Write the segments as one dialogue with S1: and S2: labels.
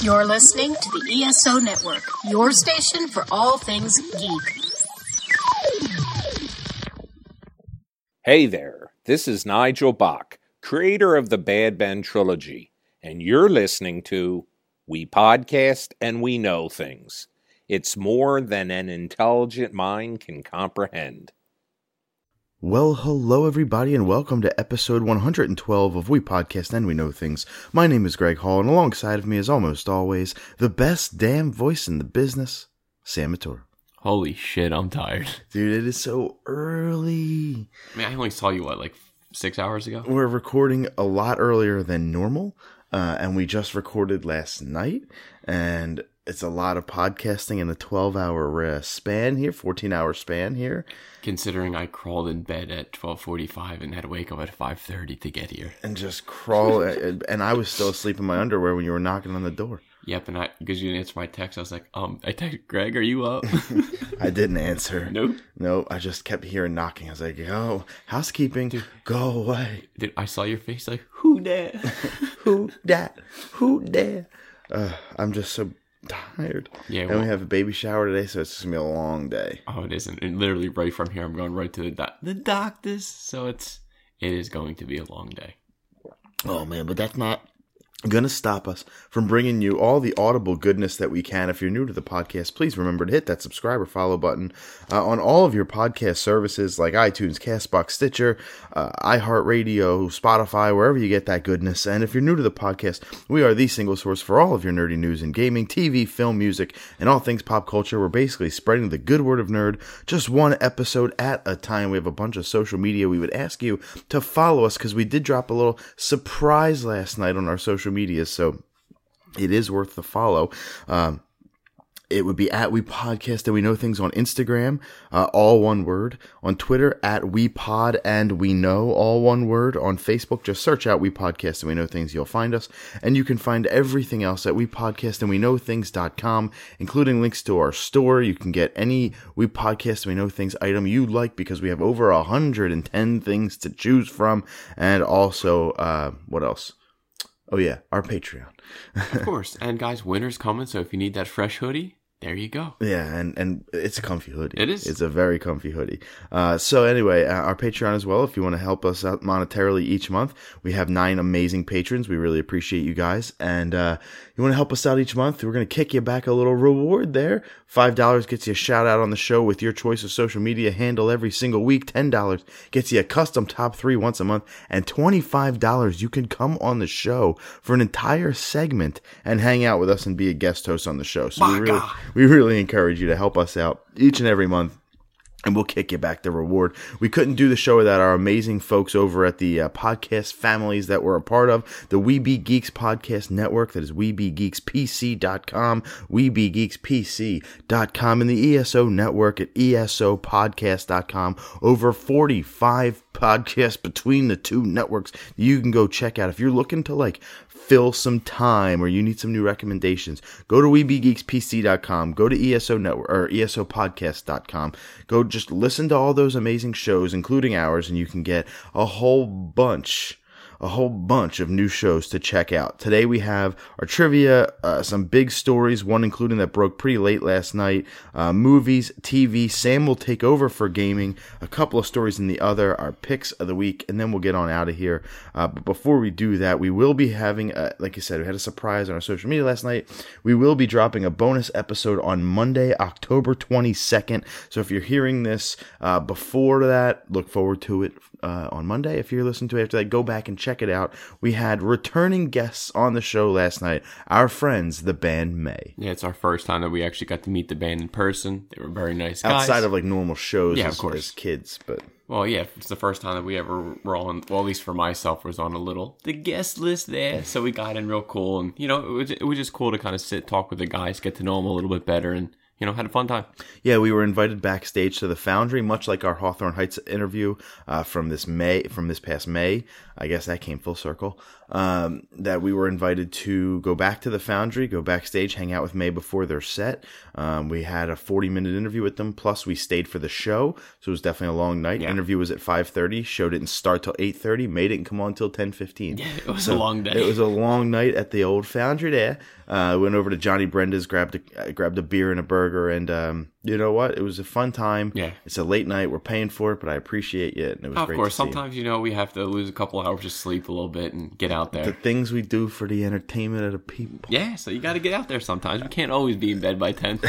S1: You're listening to the ESO Network, your station for all things geek.
S2: Hey there, this is Nigel Bach, creator of the Bad Ben trilogy, and you're listening to We Podcast and We Know Things. It's more than an intelligent mind can comprehend.
S3: Well, hello everybody, and welcome to episode 112 of We Podcast and We Know Things. My name is Greg Hall, and alongside of me, as almost always, the best damn voice in the business, Sam Matur.
S4: Holy shit, I'm tired.
S3: Dude, it is so early.
S4: I mean, I only saw you what like six hours ago.
S3: We're recording a lot earlier than normal, uh, and we just recorded last night, and it's a lot of podcasting in a 12 hour uh, span here, 14 hour span here.
S4: Considering I crawled in bed at 12:45 and had to wake up at 5:30 to get here.
S3: and just crawl. and and I was still asleep in my underwear when you were knocking on the door.
S4: Yep, and I because you didn't answer my text, I was like, um, I text Greg, are you up?
S3: I didn't answer.
S4: nope.
S3: No, I just kept hearing knocking. I was like, "Yo, housekeeping, go away.
S4: Dude, I saw your face like, who that?
S3: Who that? Who that?" Uh, I'm just so tired.
S4: Yeah,
S3: and
S4: well-
S3: we have a baby shower today, so it's just gonna be a long day.
S4: oh, it isn't. And literally right from here, I'm going right to the doc- the doctors. So it's it is going to be a long day.
S3: Oh man, but that's not gonna stop us from bringing you all the audible goodness that we can. If you're new to the podcast, please remember to hit that subscribe or follow button uh, on all of your podcast services like iTunes, Castbox, Stitcher, uh, iHeartRadio, Spotify, wherever you get that goodness. And if you're new to the podcast, we are the single source for all of your nerdy news in gaming, TV, film, music, and all things pop culture. We're basically spreading the good word of nerd just one episode at a time. We have a bunch of social media. We would ask you to follow us because we did drop a little surprise last night on our social media. So it is worth the follow. Um, it would be at we podcast and we know things on Instagram, uh, all one word. On Twitter, at we pod and we know, all one word. On Facebook, just search out we podcast and we know things. You'll find us. And you can find everything else at we podcast and we know things.com, including links to our store. You can get any we podcast and we know things item you like because we have over 110 things to choose from. And also, uh, what else? Oh yeah, our Patreon.
S4: Of course. And guys, winter's coming, so if you need that fresh hoodie, there you go.
S3: Yeah, and and it's a comfy hoodie.
S4: It is.
S3: It's a very comfy hoodie. Uh, so anyway, uh, our Patreon as well. If you want to help us out monetarily each month, we have nine amazing patrons. We really appreciate you guys. And uh, you want to help us out each month, we're gonna kick you back a little reward there. Five dollars gets you a shout out on the show with your choice of social media handle every single week. Ten dollars gets you a custom top three once a month, and twenty five dollars you can come on the show for an entire segment and hang out with us and be a guest host on the show. So we
S4: My
S3: really
S4: God.
S3: we really encourage you to help us out each and every month and we'll kick you back the reward. We couldn't do the show without our amazing folks over at the uh, podcast families that we're a part of, the We Be Geeks podcast network that is webegeekspc.com, webegeekspc.com and the ESO network at E esopodcast.com. Over 45 podcasts between the two networks that you can go check out if you're looking to like fill some time or you need some new recommendations, go to weebgeekspc.com, go to ESO network or E esopodcast.com. Go just listen to all those amazing shows including ours and you can get a whole bunch a whole bunch of new shows to check out. Today we have our trivia, uh, some big stories, one including that broke pretty late last night, uh, movies, TV, Sam will take over for gaming, a couple of stories in the other, our picks of the week, and then we'll get on out of here. Uh, but before we do that, we will be having, a, like I said, we had a surprise on our social media last night. We will be dropping a bonus episode on Monday, October 22nd. So if you're hearing this uh, before that, look forward to it uh, on Monday. If you're listening to it after that, go back and check it out. We had returning guests on the show last night, our friends, the band May.
S4: Yeah, it's our first time that we actually got to meet the band in person. They were very nice guys.
S3: Outside of like normal shows
S4: Yeah, of
S3: as,
S4: course.
S3: as kids, but
S4: Well, yeah, it's the first time that we ever were on. Well, at least for myself, was on a little the guest list there. So we got in real cool, and you know, it was it was just cool to kind of sit, talk with the guys, get to know them a little bit better, and you know, had a fun time.
S3: Yeah, we were invited backstage to the Foundry, much like our Hawthorne Heights interview uh, from this May, from this past May. I guess that came full circle. um, that we were invited to go back to the foundry, go backstage, hang out with May before their set. Um, we had a 40 minute interview with them. Plus, we stayed for the show, so it was definitely a long night.
S4: Yeah.
S3: Interview was at 5:30. Show didn't start till 8:30. May didn't come on till 10:15.
S4: It was a long day.
S3: It was a long night at the old foundry there. Uh, went over to Johnny Brenda's, grabbed a, uh, grabbed a beer and a burger, and um, you know what? It was a fun time.
S4: Yeah.
S3: It's a late night. We're paying for it, but I appreciate it. And it was
S4: of
S3: great
S4: course,
S3: to see you.
S4: sometimes you know we have to lose a couple hours of sleep a little bit and get out there.
S3: the things we do for the entertainment of the people
S4: yeah, so you got to get out there sometimes. We can't always be in bed by ten.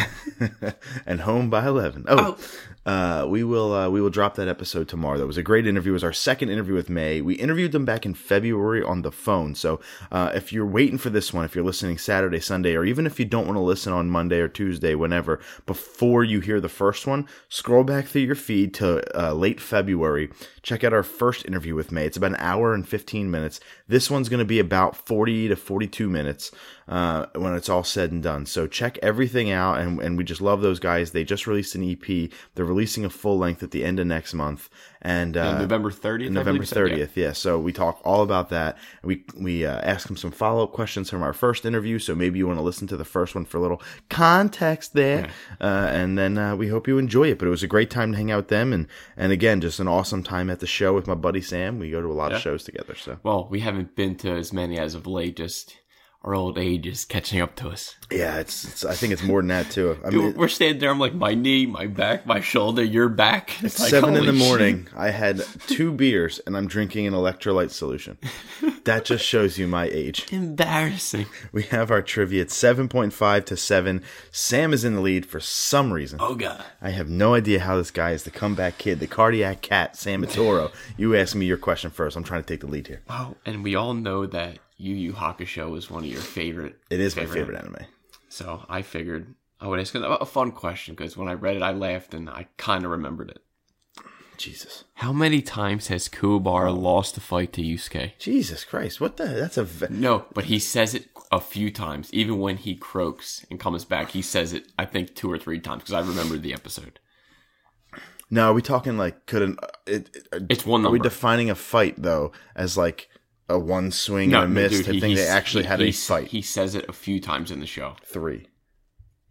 S3: and home by 11 oh, Uh, we will uh, we will drop that episode tomorrow that was a great interview it was our second interview with may we interviewed them back in february on the phone so uh, if you're waiting for this one if you're listening saturday sunday or even if you don't want to listen on monday or tuesday whenever before you hear the first one scroll back through your feed to uh, late february check out our first interview with may it's about an hour and 15 minutes this one's going to be about 40 to 42 minutes uh, when it's all said and done. So check everything out, and, and we just love those guys. They just released an EP. They're releasing a full length at the end of next month, and uh,
S4: November thirtieth.
S3: November thirtieth. Yeah. So we talk all about that. We we uh, ask them some follow up questions from our first interview. So maybe you want to listen to the first one for a little context there, uh, and then uh, we hope you enjoy it. But it was a great time to hang out with them, and and again, just an awesome time at the show with my buddy Sam. We go to a lot of shows together. So
S4: Well, we haven't been to as many as of late. Just our old age is catching up to us.
S3: yeah, it's, it's I think it's more than that too. I
S4: Dude, we're standing there. I'm like, my knee, my back, my shoulder, your back. It's, like,
S3: seven in
S4: holy
S3: the
S4: shit.
S3: morning. I had two beers and I'm drinking an electrolyte solution. That just shows you my age.
S4: Embarrassing.
S3: We have our trivia at seven point five to seven. Sam is in the lead for some reason.
S4: Oh god.
S3: I have no idea how this guy is the comeback kid, the cardiac cat, Sam Matoro. You ask me your question first. I'm trying to take the lead here.
S4: Oh, and we all know that Yu Yu Hakusho is one of your favorite.
S3: It is my favorite anime.
S4: So I figured I would ask a fun question because when I read it, I laughed and I kind of remembered it.
S3: Jesus.
S4: How many times has Kubar lost a fight to Yusuke?
S3: Jesus Christ. What the? That's a. ve-
S4: No, but he says it a few times. Even when he croaks and comes back, he says it, I think, two or three times because I remember the episode.
S3: No, are we talking like couldn't. It, it-
S4: It's one
S3: are we
S4: number.
S3: defining a fight, though, as like a one swing
S4: no,
S3: and a
S4: no,
S3: miss?
S4: dude,
S3: I
S4: he-
S3: think they
S4: he's-
S3: actually
S4: he-
S3: had a
S4: he's-
S3: fight.
S4: He says it a few times in the show.
S3: Three.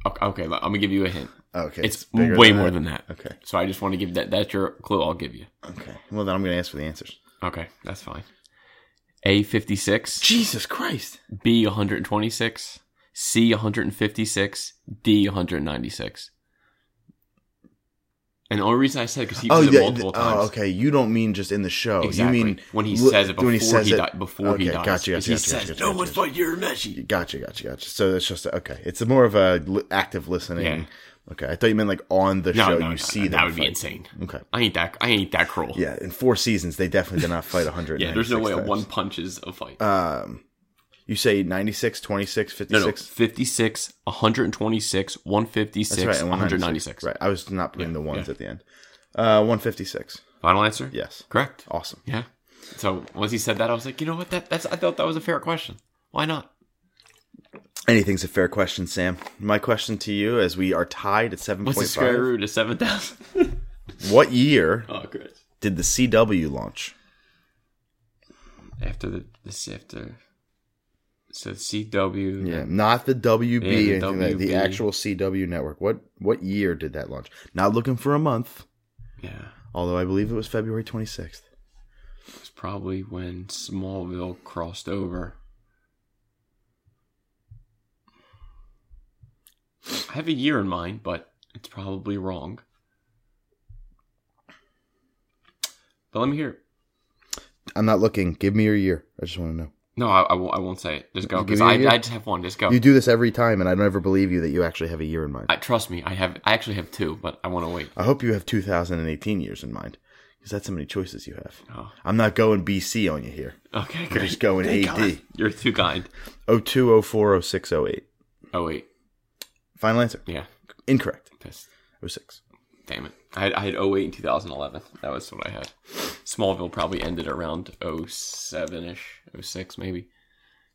S4: Okay, okay I'm going to give you a hint.
S3: Okay.
S4: It's,
S3: bigger
S4: way more than that.
S3: Okay.
S4: So I just want to give that. That's your clue I'll give you.
S3: Okay. Well, then I'm going to ask for the answers.
S4: Okay, that's fine. A56,
S3: Jesus Christ.
S4: B126, C156, D196. And the only reason I said because he
S3: Oh,
S4: did
S3: yeah,
S4: it multiple
S3: th-
S4: times.
S3: oh, okay. You don't mean just in the show.
S4: Exactly.
S3: You mean
S4: when he
S3: look-
S4: says it before
S3: when
S4: he,
S3: says it-
S4: di- before he
S3: okay,
S4: dies.
S3: Gotcha,
S4: 'Cause
S3: gotcha,
S4: he
S3: gotcha,
S4: says,
S3: gotcha,
S4: "No
S3: gotcha,
S4: one's
S3: gotcha.
S4: but your Meshi."
S3: Gotcha, gotcha, gotcha. So it's just okay. It's more of a li- active listening.
S4: Yeah.
S3: Okay, I thought you meant like on the
S4: No,
S3: show
S4: no,
S3: you
S4: no,
S3: see
S4: no,
S3: them
S4: that would be
S3: fight.
S4: insane.
S3: Okay.
S4: I ain't that. I ain't that cruel.
S3: Yeah, in four seasons they definitely did not fight 100.
S4: yeah. There's no way a one punches a fight.
S3: Um, you say 96, 26,
S4: no,
S3: 56.
S4: no. 56, 126, 156,
S3: That's right, and
S4: 196.
S3: Right. I was not putting the ones
S4: yeah.
S3: at the end. Uh, 156.
S4: Final answer.
S3: Yes.
S4: Correct.
S3: Awesome.
S4: Yeah. So once he said that, I was like, you know what? That that's. I thought that was a fair question. Why not?
S3: Anything's a fair question, Sam. My question to you, as we are tied at seven
S4: What's
S3: point
S4: the square
S3: five,
S4: root of seven thousand?
S3: what year
S4: oh, good.
S3: did the CW launch?
S4: After the this after. So CW.
S3: Yeah, not the WB,
S4: Yeah,
S3: or
S4: the
S3: anything like that, the
S4: WB.
S3: actual CW network. What what year did that launch? Not looking for a month,
S4: Yeah.
S3: although I believe it was February twenty sixth.
S4: was probably when Smallville crossed over. I have a year in mind, but it's probably wrong. But let me hear.
S3: I'm not looking. Give me your year. I just want to know.
S4: No, I, I, won't, I won't say it. Just go
S3: Give
S4: because
S3: me a
S4: I,
S3: year.
S4: I just have one. Just go.
S3: You do this every time, and I don't ever believe you that you actually have a year in mind.
S4: I, trust me. I have. I actually have two, but I want to wait.
S3: I hope you have 2018 years in mind, because that's how many choices you have.
S4: Oh.
S3: I'm not going BC on you here.
S4: Okay,
S3: I'm
S4: great.
S3: just going
S4: Thank
S3: AD.
S4: God. You're too kind.
S3: 02, 04, 06, 08.
S4: Oh wait,
S3: Final answer.
S4: yeah.
S3: Incorrect.
S4: Pissed.
S3: 06.
S4: Damn it. I had, oh I had 08 and 2011. That was what I had. Smallville probably ended around 07 ish, 06 maybe.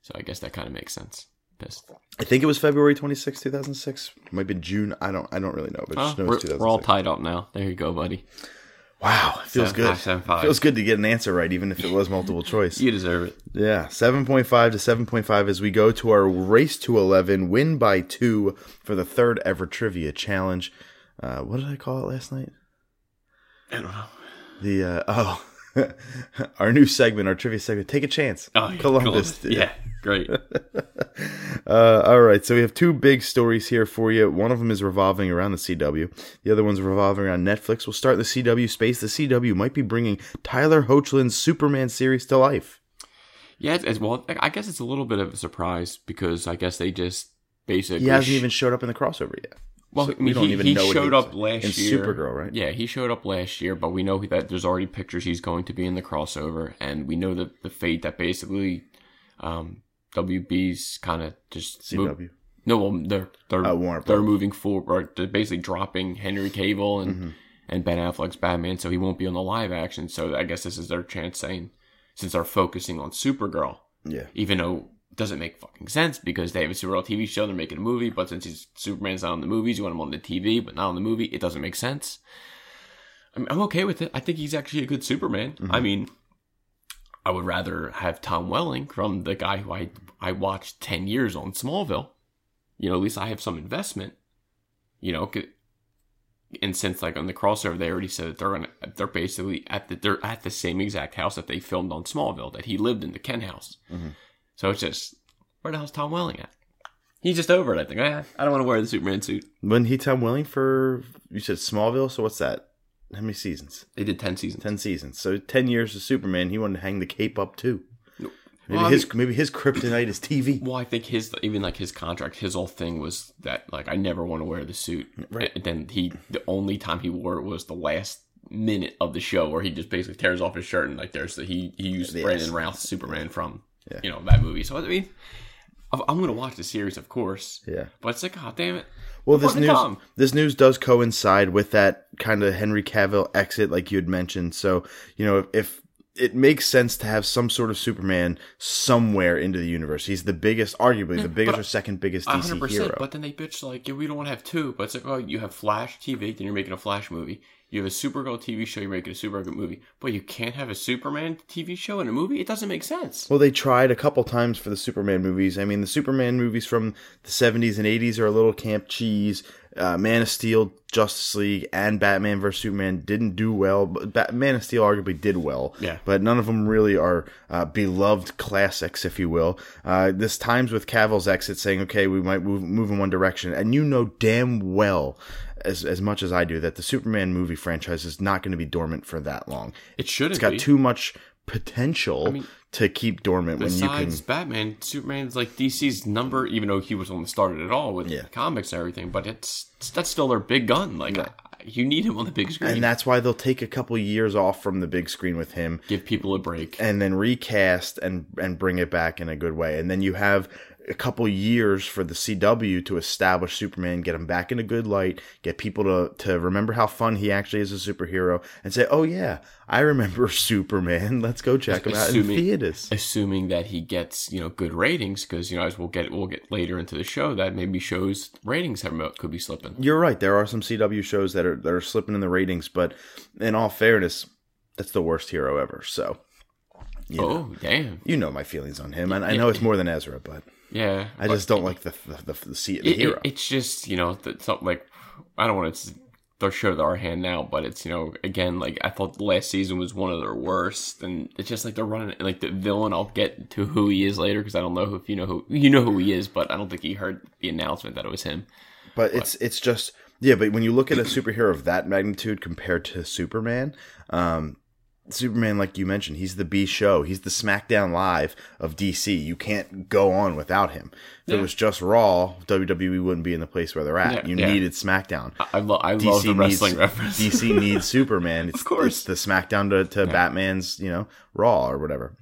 S4: So I guess that kind of makes sense. Pissed.
S3: I think it was February 26, 2006. Might be June. I don't I don't really know, but
S4: Oh,
S3: just know
S4: we're,
S3: it's
S4: we're all
S3: 2006.
S4: tied up now. There you go, buddy.
S3: Wow, it feels good.
S4: 7575.
S3: Feels good to get an answer right, even if it was multiple choice.
S4: You deserve it.
S3: Yeah, 7.5 to 7.5 as we go to our race to 11, win by two for the third ever trivia challenge. Uh, what did I call it last night?
S4: I don't know.
S3: The, uh, oh, our new segment, our trivia segment, Take a Chance.
S4: Oh, yeah,
S3: Columbus.
S4: Columbus. Yeah, great.
S3: Uh, all right, so we have two big stories here for you. One of them is revolving around the CW. The other one's revolving around Netflix. We'll start in the CW space. The CW might be bringing Tyler Hoechlin's Superman series to life.
S4: Yeah, it's, it's- well, I guess it's a little bit of a surprise because I guess they just basically
S3: He hasn't
S4: sh-
S3: even showed up in the crossover yet.
S4: Well,
S3: So
S4: I mean,
S3: we don't
S4: he,
S3: even
S4: he
S3: know what
S4: showed
S3: he was
S4: up
S3: in.
S4: last
S3: In
S4: year.
S3: Supergirl, right?
S4: Yeah, he showed up last year, but we know that there's already pictures he's going to be in the crossover, and we know the the fate that basically um, WB's kind of just
S3: CW.
S4: mo- no, well, they're they're
S3: Uh, Warner
S4: they're
S3: Bros.
S4: moving forward. They're basically dropping Henry Cable and
S3: Mm-hmm.
S4: and Ben Affleck's Batman, so he won't be on the live action. So I guess this is their chance saying since they're focusing on Supergirl,
S3: Yeah.
S4: even though it doesn't make fucking sense because they have a Supergirl TV show, they're making a movie, but since he's Superman's not on the movies, you want him on the TV, but not on the movie, it doesn't make sense. I'm, I'm okay with it. I think he's actually a good Superman. I mean, I would rather have Tom Welling from the guy who I I watched ten years on Smallville. You know, at least I have some investment. You know, 'cause- and since like on the crossover, they already said that they're gonna, they're basically at the they're at the same exact house that they filmed on Smallville that he lived in the Ken house. So it's just where the hell's Tom Welling at? He's just over it. I think I I don't want to wear the Superman suit.
S3: When he Tom Welling for you said Smallville, so what's that? How many seasons?
S4: They did ten seasons.
S3: Ten seasons. So ten years of Superman. He wanted to hang the cape up too. Maybe
S4: Well, I
S3: his maybe his kryptonite is TV.
S4: Well, I think his even like his contract, his whole thing was that like I never want to wear the suit.
S3: Right.
S4: And then he the only time he wore it was the last minute of the show where he just basically tears off his shirt and like there's the he he used
S3: The
S4: Brandon
S3: ass.
S4: Routh Superman from
S3: Yeah.
S4: you know that movie. So I mean, I- I'm gonna watch the series, of course.
S3: Yeah.
S4: But it's like, god damn it.
S3: Well, this
S4: Fucking
S3: news
S4: Tom.
S3: this news does coincide with that kind of Henry Cavill exit, like you had mentioned. So you know if. if it makes sense to have some sort of Superman somewhere into the universe. He's the biggest, arguably the biggest
S4: but
S3: or second biggest
S4: A
S3: DC
S4: hundred percent.
S3: hero.
S4: But then they bitch like, yeah, we don't want to have two. But it's like, oh, you have Flash TV, then you're making a Flash movie. You have a Supergirl TV show, you're making a Supergirl movie. But you can't have a Superman TV show and a movie. It doesn't make sense.
S3: Well, they tried a couple times for the Superman movies. I mean, the Superman movies from the 70s and 80s are a little camp cheese. Uh, Man of Steel, Justice League, and Batman vs. Superman didn't do well. But Bat- Man of Steel arguably did well.
S4: Yeah.
S3: But none of them really are uh, beloved classics, if you will. Uh, this times with Cavill's exit saying, okay, we might move, move in one direction. And you know damn well, as, as much as I do, that the Superman movie franchise is not going to be dormant for that long.
S4: It shouldn't
S3: It's got
S4: be.
S3: too much potential
S4: mean,
S3: to keep dormant when you can.
S4: Besides Batman, Superman's like DC's number, even though he was the one that started it all with
S3: Yeah.
S4: the comics and everything. But it's that's still their big gun. Like I- you need him on the big screen.
S3: And that's why they'll take a couple years off from the big screen with him
S4: Give people a break.
S3: and then recast and and bring it back in a good way. And then you have a couple years for the CW to establish Superman, get him back in a good light, get people to to remember how fun he actually is a superhero and say, "Oh yeah, I remember Superman. Let's go check him out in
S4: Assuming-
S3: theaters."
S4: assuming that he gets you know good ratings because you know as we'll get we'll get later into the show that maybe shows ratings have could be slipping.
S3: You're right. There are some CW shows that are that are slipping in the ratings, but in all fairness, that's the worst hero ever. So, you know.
S4: Oh damn,
S3: You know my feelings on him, and I know it's more than Ezra, but
S4: yeah.
S3: I just don't like the the, the, the, se- the
S4: It- it-
S3: hero.
S4: it's just you know th- something like I don't want to their show their hand now, but it's you know again like I thought the last season was one of their worst, and it's just like they're running like the villain. I'll get to who he is later because I don't know if you know who you know who he is, but I don't think he heard the announcement that it was him.
S3: but it's it's just yeah. But when you look at a superhero of that magnitude compared to Superman, um, Superman, like you mentioned, he's the B show. He's the SmackDown Live of DC. You can't go on without him. If it
S4: Yeah.
S3: was just Raw, WWE wouldn't be in the place where they're at.
S4: Yeah,
S3: you
S4: yeah.
S3: needed SmackDown.
S4: I, I, lo- I love the wrestling
S3: needs,
S4: reference.
S3: DC needs Superman. It's, it's
S4: course.
S3: the SmackDown to, to Batman's, you know, Raw or whatever.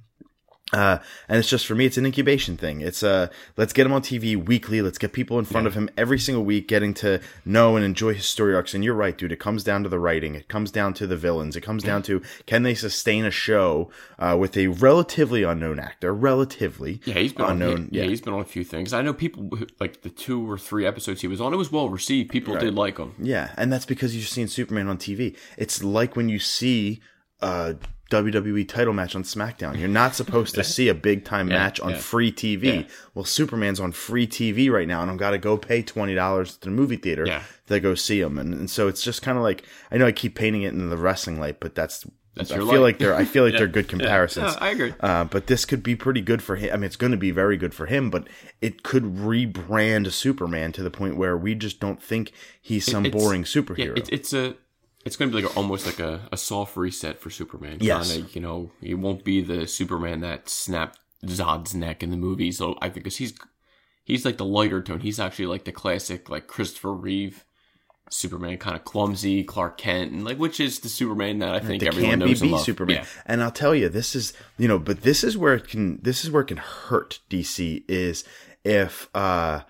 S3: Uh, and it's just for me, it's an incubation thing. It's uh, let's get him on TV weekly. Let's get people in front of him every single week, getting to know and enjoy his story arcs. And you're right, dude. It comes down to the writing. It comes down to the villains. It comes down to can they sustain a show uh, with a relatively unknown actor, relatively
S4: Yeah, he's been
S3: unknown.
S4: on. Yeah, he's been on a few things. I know people who- like the two or three episodes he was on. It was well received. People did like him.
S3: Yeah, and that's because you've seen Superman on TV. It's like when you see a WWE title match on SmackDown. You're not supposed to see a big time match on
S4: yeah.
S3: free TV.
S4: Yeah.
S3: Well, Superman's on free TV right now, and I've got to go pay twenty dollars to the movie theater
S4: Yeah.
S3: to go see him. And, and so it's just kind of like I know I keep painting it in the wrestling light, but that's.
S4: That's
S3: I
S4: your
S3: feel
S4: light.
S3: like they're. I feel like they're good comparisons.
S4: Yeah, I agree.
S3: Uh, but this could be pretty good for him. I mean, it's going to be very good for him, but it could rebrand Superman to the point where we just don't think he's some
S4: it's-
S3: boring
S4: Yeah,
S3: superhero.
S4: it's it's a it's going to be like a, almost like a, a soft reset for Superman.
S3: Yes.
S4: Kinda, you know, he won't be the Superman that snapped Zod's neck in the movie. So I think 'cause he's he's like the lighter tone. He's actually like the classic like Christopher Reeve. Superman kind of clumsy, Clark Kent, and like which is the Superman that I think
S3: that
S4: everyone
S3: can't be
S4: knows and
S3: beat
S4: loves.
S3: Superman.
S4: Yeah.
S3: And I'll tell you, this is you know, but this is where it can. This is where it can hurt DC is if uh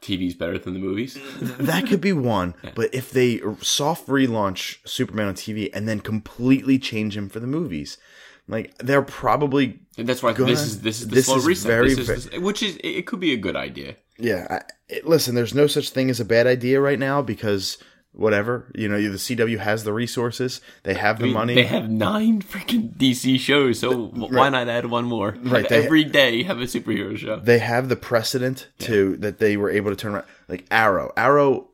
S4: TV's better than the movies.
S3: that could be one. But if they soft relaunch Superman on TV and then completely change him for the movies, like they're probably
S4: And that's why I think this
S3: Gonna-
S4: is this is the
S3: this
S4: slow
S3: is
S4: reset.
S3: very
S4: this is, which is it- it could be a good idea.
S3: Yeah, I, it, listen, there's no such thing as a bad idea right now because whatever you know, the CW has the resources, they have the
S4: I mean,
S3: money.
S4: They have nine freaking DC shows, so w why not add one more?
S3: Right,
S4: Have
S3: they-
S4: every day have a superhero show.
S3: they have the precedent to that they were able to turn around like arrow arrow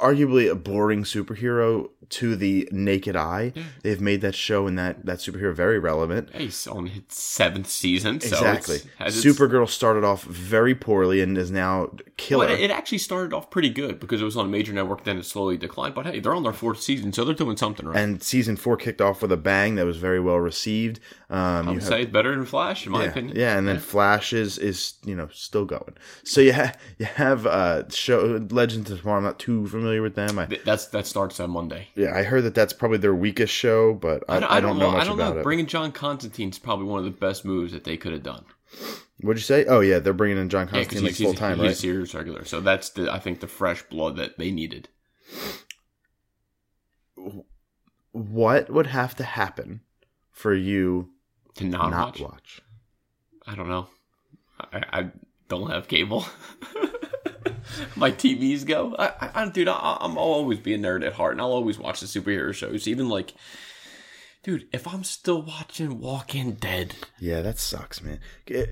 S3: arguably a boring superhero to the naked eye they've made that show and that that superhero very relevant
S4: He's on his seventh season, so
S3: exactly
S4: it's- has its-
S3: supergirl started off very poorly and is now killer
S4: Well, it actually started off pretty good because it was on a major network, then it slowly declined. But hey, they're on their fourth season, so they're doing something right.
S3: and season four kicked off with a bang that was very well received um
S4: I
S3: you
S4: would
S3: have-
S4: say it's better than Flash, in my
S3: yeah,
S4: opinion.
S3: yeah, and then Flash is is you know still going. So you ha- you have uh show Legends of Tomorrow. I'm not too familiar with them. I,
S4: Th- That's that starts on Monday.
S3: Yeah, I heard that that's probably their weakest show, but I, I, don't, know much
S4: I don't
S3: about
S4: know.
S3: it.
S4: Bringing John Constantine's probably one of the best moves that they could have done.
S3: What'd you say? Oh yeah, they're bringing in John
S4: Yeah, because
S3: Constantine like
S4: he's,
S3: full
S4: he's,
S3: time,
S4: he's
S3: right?
S4: serious regular. So that's the I think the fresh blood that they needed.
S3: What would have to happen for you
S4: to not,
S3: not
S4: watch.
S3: watch?
S4: I don't know. I, I don't have cable. My TVs go. I, I, I dude, I, I'm I'll always be a nerd at heart, and I'll always watch the superhero shows. Even like, dude, if I'm still watching Walking Dead,
S3: Yeah, that sucks, man. Eh,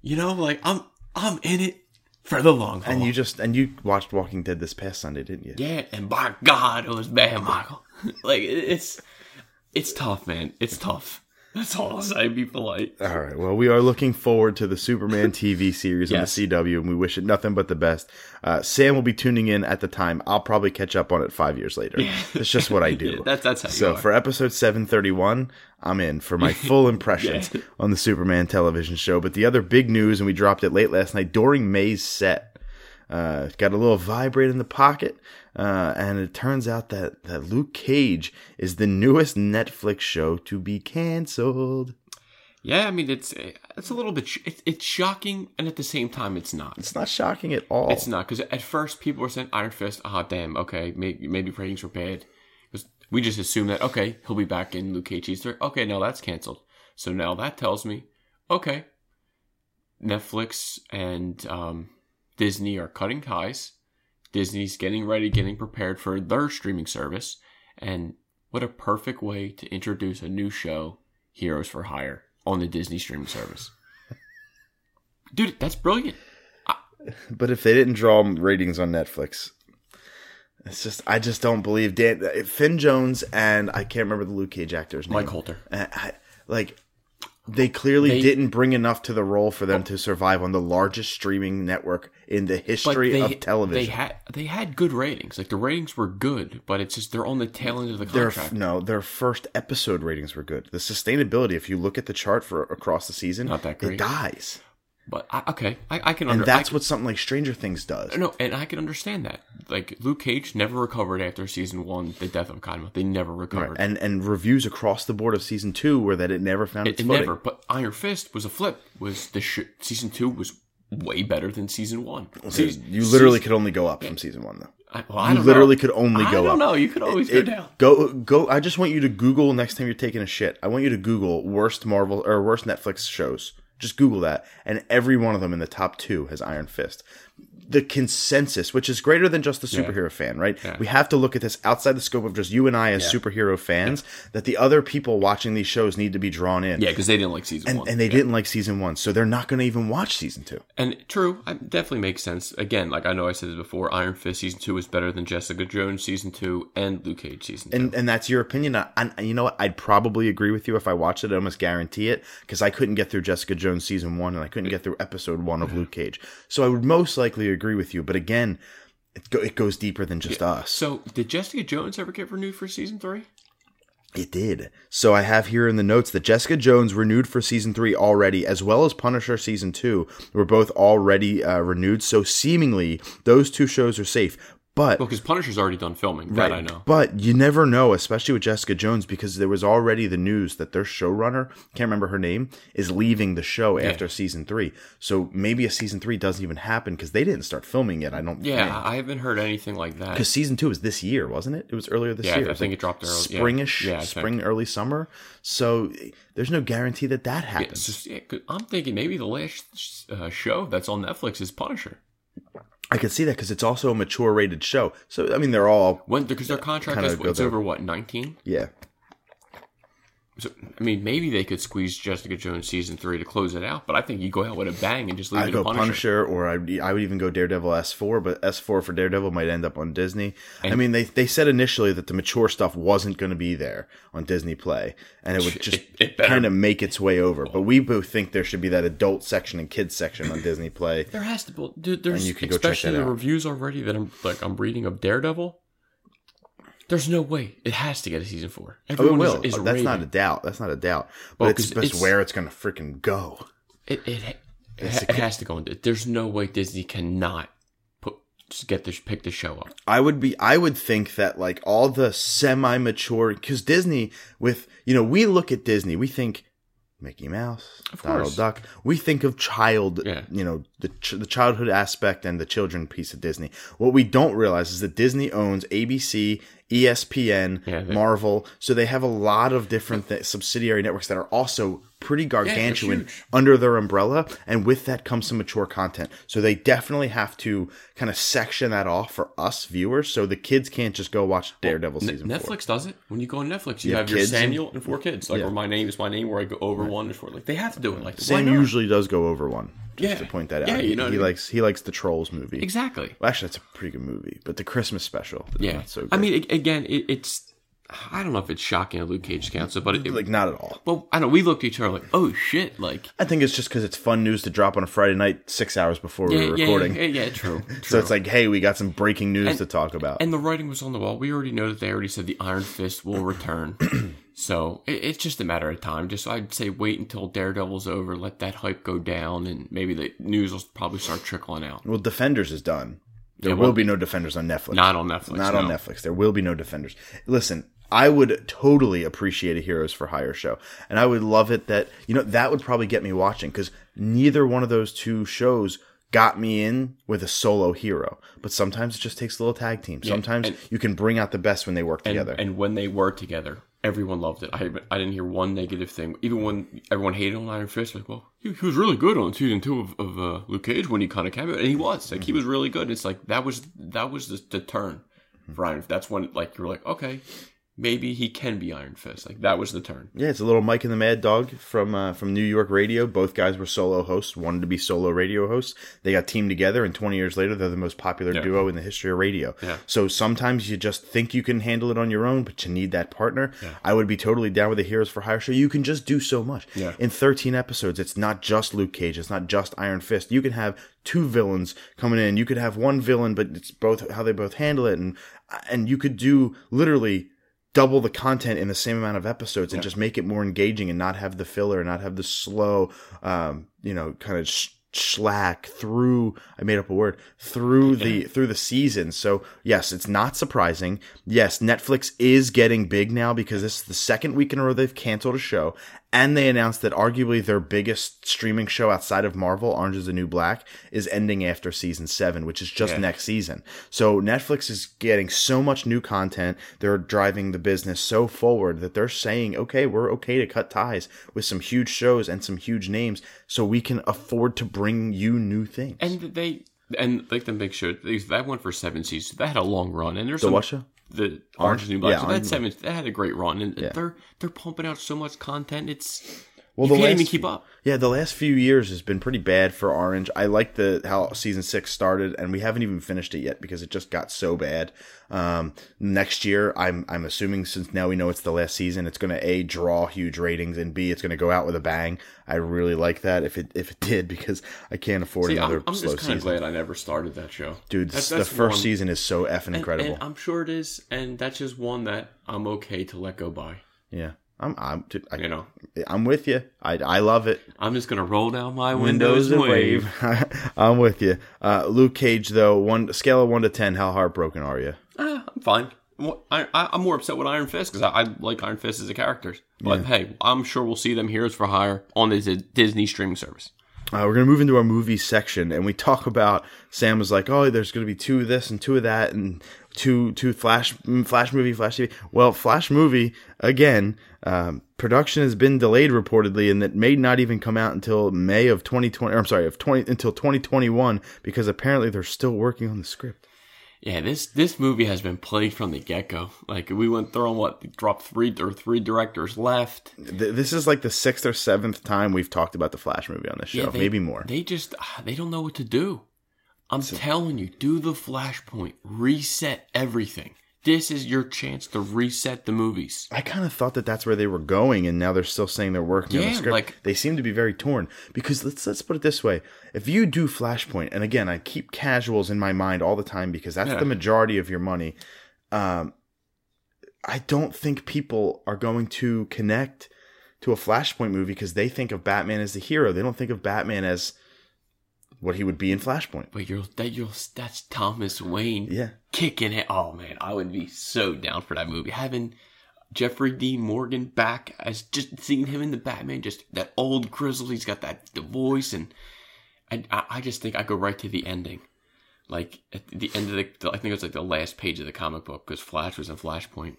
S4: you know, like I'm I'm in it for the long haul.
S3: And you just and you watched Walking Dead this past Sunday, didn't you?
S4: yeah, and by God, it was bad, Michael. like it, it's it's tough, man. It's tough. That's all I'll say. Be polite.
S3: All right. Well, we are looking forward to the Superman TV series
S4: Yes.
S3: on the CW, and we wish it nothing but the best. Uh, Sam will be tuning in at the time. I'll probably catch up on it five years later. It's just what I do.
S4: That's that's how
S3: So
S4: you are.
S3: for episode 731, I'm in for my full impressions on the Superman television show. But the other big news, and we dropped it late last night during May's set, uh, got a little vibrate in the pocket. Uh, and it turns out that, that Luke Cage is the newest Netflix show to be canceled.
S4: Yeah, I mean it's it's a little bit sh- it's, it's shocking and at the same time it's not.
S3: It's not shocking at all.
S4: It's not because at first people were saying Iron Fist, ah damn, okay, maybe, maybe ratings were bad. 'Cause we just assumed that okay, he'll be back in Luke Cage Easter. Okay, no, that's canceled. So now that tells me okay, Netflix and um, Disney are cutting ties. Disney's getting ready, getting prepared for their streaming service, and what a perfect way to introduce a new show, Heroes for Hire, on the Disney streaming service. Dude, that's brilliant.
S3: But if they didn't draw ratings on Netflix, it's just I just don't believe Dan Finn Jones and I can't remember the Luke Cage actor's name.
S4: Mike Holter.
S3: Uh, I, like they clearly
S4: They-
S3: didn't bring enough to the role for them to survive on the largest streaming network in the history of television.
S4: They had they had good ratings. Like the ratings were good, but it's just they're on the tail end of the
S3: their
S4: contract.
S3: no, their first episode ratings were good. The sustainability, if you look at the chart for across the season,
S4: Not that
S3: it
S4: great.
S3: dies,
S4: but I, okay, I, I can
S3: and
S4: under,
S3: that's
S4: I,
S3: what something like Stranger Things does.
S4: no, and I can understand that. like Luke Cage never recovered after season one, the death of Cottonmouth. They never recovered.
S3: And and reviews across the board of season two were that it never found
S4: it,
S3: its
S4: it
S3: footing.
S4: never. But Iron Fist was a flip. Was the sh- season two was way better than season one.
S3: Dude, you literally could only go up from season one though.
S4: I, well, I
S3: You
S4: don't
S3: literally
S4: know.
S3: could only go
S4: I don't
S3: up.
S4: know. You could always go
S3: It-
S4: down.
S3: Go go. I just want you to Google next time you're taking a shit. I want you to Google worst Marvel or worst Netflix shows. Just Google that, and every one of them in the top two has Iron Fist. The consensus, which is greater than just the superhero fan, right? We have to look at this outside the scope of just you and I as superhero fans. That the other people watching these shows need to be drawn in,
S4: Yeah, because they didn't like season
S3: and,
S4: one.
S3: and they didn't like season one, so they're not going to even watch season two.
S4: And true, I definitely makes sense. Again, like I know I said this before, Iron Fist season two is better than Jessica Jones season two and Luke Cage season two.
S3: and and that's your opinion. I, I, you know what? I'd probably agree with you if I watched it. I almost guarantee it because I couldn't get through Jessica Jones season one, and I couldn't get through episode one of Luke Cage. So I would most likely agree with you. But again, it, go, it goes deeper than just us.
S4: So did Jessica Jones ever get renewed for season three?
S3: It did. So I have here in the notes that Jessica Jones renewed for season three already, as well as Punisher season two, were both already uh, renewed. So seemingly those two shows are safe. But
S4: Well, because Punisher's already done filming. That I know.
S3: But you never know, especially with Jessica Jones, because there was already the news that their showrunner, can't remember her name, is leaving the show after season three. So maybe a season three doesn't even happen because they didn't start filming yet. I don't.
S4: Yeah, I haven't heard anything like that.
S3: Because season two is this year, wasn't it? It was earlier this
S4: Yeah, I
S3: year.
S4: think
S3: was like
S4: it dropped early- yeah.
S3: Springish,
S4: Yeah, I think.
S3: spring, early summer. So eh, there's no guarantee that that
S4: It's
S3: happens.
S4: just, yeah, 'cause I'm thinking maybe the last uh, show that's on Netflix is Punisher.
S3: I could see that because it's also a mature rated show. So I mean, they're all
S4: When because their contract
S3: kinda
S4: is
S3: go
S4: it's
S3: there.
S4: over what nineteen.
S3: yeah.
S4: So, I mean, maybe they could squeeze Jessica Jones season three to close it out, but I think you go out with a bang and just leave
S3: I
S4: it to
S3: go
S4: Punisher.
S3: Punisher, or I, I would even go Daredevil S four, but S four for Daredevil might end up on Disney. I mean, they they said initially that the mature stuff wasn't going to be there on Disney Play, and it would just
S4: It- it better.
S3: kind of make its way over. But we both think there should be that adult section and kids section on Disney Play.
S4: There has to be. Dude, there's
S3: you can go check
S4: especially
S3: that
S4: the
S3: out.
S4: reviews already that I'm like I'm reading of Daredevil. There's no way it has to get a season four.
S3: Oh, it
S4: Everyone
S3: will.
S4: is, is
S3: That's not a
S4: raving.
S3: doubt. That's not a doubt. But
S4: Well,
S3: it's
S4: 'cause
S3: just
S4: it's-
S3: where it's going to freaking go.
S4: It it, it, it, ha- it has to go into. There's no way Disney cannot put just get this pick the show up.
S3: I would be I would think that like all the semi mature cuz Disney with you know we look at Disney we think Mickey Mouse,
S4: Of
S3: Donald
S4: course.
S3: Duck. We think of child,
S4: Yeah.
S3: you know, the ch- the childhood aspect and the children piece of Disney. What we don't realize is that Disney owns ABC, ESPN,
S4: Yeah, they-
S3: Marvel, so they have a lot of different th- subsidiary networks that are also pretty gargantuan
S4: huge.
S3: under their umbrella and with that comes some mature content so they definitely have to kind of section that off for us viewers so the kids can't just go watch daredevil
S4: Ne-
S3: season four
S4: Netflix does it. When you go on Netflix, you
S3: Yeah,
S4: have your
S3: kids and-
S4: Samuel and four kids. Like where my name is my name, where I go over one is four. Like they have to do it. Like why
S3: sam
S4: not?
S3: usually does go over one just
S4: Yeah.
S3: to point that out
S4: Yeah, you know what
S3: he
S4: I mean.
S3: likes he likes the trolls movie
S4: exactly.
S3: well, actually that's a pretty good movie but the christmas special is
S4: Yeah.
S3: not Oh, so good.
S4: I mean, a- again, it, it's I don't know if it's shocking at Luke Cage Council, but it, it,
S3: like not at all
S4: Well, I don't know. We looked at each other like, oh shit, like
S3: i think it's just because it's fun news to drop on a friday night six hours before we
S4: yeah,
S3: were
S4: yeah,
S3: recording
S4: Yeah, yeah, true. true.
S3: so it's like hey we got some breaking news to talk about
S4: and the writing was on the wall. We already know that they already said the Iron Fist will return. so it, it's just a matter of time. Just I'd say wait until Daredevil's over, let that hype go down, and maybe the news will probably start trickling out.
S3: well defenders is done there
S4: Yeah,
S3: will
S4: well-
S3: be no defenders on netflix
S4: Not on Netflix.
S3: Not on
S4: no.
S3: Netflix. There will be no defenders. Listen, I would totally appreciate a Heroes for Hire show. And I would love it that, you know, that would probably get me watching because neither one of those two shows got me in with a solo hero. But sometimes it just takes a little tag team. Sometimes you can bring out the best when they work
S4: And,
S3: together.
S4: and when they were together, everyone loved it. I haven't- I didn't hear one negative thing. Even when everyone hated on Iron Fist, like, well, he, he was really good on season two of, of uh, Luke Cage when he kind of came out, and he was like, he was really good. It's like that was that was the, the turn for Iron. That's when like you were like, okay, maybe he can be Iron Fist. Like that was the turn.
S3: yeah, it's a little Mike and the Mad Dog from uh, from New York radio. Both guys were solo hosts, wanted to be solo radio hosts. They got teamed together, and 20 years later, they're the most popular duo in the history of radio. So sometimes you just think you can handle it on your own, but you need that partner. I would be totally down with a Heroes for Hire show. You can just do so much.
S4: Yeah.
S3: In 13 episodes, it's not just Luke Cage, it's not just Iron Fist. You can have two villains coming in. You could have one villain, but it's both how they both handle it, and and you could do literally double the content in the same amount of episodes and just make it more engaging and not have the filler and not have the slow um you know kind of sh- Schlack through I made up a word through the through the season. So yes, it's not surprising. Yes, Netflix is getting big now because this is the second week in a row they've canceled a show, and they announced that arguably their biggest streaming show outside of Marvel, Orange Is the New Black, is ending after season seven, which is just
S4: Yeah.
S3: next season. So Netflix is getting so much new content. They're driving the business so forward that they're saying, okay, we're okay to cut ties with some huge shows and some huge names so we can afford to bring you new things.
S4: And they and like the big show they- that went for seven seasons. That had a long run, and there's
S3: the
S4: some,
S3: what show?
S4: the Orange is the New Black.
S3: Yeah,
S4: so
S3: Orange
S4: that
S3: is the
S4: seven that had a great run, and
S3: Yeah.
S4: they're they're pumping out so much content. It's
S3: Well,
S4: you
S3: the
S4: can't
S3: last
S4: even
S3: few-
S4: keep up.
S3: Yeah, the last few years has been pretty bad for Orange. I like the how season six started, and we haven't even finished it yet because it just got so bad. Um, next year, I'm I'm assuming since now we know it's the last season, it's going to a draw huge ratings, and b it's going to go out with a bang. I really like that if it if it did because I can't afford
S4: See, I'm,
S3: another
S4: I'm
S3: slow
S4: just kind
S3: season.
S4: of glad I never started that show,
S3: Dude,
S4: That's-
S3: the
S4: that's
S3: first
S4: one-
S3: season is so effing
S4: and-
S3: incredible.
S4: And I'm sure it is, and that's just one that I'm okay to let go by.
S3: yeah, I'm I'm dude, I,
S4: You know,
S3: I'm with you. I I love it.
S4: I'm just gonna roll down my windows, and wave.
S3: I'm with you. Uh, Luke Cage, though, one scale of one to ten, how heartbroken are you?
S4: Ah, I'm fine. Mo- I, I, I'm more upset with Iron Fist because I, I like Iron Fist as a character. But hey, I'm sure we'll see them heroes for hire on this uh, Disney streaming service.
S3: Uh, we're gonna move into our movie section, and we talk about Sam was like, "Oh, there's gonna be two of this and two of that, and two two Flash mm, Flash movie, Flash TV." Well, Flash movie again. Um, production has been delayed reportedly, and that may not even come out until May of 2020. Or I'm sorry, of 20 until 2021 because apparently they're still working on the script.
S4: Yeah, this this movie has been plagued from the get go. Like we went through on what dropped three or three directors left.
S3: Th- this is like the sixth or seventh time we've talked about the Flash movie on this show,
S4: Yeah, they-
S3: maybe more.
S4: They just ah, they don't know what to do. I'm telling you, do the flashpoint, reset everything. This is your chance to reset the movies.
S3: I kind of thought that that's where they were going, and now they're still saying they're working on the
S4: Yeah,
S3: script.
S4: like-
S3: they seem to be very torn because let's let's put it this way: if you do Flashpoint, and again, I keep casuals in my mind all the time because that's
S4: Yeah.
S3: the majority of your money. Um, I don't think people are going to connect to a Flashpoint movie because they think of Batman as the hero. They don't think of Batman as what he would be in Flashpoint.
S4: But you're that you're that's Thomas Wayne.
S3: Yeah,
S4: kicking it. Oh man, I would be so down for that movie. Having Jeffrey Dean Morgan back as just seeing him in the Batman, just that old grizzle. He's got that the voice, and I, I I just think I go right to the ending. Like at the end of the, I think it was like the last page of the comic book because Flash was in Flashpoint,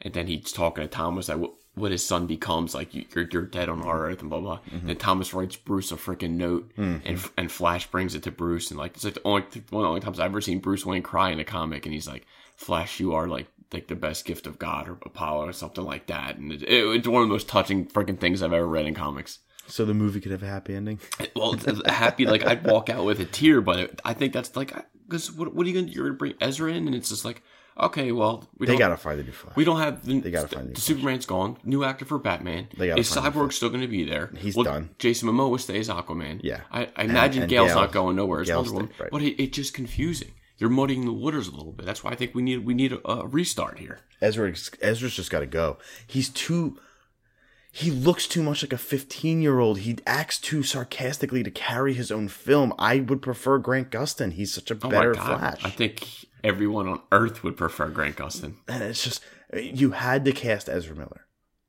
S4: and then he's talking to Thomas like what, what his son becomes. Like you, you're you're dead on our earth and blah blah. Then Thomas writes Bruce a freaking note, and and Flash brings it to Bruce, and like it's like the only one of the only times I've ever seen Bruce Wayne cry in a comic, and he's like, Flash, you are like like the best gift of God or Apollo or something like that, and it, it- it's one of the most touching freaking things I've ever read in comics.
S3: so the movie could have a happy ending.
S4: Well, it's- it's happy like I'd walk out with a tear, but it, I think that's like because what, what are you gonna you're gonna bring Ezra in, and it's just like okay, well we
S3: They
S4: don't-
S3: gotta find a new Flash.
S4: we don't have the,
S3: gotta
S4: the-
S3: find a new
S4: Superman's gone. New actor for Batman.
S3: They gotta
S4: Is
S3: find a new
S4: Cyborg still going to be there?
S3: He's
S4: Well,
S3: done.
S4: Jason Momoa stays Aquaman.
S3: Yeah.
S4: I, I
S3: And-
S4: imagine
S3: and
S4: Gail's
S3: Gale-
S4: not going nowhere as
S3: Gale
S4: Wonder Woman,
S3: stayed, right.
S4: but it, it's just confusing. You're muddying the waters a little bit. That's why I think we need we need a, a restart here.
S3: Ezra Ezra's just got to go. He's too. He looks too much like a 15 year old. He acts too sarcastically to carry his own film. I would prefer Grant Gustin. He's such a
S4: Oh
S3: better
S4: my god!
S3: Flash.
S4: I think everyone on Earth would prefer Grant Gustin.
S3: and it's just you had to cast Ezra Miller.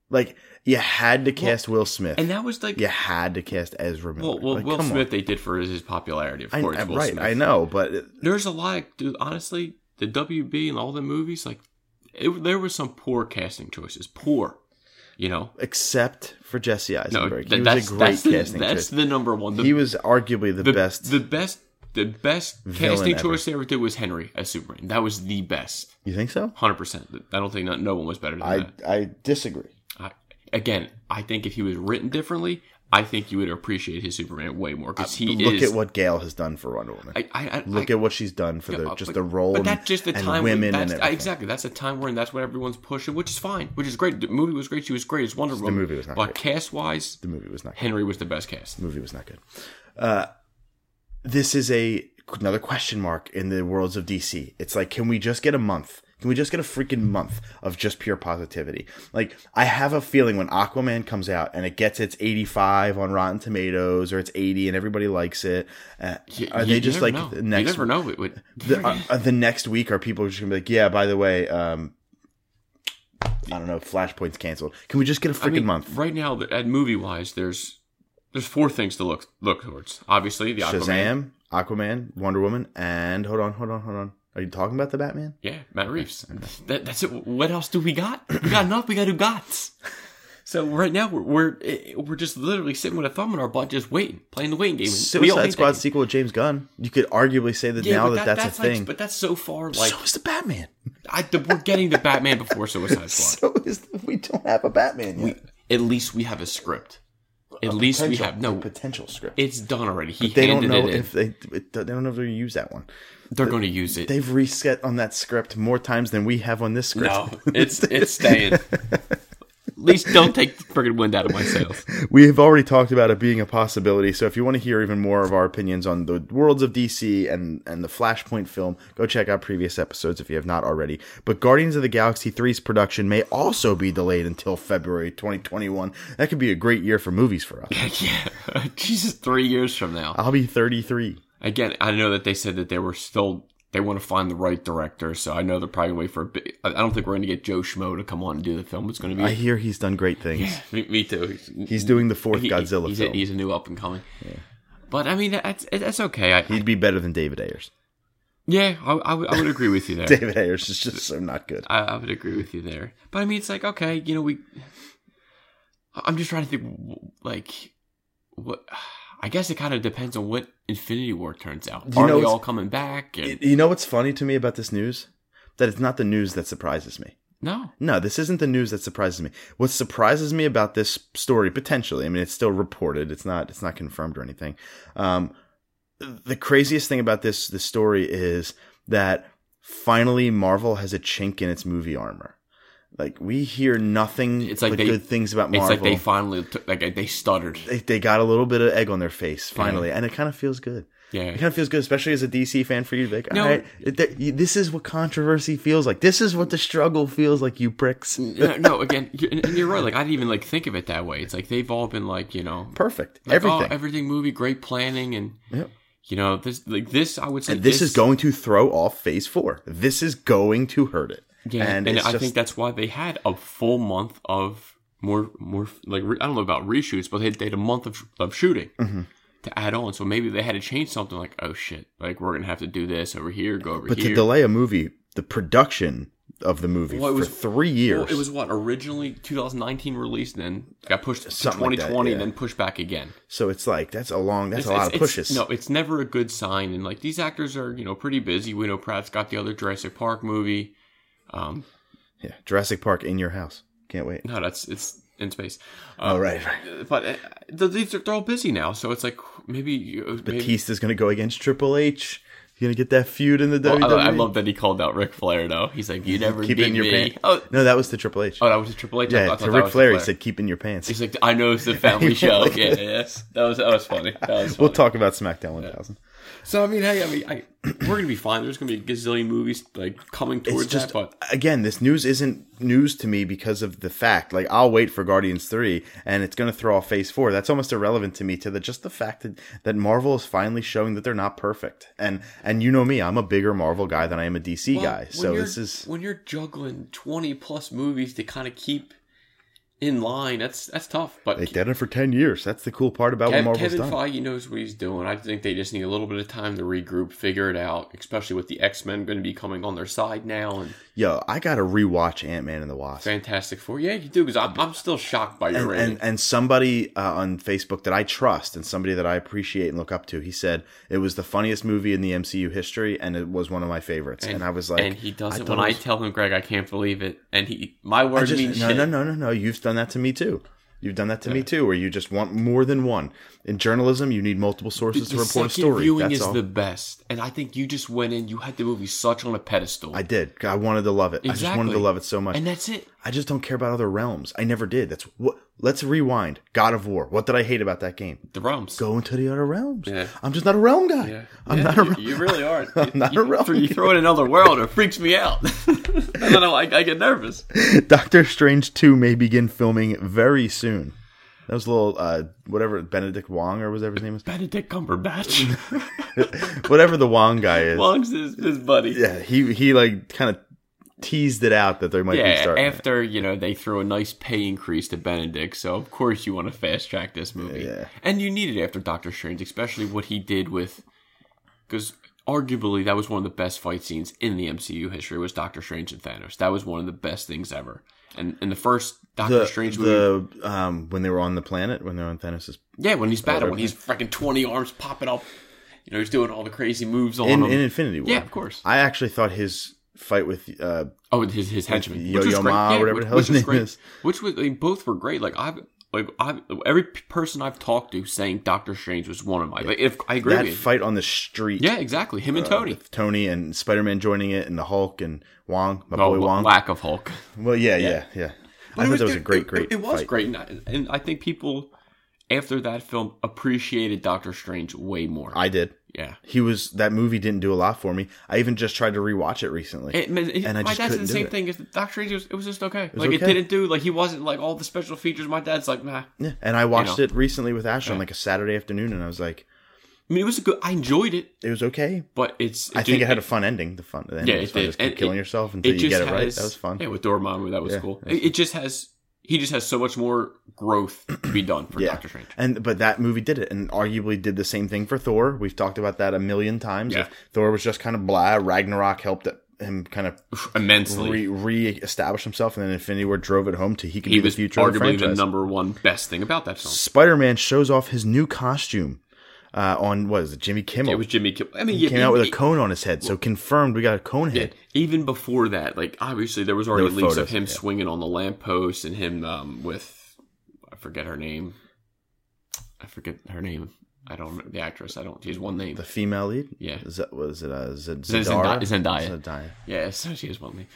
S3: Like you had to cast Will Smith.
S4: And that was like
S3: you had to cast Ezra Miller.
S4: well, well
S3: Like,
S4: Will
S3: come on.
S4: Smith they did for his popularity. Of
S3: I,
S4: course,
S3: I-
S4: Will
S3: right,
S4: Smith.
S3: I know, but it-
S4: there's a lot of, dude, honestly the wb and all the movies like it, there were some poor casting choices poor you know
S3: except for Jesse Eisenberg,
S4: th-
S3: he was a great
S4: that's
S3: casting
S4: the,
S3: choice.
S4: that's the number one the,
S3: he was arguably the,
S4: the
S3: best.
S4: the best the best
S3: Villain
S4: casting
S3: ever.
S4: choice they ever did was henry as superman that was the best
S3: you think so?
S4: 100% i don't think no, no one was better than
S3: I
S4: that
S3: I disagree.
S4: I, again i think if he was written differently i think you would appreciate his superman way more because he
S3: look
S4: is
S3: at what Gail has done for Wonder Woman.
S4: I, I, I,
S3: look
S4: I,
S3: at what she's done for the
S4: Uh,
S3: just
S4: but-
S3: the role
S4: but
S3: and,
S4: that's just the
S3: and
S4: time
S3: women
S4: when that's,
S3: and everything.
S4: exactly that's the time we're in that's what everyone's pushing which is fine which is great the movie was great she was great it's wonderful the
S3: movie was not
S4: but
S3: great.
S4: cast wise
S3: the movie was not good.
S4: henry was the best cast
S3: The movie was not good. Uh, this is a another question mark in the worlds of DC. It's like, can we just get a month? Can we just get a freaking month of just pure positivity? Like, I have a feeling when Aquaman comes out and it gets its 85 on Rotten Tomatoes or it's 80 and everybody likes it, uh,
S4: You-
S3: are
S4: you-
S3: they
S4: you
S3: just
S4: never
S3: like
S4: know.
S3: the next?
S4: You never know. It would,
S3: the, uh, uh, the next week are people just gonna be like, yeah, by the way, um, I don't know, Flashpoint's canceled. Can we just get a freaking
S4: I mean,
S3: month?
S4: Right now, th- at movie wise, there's there's four things to look look towards. Obviously, the Aquaman.
S3: Shazam, Aquaman, Wonder Woman, and hold on, hold on, hold on. Are you talking about the Batman?
S4: Yeah, Matt Reeves. That, that's it. What else do we got? We got enough. We got who got. So right now we're we're eh, we're just literally sitting with a thumb in our butt, just waiting, playing the waiting game. And we all
S3: Suicide
S4: hate
S3: Squad
S4: that game.
S3: sequel with James Gunn. You could arguably say that
S4: Yeah,
S3: now
S4: but
S3: that,
S4: that-
S3: that's, a
S4: like,
S3: thing.
S4: But that's so far like
S3: so is the Batman.
S4: I, the, we're getting the Batman before Suicide Squad.
S3: So is the, we don't have a Batman yet.
S4: At least we have a script. At least we
S3: Potential-
S4: have no.
S3: potential script.
S4: It's done already. He
S3: they don't
S4: handed
S3: know
S4: it in.
S3: if they it- they don't know if they're gonna use that one.
S4: They're going to use it.
S3: They've reset on that script more times than we have on this script.
S4: No, it's it's staying. At least don't take the friggin' wind out of my sails.
S3: we have already talked about it being a possibility. So if you want to hear even more of our opinions on the worlds of DC and and the Flashpoint film, go check out previous episodes if you have not already. But Guardians of the Galaxy 3's production may also be delayed until February 2021. That could be a great year for movies for us.
S4: yeah, Jesus, three years from now.
S3: I'll be 33.
S4: Again, I know that they said that they were still they want to find the right director, so I know they're probably going to wait for a bit. I I don't think we're going to get Joe Schmo to come on and do the film. It's going to
S3: I
S4: be
S3: hear he's done great things.
S4: me, me too.
S3: He's doing the fourth
S4: He-
S3: Godzilla
S4: he's
S3: film.
S4: A, he's a new up and coming. But I mean, that's that's okay. I,
S3: He'd be better than David Ayers.
S4: yeah, I, I would- I would agree with you there.
S3: David Ayers is just so not good.
S4: I, I would agree with you there. But I mean, it's like okay, you know, we. I- I'm just trying to think, like, what? I guess it kind of depends on what Infinity War turns out.
S3: You
S4: Are
S3: know,
S4: they
S3: it's-
S4: all coming back? And,
S3: Y- You know what's funny to me about this news? That it's not the news that surprises me.
S4: no,
S3: No, this isn't the news that surprises me. What surprises me about this story potentially, I mean, it's still reported. It's not. It's not confirmed or anything. Um, the craziest thing about this this story is that finally Marvel has a chink in its movie armor. Like we hear nothing
S4: It's like
S3: but
S4: they-
S3: good things about Marvel.
S4: it's like they finally took, like they stuttered.
S3: they, they got a little bit of egg on their face finally, and it kind of feels good. It kind
S4: Yeah,
S3: of feels good, especially as a DC fan, for you to be like,
S4: No.
S3: all right, it- that- you- this is what controversy feels like. This is what the struggle feels like, you pricks.
S4: no, no, again, you and and you're right. Like I didn't even like think of it that way. It's like they've all been like you know
S3: Perfect.
S4: like, oh,
S3: Everything.
S4: everything movie, great planning, and
S3: Yep.
S4: you know this like this. I would say
S3: And this, is
S4: going.
S3: going to throw off phase four. This is going to hurt it.
S4: Yeah, and,
S3: it's
S4: I
S3: just-
S4: think that's why they had a full month of more, more like re, I don't know about reshoots, but they, they had a month of, of shooting
S3: Mm-hmm.
S4: to add on. So maybe they had to change something like, oh shit, like we're gonna have to do this over here, go over
S3: but
S4: here.
S3: to delay a movie, the production of the movie
S4: Well, it was-
S3: for three
S4: Well,
S3: years.
S4: it was what originally 2019 released, then got pushed to
S3: Something like that,
S4: 2020,
S3: yeah.
S4: then pushed back again.
S3: so it's like that's a long. That's a
S4: It's-
S3: lot of
S4: it's- it's-
S3: pushes.
S4: No, it's never a good sign. And like these actors are, you know, pretty busy. We know Pratt's got the other Jurassic Park movie. Um,
S3: Yeah, Jurassic Park in your house. Can't wait.
S4: no, that's it's in space.
S3: All Oh, right, right.
S4: but uh, the leads are they're all busy now, so it's like maybe. you- maybe
S3: Batista is going to go against Triple H. He's going to get that feud in the
S4: well,
S3: WWE.
S4: Oh, I, I love that he called out Ric Flair though. He's like, "You never
S3: Keep it
S4: beat
S3: in your
S4: me."
S3: pants.
S4: Oh,
S3: No, that was the Triple H.
S4: oh, that was a Triple H. I
S3: yeah,
S4: thought- I
S3: to
S4: thought that
S3: Ric
S4: was
S3: Flair, he said, "Keep in your pants."
S4: He's like, "I know it's the family show." yeah, yes, that was that was funny. That was funny.
S3: We'll talk about SmackDown 1000.
S4: So I mean, hey, I mean, I, we're gonna be fine. There's gonna be a gazillion movies like coming towards
S3: It's just
S4: that, but
S3: again, this news isn't news to me because of the fact. Like, I'll wait for Guardians three, and it's going to throw off Phase four. That's almost irrelevant to me to the just the fact that that Marvel is finally showing that they're not perfect. And and you know me, I'm a bigger Marvel guy than I am a DC
S4: Well,
S3: guy.
S4: when
S3: So
S4: you're-
S3: this is
S4: when you're juggling 20 plus movies to kind of keep in line. That's that's tough. But
S3: they did it for ten years. That's the cool part about
S4: Kev-
S3: what Marvel's
S4: Kevin
S3: done.
S4: Feige knows what he's doing. I think they just need a little bit of time to regroup, figure it out, especially with the X Men going to be coming on their side now and
S3: Yo, I got to rewatch Ant Man and the Wasp.
S4: Fantastic Four. Yeah, you do because I'm, I'm still shocked by your
S3: and,
S4: rating.
S3: and and somebody uh, on Facebook that I trust and somebody that I appreciate and look up to, he said it was the funniest movie in the MCU history, and it was one of my favorites. And, I was like,
S4: and he doesn't.
S3: thought
S4: when
S3: it
S4: I
S3: was-
S4: tell him, Greg, I can't believe it. And he, my
S3: I
S4: words
S3: just-
S4: mean
S3: no,
S4: shit.
S3: no, no, no, no, you've done that to me too. You've done that to me too, where you just want more than one. In journalism, you need multiple sources to
S4: The
S3: report a
S4: second
S3: story.
S4: viewing
S3: That's
S4: is
S3: all.
S4: the best, and I think you just went in. You had the movie such on a pedestal,
S3: I did. I wanted to love it. I just wanted to
S4: Exactly.
S3: love it so much.
S4: and that's it.
S3: I just don't care about other realms. I never did. That's what. Let's rewind. God of War. What did I hate about that game?
S4: The realms.
S3: Go into the other realms.
S4: Yeah.
S3: I'm just not a realm guy.
S4: Yeah.
S3: I'm
S4: Yeah,
S3: not a
S4: you,
S3: realm.
S4: you really are.
S3: I'm not
S4: you,
S3: a realm
S4: throw- You throw in another world, it freaks me out. I don't know. I, I get nervous.
S3: Doctor Strange 2 may begin filming very soon. That was a little, uh, whatever, Benedict Wong or whatever his name
S4: Benedict Cumberbatch.
S3: is. whatever the Wong guy is.
S4: Wong's his, his buddy.
S3: yeah, he, he like kind of teased it out that there might be
S4: Yeah,
S3: starting. it.
S4: after you know they threw a nice pay increase to Benedict, so of course you want to fast track this movie,
S3: Yeah.
S4: and you need it after Doctor Strange, especially what he did with, because arguably that was one of the best fight scenes in the MCU history was Doctor Strange and Thanos. That was one of the best things ever, and and the first Doctor
S3: the,
S4: Strange movie,
S3: the um, when they were on the planet, when they were on Thanos'
S4: yeah, when he's battling, when he's freaking twenty arms popping up, you know he's doing all the crazy moves on
S3: in,
S4: him.
S3: in Infinity War.
S4: yeah, of course.
S3: I actually thought his fight with uh,
S4: Oh, with his his henchman,
S3: Yo-Yo
S4: which was great.
S3: Ma,
S4: yeah,
S3: whatever
S4: which,
S3: the hell
S4: which
S3: his
S4: was
S3: name
S4: great.
S3: is.
S4: Which was, I mean, both were great. Like I've, like I've, every p- person I've talked to saying Doctor Strange was one of my. Like, if I agree
S3: that
S4: with you.
S3: fight on the street.
S4: yeah, exactly. Him and Tony.
S3: with Tony and Spider Man joining it, and the Hulk and Wong, my
S4: Well,
S3: boy Wong.
S4: Oh, lack of Hulk.
S3: Well, yeah, yeah, yeah. I thought that was a great,
S4: it-
S3: great.
S4: It, was
S3: fight.
S4: great, and I, and I think people after that film appreciated Doctor Strange way more.
S3: I did.
S4: yeah.
S3: He was that movie didn't do a lot for me. I even just tried to rewatch it recently.
S4: It, man, it-
S3: And I
S4: my
S3: just
S4: dad said
S3: couldn't
S4: the
S3: do
S4: same
S3: it.
S4: thing. Is Doctor Strange was, it was just okay. like it
S3: okay.
S4: didn't do like he wasn't like all the special features. My dad's like nah.
S3: yeah, and I watched
S4: know.
S3: it recently with Ash on like a Saturday afternoon, and I was like,
S4: I mean, it was a good. I enjoyed it,
S3: it was okay.
S4: but it's.
S3: I think it had a fun ending. The fun, the ending
S4: Yeah,
S3: was
S4: it
S3: fun.
S4: did.
S3: Just keep
S4: And
S3: killing
S4: it-
S3: yourself until you
S4: just
S3: get it right.
S4: has-
S3: That was fun.
S4: Yeah, with Dormammu, that was
S3: Yeah,
S4: cool.
S3: that was
S4: It, it just has he just has so much more growth to be done for
S3: yeah,
S4: Doctor Strange.
S3: and but that movie did it, and arguably did the same thing for Thor. We've talked about that a million times.
S4: Yeah.
S3: If Thor was just kind of blah, Ragnarok helped him kind of re
S4: Immensely,
S3: re-establish himself, and then Infinity War drove it home to he could
S4: he
S3: be the
S4: was
S3: future of the
S4: arguably
S3: franchise.
S4: the, number one best thing about that film.
S3: Spider-Man shows off his new costume uh, on what is it, Jimmy Kimmel?
S4: It was Jimmy Kimmel. I mean,
S3: he
S4: yeah,
S3: came out with a
S4: even-
S3: cone on his head, so confirmed we got a cone
S4: yeah,
S3: head.
S4: even before that, like obviously there was already
S3: There were
S4: leaks of
S3: photos,
S4: him
S3: yeah.
S4: swinging on the lamppost and him um, with I forget her name. I forget her name. I don't remember the actress. I don't. She's one name.
S3: The female lead,
S4: Yeah.
S3: is that was it? Uh, Z-
S4: Zendaya-
S3: Zendara?
S4: Zendaya.
S3: Zendaya.
S4: Yeah, so she is one thing.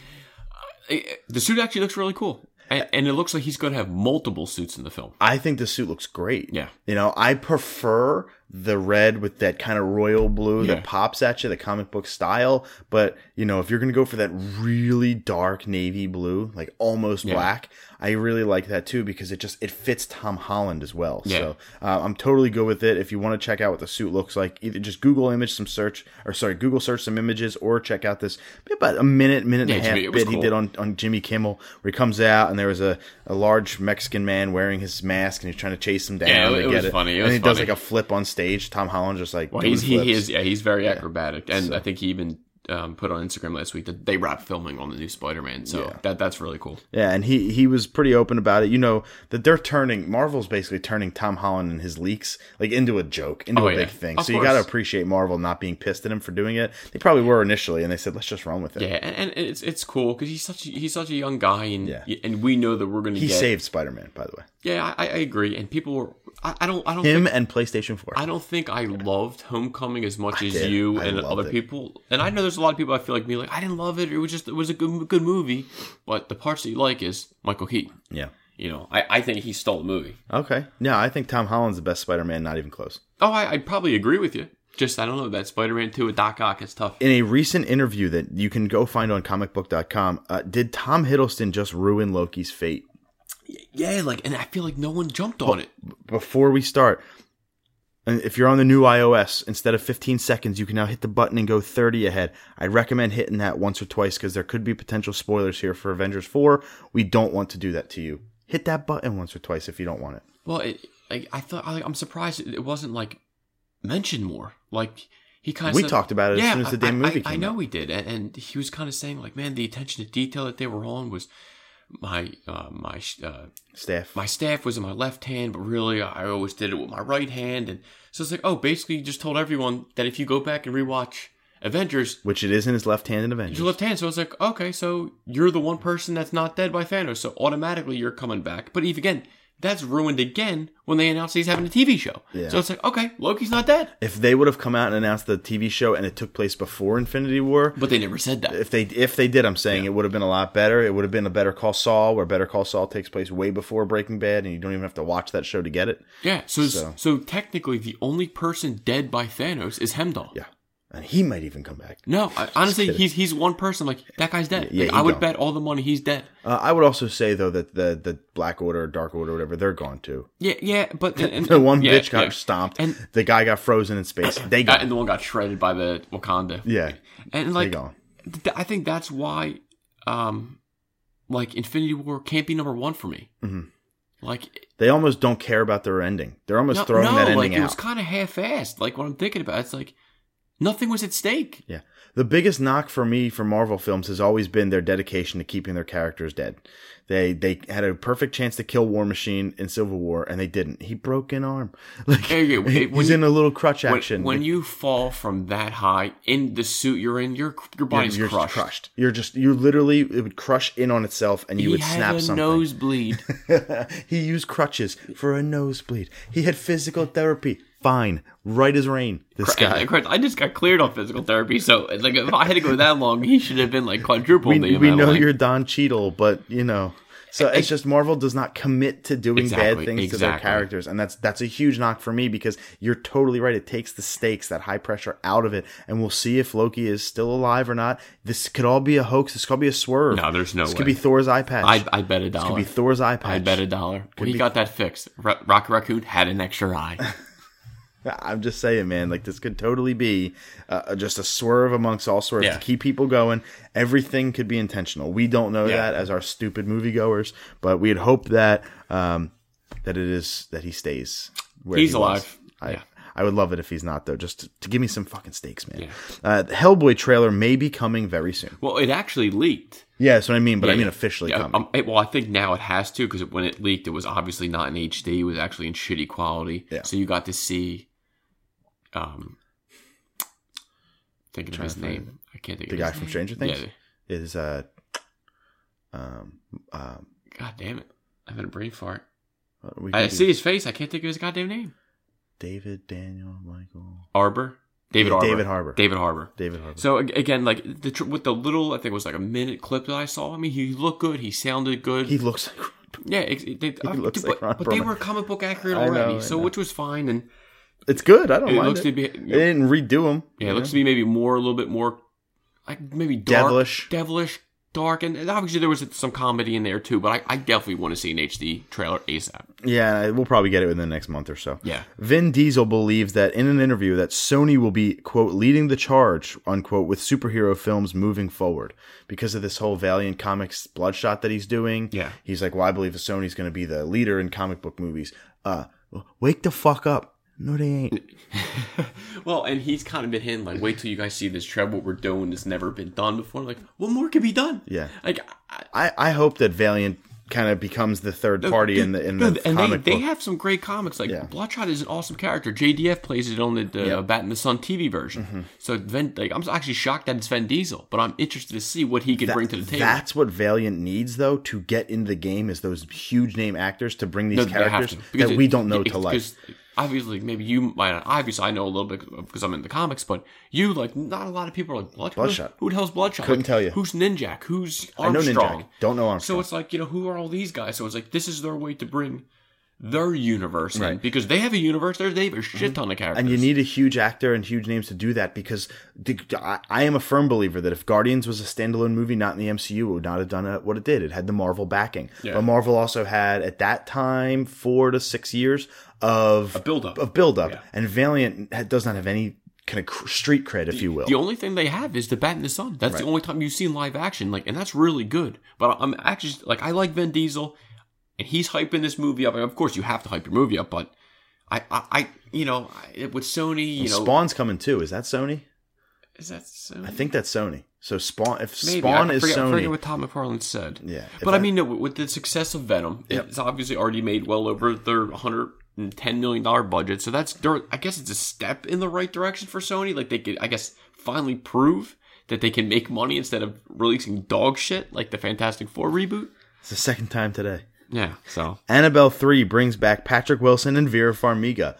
S4: Uh, The suit actually looks really cool, and, and it looks like he's going to have multiple suits in the film.
S3: I think the suit looks great.
S4: Yeah.
S3: you know, I prefer the red with that kind of royal blue
S4: Yeah.
S3: that pops at you, the comic book style. But you know, if you're gonna go for that really dark navy blue, like almost black, I really like that too because it just it fits Tom Holland as well.
S4: Yeah.
S3: So uh, I'm totally good with it. If you want to check out what the suit looks like, either just Google image some search, or sorry, Google search some images, or check out this about a minute, minute
S4: Yeah,
S3: and a half
S4: Jimmy, it was
S3: bit he
S4: cool.
S3: did on on Jimmy Kimmel where he comes out and there was a, a large Mexican man wearing his mask and he's trying to chase him down.
S4: Yeah,
S3: to
S4: it
S3: get
S4: was funny, it was
S3: and he does
S4: funny.
S3: like a flip on stage. Tom Holland just like
S4: Well,
S3: doing
S4: he's, he, he
S3: flips.
S4: is, yeah, he's very acrobatic, and I think he even um, put on Instagram last week that they wrapped filming on the new Spider-Man, so that that's really cool.
S3: Yeah, and he he was pretty open about it. You know that they're turning Marvel's basically turning Tom Holland and his leaks like into a joke, into
S4: Oh,
S3: a
S4: yeah.
S3: big thing.
S4: Of
S3: so you got to
S4: course.
S3: appreciate Marvel not being pissed at him for doing it. They probably were initially, and they said let's just run with it.
S4: Yeah, and, and it's it's cool because he's such a, he's such a young guy, and
S3: Yeah.
S4: and we know that we're going to
S3: He
S4: get
S3: saved Spider Man, by the way.
S4: yeah, I, I agree, and people were I, I don't I don't
S3: Him
S4: think,
S3: and PlayStation Four.
S4: I don't think I loved Homecoming as much as
S3: did.
S4: you
S3: I
S4: and
S3: loved
S4: other
S3: it.
S4: people, and I know there's a lot of people I feel like me like I didn't love it. It was just it was a good good movie, but the parts that you like is Michael Keaton.
S3: yeah.
S4: You know, I, I think he stole the movie.
S3: Okay. Yeah, I think Tom Holland's the best Spider Man. Not even close.
S4: Oh, I, I probably agree with you. Just I don't know that Spider-Man Two with Doc Ock is tough.
S3: in a recent interview that you can go find on comicbook.com, uh, did Tom Hiddleston just ruin Loki's fate?
S4: yeah, like, and I feel like no one jumped on it.
S3: Before we start, and if you're on the new iOS, instead of 15 seconds, you can now hit the button and go 30 ahead. I'd recommend hitting that once or twice because there could be potential spoilers here for Avengers 4. We don't want to do that to you. Hit that button once or twice if you don't want it.
S4: Well, it, like, I thought I, I'm surprised it wasn't like mentioned more. Like he kind of
S3: We talked about it as soon as the damn movie
S4: I, I
S3: came
S4: know
S3: out.
S4: he did, and, and he was kind of saying like, man, the attention to detail that they were on was my uh, my sh- uh,
S3: Staff.
S4: my staff was in my left hand, but really uh, I always did it with my right hand. And so it's like, oh, basically, you just told everyone that if you go back and rewatch Avengers,
S3: which it is in his left hand in
S4: It's
S3: Avengers.
S4: your left hand. So it's like, okay, so you're the one person that's not dead by Thanos. So automatically you're coming back. But even again, That's ruined again when they announced he's having a TV show.
S3: Yeah.
S4: So it's like, okay, Loki's not dead.
S3: If they would have come out and announced the TV show and it took place before Infinity War,
S4: But they never said that.
S3: if they if they did, I'm saying it would have been a lot better. It would have been a Better Call Saul, where Better Call Saul takes place way before Breaking Bad, and you don't even have to watch that show to get it.
S4: yeah. So,
S3: So-
S4: so technically, the only person dead by Thanos is Hemdall.
S3: Yeah, and he might even come back.
S4: No, I, honestly, he's he's one person. Like that guy's dead.
S3: Yeah,
S4: Like,
S3: he
S4: I would
S3: gone.
S4: bet all the money he's dead.
S3: Uh, I would also say though that the the Black Order, Dark Order, whatever, they're gone too.
S4: Yeah, yeah, but and, and-
S3: The one
S4: yeah,
S3: bitch got
S4: yeah.
S3: stomped.
S4: And-
S3: the guy got frozen in space. They
S4: Uh,
S3: got
S4: and the one got shredded by the Wakanda.
S3: yeah.
S4: and
S3: They
S4: like
S3: gone.
S4: th- I think that's why, um, like Infinity War can't be number one for me.
S3: Mhm.
S4: Like
S3: They almost don't care about their ending. They're almost
S4: no,
S3: throwing
S4: no,
S3: that ending
S4: like it
S3: out.
S4: was kind of half-assed. Like what I'm thinking about, it's like nothing was at stake.
S3: Yeah. The biggest knock for me for Marvel films has always been their dedication to keeping their characters dead. They they had a perfect chance to kill War Machine in Civil War and they didn't. He broke an arm. Like
S4: Hey, yeah,
S3: he-
S4: when
S3: he's
S4: you-
S3: in a little crutch
S4: When,
S3: action.
S4: when you fall from that high in the suit you're in, your your
S3: you're,
S4: body's
S3: you're
S4: crushed.
S3: You're just you literally it would crush in on itself and you
S4: he
S3: would
S4: had
S3: snap
S4: a
S3: something.
S4: nosebleed.
S3: he used crutches for a nosebleed. He had physical therapy. Fine. Right as rain. This
S4: And,
S3: guy.
S4: of course, I just got cleared on physical therapy, so like if I had to go that long, he should have been like quadruple
S3: we,
S4: the
S3: we
S4: amount of
S3: know
S4: length.
S3: you're Don Cheadle, but you know, so it's just Marvel does not commit to doing bad
S4: Exactly,
S3: things to their
S4: exactly.
S3: characters, and that's that's a huge knock for me because you're totally right. It takes the stakes, that high pressure, out of it, and we'll see if Loki is still alive or not. This could all be a hoax. This could all be a swerve.
S4: No, there's no
S3: This
S4: way.
S3: could be Thor's eye patch.
S4: I I bet a
S3: this could
S4: dollar.
S3: be Thor's eye patch.
S4: I bet a dollar. Well, he got that fixed. Ro- Rocket Raccoon had an extra eye.
S3: I'm just saying, man. Like this could totally be uh, just a swerve amongst all swerves
S4: Yeah.
S3: to keep people going. Everything could be intentional. We don't know
S4: Yeah.
S3: that as our stupid moviegoers, but we'd hope that um, that it is that he stays. Where
S4: He's
S3: he was.
S4: alive.
S3: I,
S4: Yeah.
S3: I would love it if he's not though. Just to, to give me some fucking stakes, man.
S4: Yeah.
S3: Uh, the Hellboy trailer may be coming very soon.
S4: Well, it actually leaked.
S3: Yeah, that's what I mean. But I
S4: Yeah,
S3: mean
S4: yeah.
S3: officially
S4: Yeah,
S3: coming.
S4: um, it- well, I think now it has to because when it leaked, it was obviously not in HD. It was actually in shitty quality.
S3: Yeah.
S4: So you got to see. Um, thinking of
S3: Trying
S4: his
S3: to find
S4: name, I can't think
S3: the
S4: of his
S3: guy from
S4: name.
S3: Stranger Things
S4: Yeah.
S3: is uh, um, um,
S4: God damn it! I'm in a brain fart.
S3: what are we
S4: I
S3: gonna
S4: see
S3: do?
S4: his face. I can't think of his goddamn name.
S3: David Daniel Michael.
S4: Arbor. David
S3: Yeah,
S4: Arbor.
S3: David Harbour.
S4: David Harbor.
S3: David Harbour.
S4: So ag- again, like the tr- with the little, I think it was like a minute clip that I saw. I mean, he looked good. He sounded good.
S3: he looks like
S4: yeah, ex- they, uh,
S3: looks
S4: but,
S3: like Ron
S4: but they
S3: Perlman.
S4: were comic book accurate
S3: I know,
S4: already,
S3: I
S4: so
S3: know.
S4: which was fine. And
S3: it's good. I don't
S4: it
S3: mind
S4: looks
S3: it.
S4: to be
S3: They didn't redo him.
S4: yeah, it looks to be maybe more a little bit more like maybe dark,
S3: Devilish.
S4: devilish, dark, and, and obviously there was some comedy in there too. But I, I definitely want to see an HD trailer ASAP.
S3: Yeah, we'll probably get it within the next month or so.
S4: Yeah.
S3: Vin Diesel believes that in an interview that Sony will be quote leading the charge unquote with superhero films moving forward because of this whole Valiant Comics Bloodshot that he's doing.
S4: Yeah.
S3: he's like, well, I believe that Sony's going to be the leader in comic book movies. Uh, wake the fuck up. No, they ain't.
S4: Well, and he's kind of been hitting like, wait till you guys see this trend. What we're doing has never been done before. Like, what more can be done?
S3: Yeah.
S4: like I,
S3: I, I hope that Valiant kind of becomes the third party in the in the
S4: Dude, and
S3: comic
S4: they,
S3: book.
S4: they have some great comics. Like
S3: Yeah.
S4: Bloodshot is an awesome character. JDF plays it on the, the
S3: Yep. Mm-hmm.
S4: Bat in the Sun TV version. So Ven, like, I'm actually shocked that it's Vin Diesel, but I'm interested to see what he could bring to the table.
S3: That's what Valiant needs, though, to get into the game is those huge name actors to bring these
S4: No, they have
S3: characters
S4: to, because
S3: that
S4: it-
S3: we don't know
S4: it-
S3: to like.
S4: because Obviously, maybe you might. Not, obviously, I know a little bit because I'm in the comics, but you like not a lot of people are like Bloodshot.
S3: Bloodshot.
S4: Who, the hell's Bloodshot?
S3: Couldn't
S4: Like,
S3: tell you.
S4: Who's Ninjak? Who's
S3: I know
S4: Armstrong?
S3: Ninja. Don't know Armstrong.
S4: So it's like, you know, who are all these guys? So it's like, this is their way to bring their universe in
S3: Right. Mm-hmm.
S4: because they have a universe. There, they have a shit ton of characters.
S3: and you need a huge actor and huge names to do that because the, I, I am a firm believer that if Guardians was a standalone movie, not in the MCU, it would not have done what it did. It had the Marvel backing,
S4: Yeah.
S3: but Marvel also had at that time four to six years of
S4: buildup.
S3: of buildup,
S4: Yeah.
S3: and Valiant ha- does not have any kind of cr- street cred, if you will.
S4: The only thing they have is the Bat in the Sun. That's the only time you've seen live action, like, and that's really good. But I'm actually like, I like Vin Diesel, and he's hyping this movie up. And of course, you have to hype your movie up, but I, I, I you know, I, with Sony, you know,
S3: Spawn's coming too. Is that Sony?
S4: is that Sony?
S3: I think that's Sony. So Spawn, if
S4: Maybe.
S3: Spawn
S4: I
S3: is
S4: forget, I
S3: Sony,
S4: forget what Tom McFarlane said.
S3: Yeah.
S4: But
S3: If
S4: I mean, no, with the success of Venom,
S3: Yep.
S4: it's obviously already made well over their hundred and ten million dollar budget. So that's there. I guess it's a step in the right direction for Sony. Like they could, I guess, finally prove that they can make money instead of releasing dog shit like the Fantastic Four reboot.
S3: it's the second time today.
S4: Yeah. So
S3: Annabelle 3 brings back Patrick Wilson and Vera Farmiga.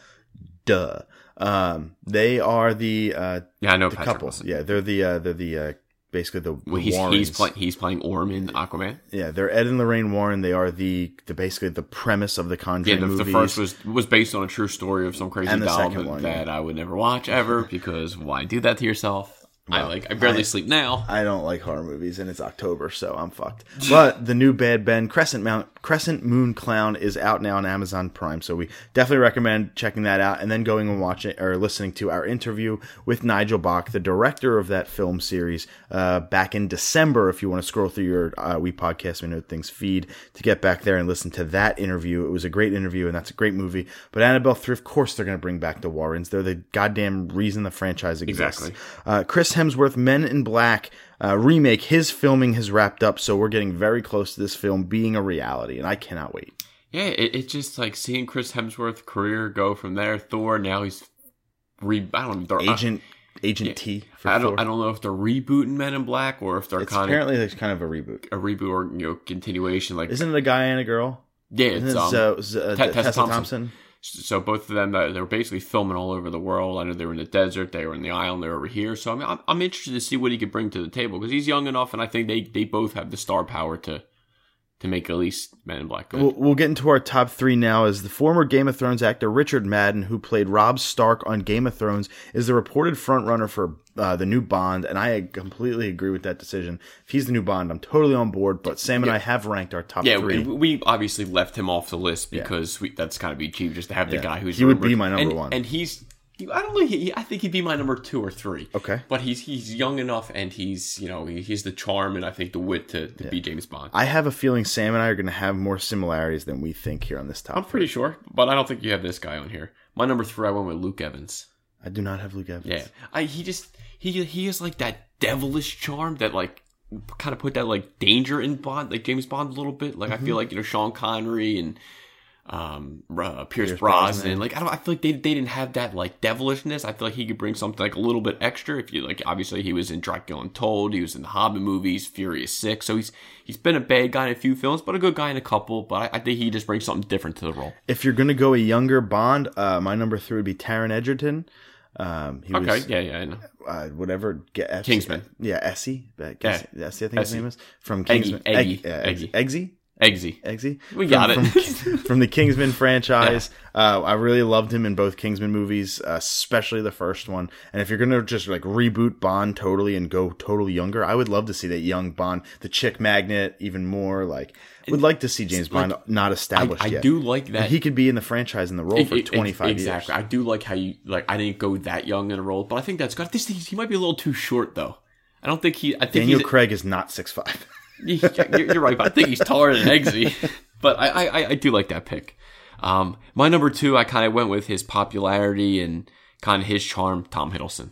S3: Duh. Um, they are the uh,
S4: yeah, I know
S3: the
S4: Patrick
S3: couple.
S4: Wilson.
S3: Yeah, they're the uh, they're the uh, basically the, the
S4: Well, he's
S3: Warrens.
S4: he's playing he's playing Orm in Aquaman.
S3: Yeah, they're Ed and Lorraine Warren. They are the the basically the premise of the
S4: Yeah,
S3: Conjuring
S4: the, the
S3: movies.
S4: first was was based on a true story of some crazy
S3: And the
S4: doll
S3: second
S4: that,
S3: one,
S4: that I would never watch ever because why do that to yourself? I like I barely sleep now.
S3: I don't like horror movies, and it's October, so I'm fucked. But the new Bad Ben Crescent Mount Crescent Moon Clown is out now on Amazon Prime, so we definitely recommend checking that out, and then going and watching or listening to our interview with Nigel Bach, the director of that film series, uh, back in December. If you want to scroll through your uh, We Podcast We Know Things feed to get back there and listen to that interview, it was a great interview, and that's a great movie. But Annabelle Three, of course, they're going to bring back the Warrens. They're the goddamn reason the franchise exists.
S4: Exactly.
S3: Uh, Chris Hemsworth, Men in Black uh, remake, his filming has wrapped up, so we're getting very close to this film being a reality, and I cannot wait.
S4: Yeah, it, it's just like seeing Chris Hemsworth career go from there. Thor now he's re I don't know, they're-
S3: Agent Agent T. For
S4: Uh, I, I don't
S3: Thor.
S4: I don't know if they're rebooting Men in Black or if they're
S3: It's
S4: kind of
S3: apparently there's kind of a reboot.
S4: a reboot or you know continuation. Like
S3: Isn't it a guy and a girl?
S4: yeah,
S3: Isn't uh,
S4: it's
S3: it
S4: um,
S3: Zo- Zo-
S4: Tessa
S3: Tessa, Thompson?
S4: Thompson. so both of them uh, they were basically filming all over the world. I know they were in the desert, they were in the island, they were over here. So I mean, I'm, I'm interested to see what he could bring to the table because he's young enough, and I think they, they both have the star power to to make at least Men in Black good.
S3: We'll, we'll get into our top three now. As the former Game of Thrones actor Richard Madden, who played Rob Stark on Game of Thrones, is the reported frontrunner for uh, the new Bond, and I completely agree with that decision. If he's the new Bond, I'm totally on board. But Sam and I have ranked our top
S4: yeah,
S3: three.
S4: we, we obviously left him off the list because we, that's kind of be cheap just to have the guy who's
S3: He would be
S4: rumored.
S3: my number
S4: And-
S3: one.
S4: and he's. he- I don't know. He, I think he'd be my number two or three.
S3: Okay.
S4: but he's he's young enough, and he's you know he, he's the charm, and I think the wit to, to be James Bond.
S3: I have a feeling Sam and I are going to have more similarities than we think here on this
S4: I'm
S3: topic.
S4: pretty sure, but I don't think you have this guy on here. My number three, I went with Luke Evans.
S3: I do not have Luke Evans.
S4: Yeah, I, he just he he is like that devilish charm that like kind of put that like danger in Bond, like James Bond a little bit. Like I feel like you know Sean Connery and um uh, Pierce, Brosnan. Like I don't, I feel like they they didn't have that like devilishness. I feel like he could bring something like a little bit extra. If you like, obviously he was in Dracula Untold, he was in the Hobbit movies, Furious Six. So he's he's been a bad guy in a few films, but a good guy in a couple. But I, I think he just brings something different to the role.
S3: If you're going to go a younger Bond, uh, my number three would be Taron Egerton. Um, he
S4: Okay,
S3: was
S4: yeah, yeah, I know.
S3: uh, whatever. Get, F-
S4: Kingsman.
S3: Yeah, Essie. Uh, Essie, I think his
S4: Essie.
S3: name is from
S4: Eggy,
S3: Kingsman. Egg-
S4: Eggy,
S3: uh,
S4: Eggy.
S3: Eggsy.
S4: Eggsy.
S3: Eggsy.
S4: We got
S3: from,
S4: it.
S3: From, from the Kingsman franchise. Uh, I really loved him in both Kingsman movies, uh, especially the first one. And if you're going to just like reboot Bond totally and go totally younger, I would love to see that young Bond, the chick magnet even more. Like, would like to see James Bond not
S4: I,
S3: established
S4: I
S3: yet.
S4: do like that.
S3: And he could be in the franchise in the role for
S4: It- it-
S3: 25
S4: exactly.
S3: years.
S4: I do like how you like. I didn't go that young in a role, but I think that's got this. He might be a little too short though. I don't think he. I think
S3: Daniel
S4: he's,
S3: Craig is not 6'5.
S4: yeah, you're, you're right, but I think he's taller than Eggsy. But I, I, I- I do like that pick. Um, my number two, I kind of went with his popularity and kind of his charm, Tom Hiddleston.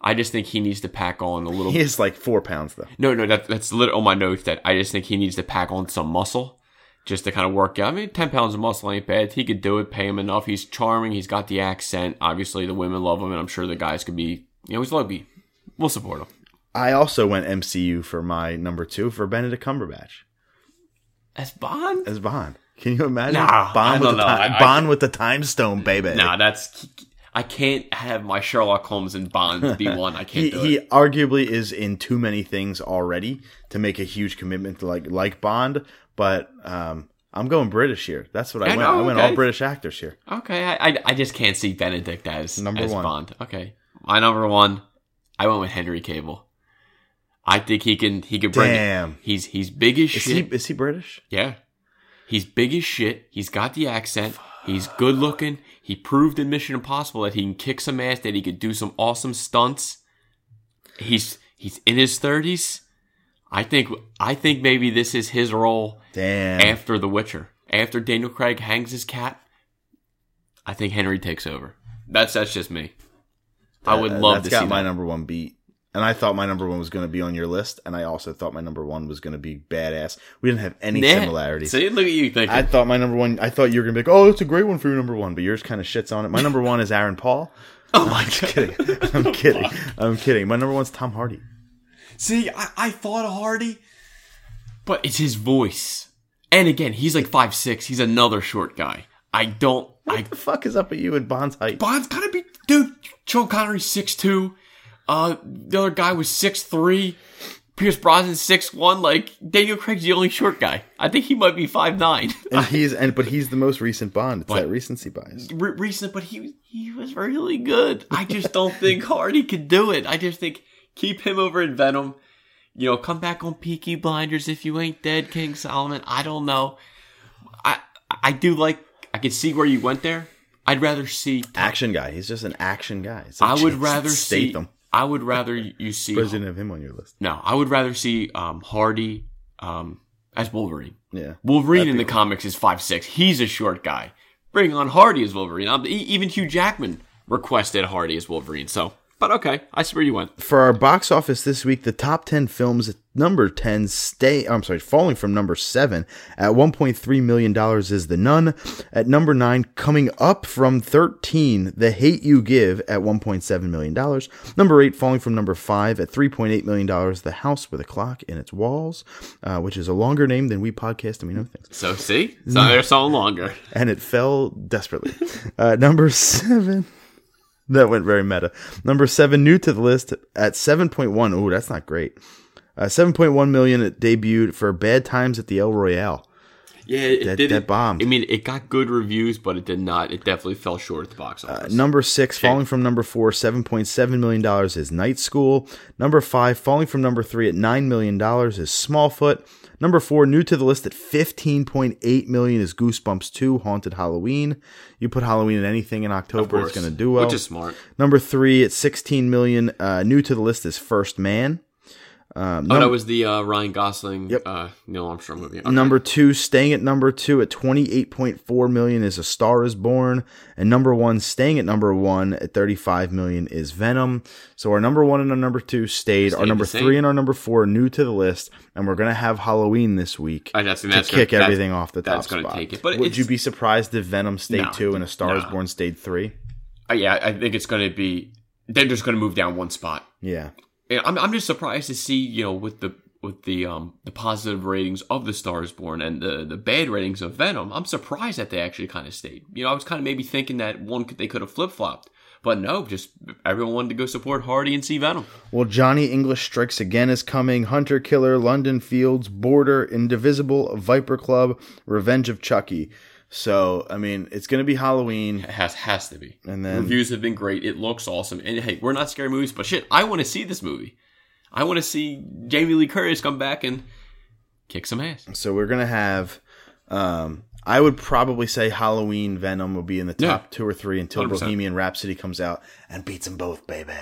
S4: I just think he needs to pack on a little.
S3: he is like four pounds though.
S4: No, no, that, that's lit on my notes that I just think he needs to pack on some muscle just to kind of work out. I mean, 10 pounds of muscle ain't bad. He could do it, pay him enough. He's charming. He's got the accent. Obviously, the women love him, and I'm sure the guys could be, you know, he's lovely. We'll support him.
S3: I also went MCU for my number two for Benedict Cumberbatch
S4: As Bond?
S3: as Bond. Can you imagine
S4: Nah, I
S3: Bond,
S4: don't
S3: with the,
S4: know.
S3: time,
S4: I- I-
S3: Bond with the time stone, baby?
S4: Nah, that's. I can't have my Sherlock Holmes and Bond be one. I can't
S3: he,
S4: do
S3: he
S4: it.
S3: arguably is in too many things already to make a huge commitment to like like Bond, but um, I'm going British here. That's what I,
S4: I
S3: went.
S4: know,
S3: I went
S4: okay.
S3: all British actors here.
S4: Okay, I, I, I just can't see Benedict as
S3: Number
S4: as
S3: one.
S4: Bond. Okay, my number one, I went with Henry Cable. I think he can he could bring. it.
S3: Damn.
S4: he's he's big as
S3: Is he
S4: shit.
S3: is he British?
S4: Yeah. He's big as shit. He's got the accent. He's good looking. He proved in Mission Impossible that he can kick some ass, that he could do some awesome stunts. He's he's in his thirties. I think I think maybe this is his role
S3: Damn.
S4: after The Witcher. After Daniel Craig hangs his cat, I think Henry takes over. That's that's just me. I would
S3: Uh,
S4: love
S3: that's
S4: to
S3: got
S4: see
S3: my
S4: that.
S3: number one beat. And I thought my number one was going to be on your list, and I also thought my number one was going to be badass. We didn't have any
S4: Yeah.
S3: similarities.
S4: See, look at you thinking.
S3: I thought my number one. I thought you were gonna be like, "Oh, that's a great one for your number one," but yours kind of shits on it. My number one is Aaron Paul.
S4: oh my
S3: I'm
S4: god.
S3: kidding. I'm kidding. I'm kidding. My number one's Tom Hardy.
S4: See, I, I thought of Hardy, but it's his voice. And again, he's like five six. He's another short guy. I don't. I
S3: What the fuck is up with you and Bond's height?
S4: Bond's gotta be dude. Sean Connery's six two. Uh, the other guy was six three. Pierce Brosnan's six one. Like Daniel Craig's the only short guy. I think he might be five nine.
S3: And he's and but he's the most recent Bond. It's
S4: But-
S3: that recency bias.
S4: Re- recent, but he was he was really good. I just don't think Hardy could do it. I just think keep him over in Venom. You know, come back on Peaky Blinders if you ain't dead, King Solomon. I don't know. I I do like. I can see where you went there. I'd rather see.
S3: Action guy. He's just an action guy. It's like
S4: I would
S3: Jason
S4: rather see.
S3: Statham.
S4: I would rather you see.
S3: But you didn't have him on your list.
S4: No, I would rather see um, Hardy um, as Wolverine.
S3: Yeah.
S4: Wolverine in the comics is five six. He's a short guy. Bring on Hardy as Wolverine. Um, e- even Hugh Jackman requested Hardy as Wolverine. So, but okay, I see where you went.
S3: For our box office this week, the top ten films at number ten stay I'm sorry, falling from number seven at one point three million dollars is The Nun. At number nine, coming up from thirteen, The Hate You Give at one point seven million dollars. Number eight, falling from number five at three point eight million dollars, The House with a Clock in Its Walls, uh, which is a longer name than we podcast and we know things.
S4: So see, so there's something longer.
S3: and it fell desperately. Uh, number seven. That went very meta. Number seven, new to the list at 7.1. Ooh, that's not great. Uh, 7.1 million it debuted for Bad Times at the El Royale.
S4: Yeah, it
S3: That-
S4: didn't-
S3: that bombed.
S4: I mean, it got good reviews, but it did not. It definitely fell short at the box
S3: Uh,
S4: office.
S3: Number six, falling from number four, $7.7 million is Night School. Number five, falling from number three at $9 million is Smallfoot. Number four, new to the list at $15.8 million is Goosebumps 2, Haunted Halloween. You put Halloween in anything in
S4: Of
S3: October, it's
S4: course,
S3: going to do well.
S4: which is smart.
S3: Number three at 16 million, uh, new to the list is First Man.
S4: Oh, that was the uh, Ryan Gosling, uh, Neil Armstrong movie. Okay.
S3: Number two, staying at number two at 28.4 million is A Star is Born. And number one, staying at number one at 35 million is Venom. So our number one and our number two stayed. our
S4: the
S3: number
S4: same.
S3: three and our number four are new to the list. And we're going to have Halloween this week
S4: I just
S3: to
S4: think that's gonna-
S3: kick
S4: that's-
S3: everything off the top
S4: that's gonna
S3: spot.
S4: take it. But
S3: Would
S4: it's-
S3: you be surprised if Venom stayed
S4: No.
S3: two and A Star is
S4: No.
S3: Born stayed three?
S4: Uh, yeah, I think it's going to be. They're just going to move down one spot.
S3: Yeah.
S4: Yeah, I'm I'm just surprised to see you know with the with the um the positive ratings of The Stars Born and the the bad ratings of Venom. I'm surprised that they actually kind of stayed. You know, I was kind of maybe thinking that one could, they could have flip flopped, but no, just everyone wanted to go support Hardy and see Venom.
S3: Well, Johnny English Strikes Again is coming. Hunter Killer, London Fields, Border, Indivisible, Viper Club, Revenge of Chucky. So, I mean, it's going to be Halloween.
S4: It has has to be.
S3: And then-
S4: reviews have been great. It looks awesome. And hey, we're not scary movies, but shit, I want to see this movie. I want to see Jamie Lee Curtis come back and kick some ass.
S3: So, we're going to have, um, I would probably say Halloween Venom will be in the
S4: Yeah.
S3: top two or three until
S4: 100%.
S3: Bohemian Rhapsody comes out and beats them both, baby.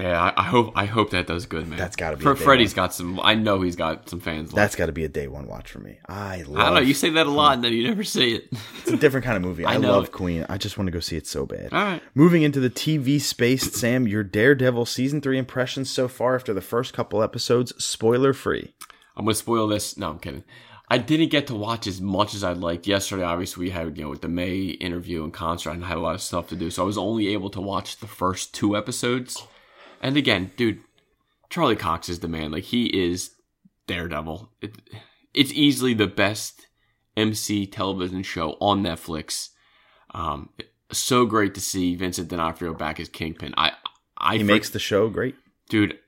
S4: Yeah, I, I hope I hope that does good, man.
S3: That's gotta be a
S4: For
S3: big
S4: Freddy's got some. I know he's got some fans. left.
S3: That's got to be a day one watch for me. I love
S4: I don't know. You say that a lot, and then you never see it.
S3: It's a different kind of movie. I,
S4: know Ah.
S3: love
S4: it.
S3: Queen. I just want to go see it so bad.
S4: All right.
S3: Moving into the TV space, Sam, your Daredevil season three impressions so far after the first couple episodes, spoiler free.
S4: I'm gonna spoil this. No, I'm kidding. I didn't get to watch as much as I'd liked yesterday. Obviously, we had you know with the May interview and concert, and I had a lot of stuff to do, so I was only able to watch the first two episodes. And again, dude, Charlie Cox is the man. Like he is Daredevil. It, it's easily the best MC television show on Netflix. Um, so great to see Vincent D'Onofrio back as Kingpin. I, I
S3: He
S4: freak-
S3: makes the show great.
S4: dude,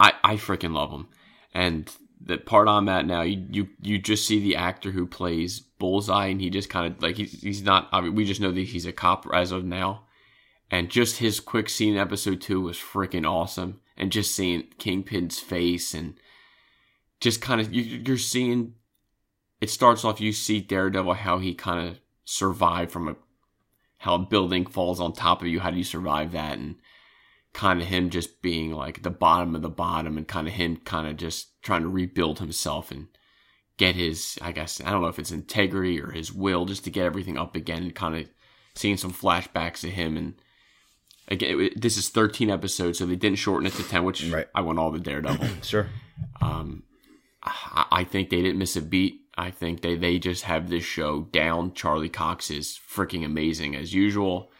S4: I I freaking love him. And the part I'm at now, you you, you just see the actor who plays Bullseye, and he just kind of like he's he's not. I mean, we just know that he's a cop as of now. And just his quick scene in episode two was freaking awesome. And just seeing Kingpin's face and just kind of you, you're seeing. It starts off. You see Daredevil how he kind of survived from a how a building falls on top of you. How do you survive that? And kind of him just being like the bottom of the bottom and kind of him kind of just trying to rebuild himself and get his i guess i don't know if it's integrity or his will just to get everything up again and kind of seeing some flashbacks of him and again it- this is 13 episodes so they didn't shorten it to 10 which
S3: Right.
S4: i want all the daredevil
S3: Sure.
S4: um, I, I think they didn't miss a beat. I think they, they just have this show down. Charlie Cox is freaking amazing as usual.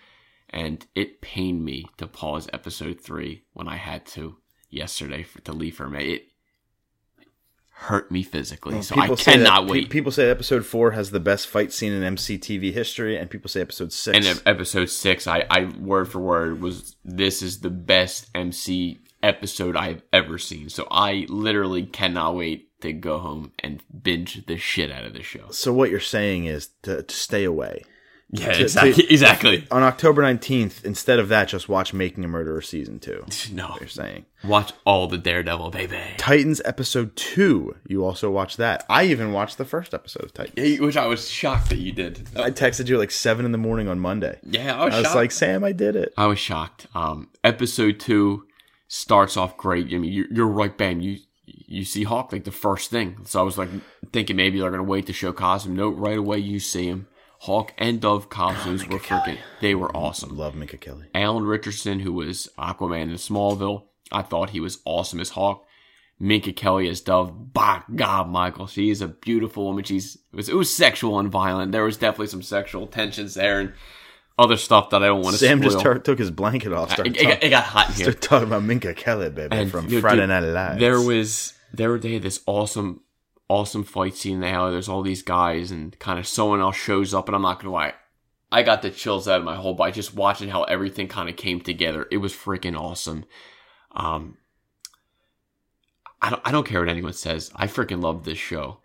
S4: And it pained me to pause episode three when I had to yesterday for, to leave for May. It hurt me physically. so I
S3: People say that-
S4: cannot
S3: pe-
S4: wait.
S3: people say episode four has the best fight scene in MCTV history, and people say episode six.
S4: and ep- episode six, I, I word for word was this is the best MC episode I've ever seen. So I literally cannot wait to go home and binge the shit out of this show.
S3: so what you're saying is to, to stay away.
S4: Yeah, exactly. exactly.
S3: On October 19th, instead of that, just watch Making a Murderer season two.
S4: No,
S3: They're saying
S4: watch all the Daredevil, baby.
S3: Titans episode two. You also watched that. I even watched the first episode of Titans.
S4: Yeah, Which I was shocked that you did.
S3: I texted you like seven in the morning on Monday.
S4: Yeah, Oh, I was,
S3: I was
S4: shocked.
S3: like, Sam, I did it.
S4: I was shocked. Um, episode two starts off great. I mean, you're, you're right, bam. You you see Hawk like the first thing. So I was like thinking maybe they're gonna wait to show Cosmo. No, right away you see him. Hawk and Dove costumes were freaking. They were awesome.
S3: Love Mika Kelly.
S4: Alan Richardson, who was Aquaman in Smallville, I thought he was awesome as Hawk. Minka Kelly as Dove. By God, Michael, she is a beautiful woman. She's it was, it was sexual and violent. There was definitely some sexual tensions there and other stuff that I don't want to.
S3: Sam
S4: spoil.
S3: just tur- took his blanket off.
S4: It,
S3: Started
S4: it got,
S3: talking-
S4: it got hot in here.
S3: started talking about Minka Kelly, baby, from
S4: you know,
S3: Friday
S4: dude,
S3: Night Live.
S4: There was there were- they had this awesome awesome fight scene now. There's all these guys and kind of someone else shows up and I'm not gonna lie. I got the chills out of my whole body just watching how everything kind of came together. It was freaking awesome. Um I don't I don't care what anyone says. I freaking love this show.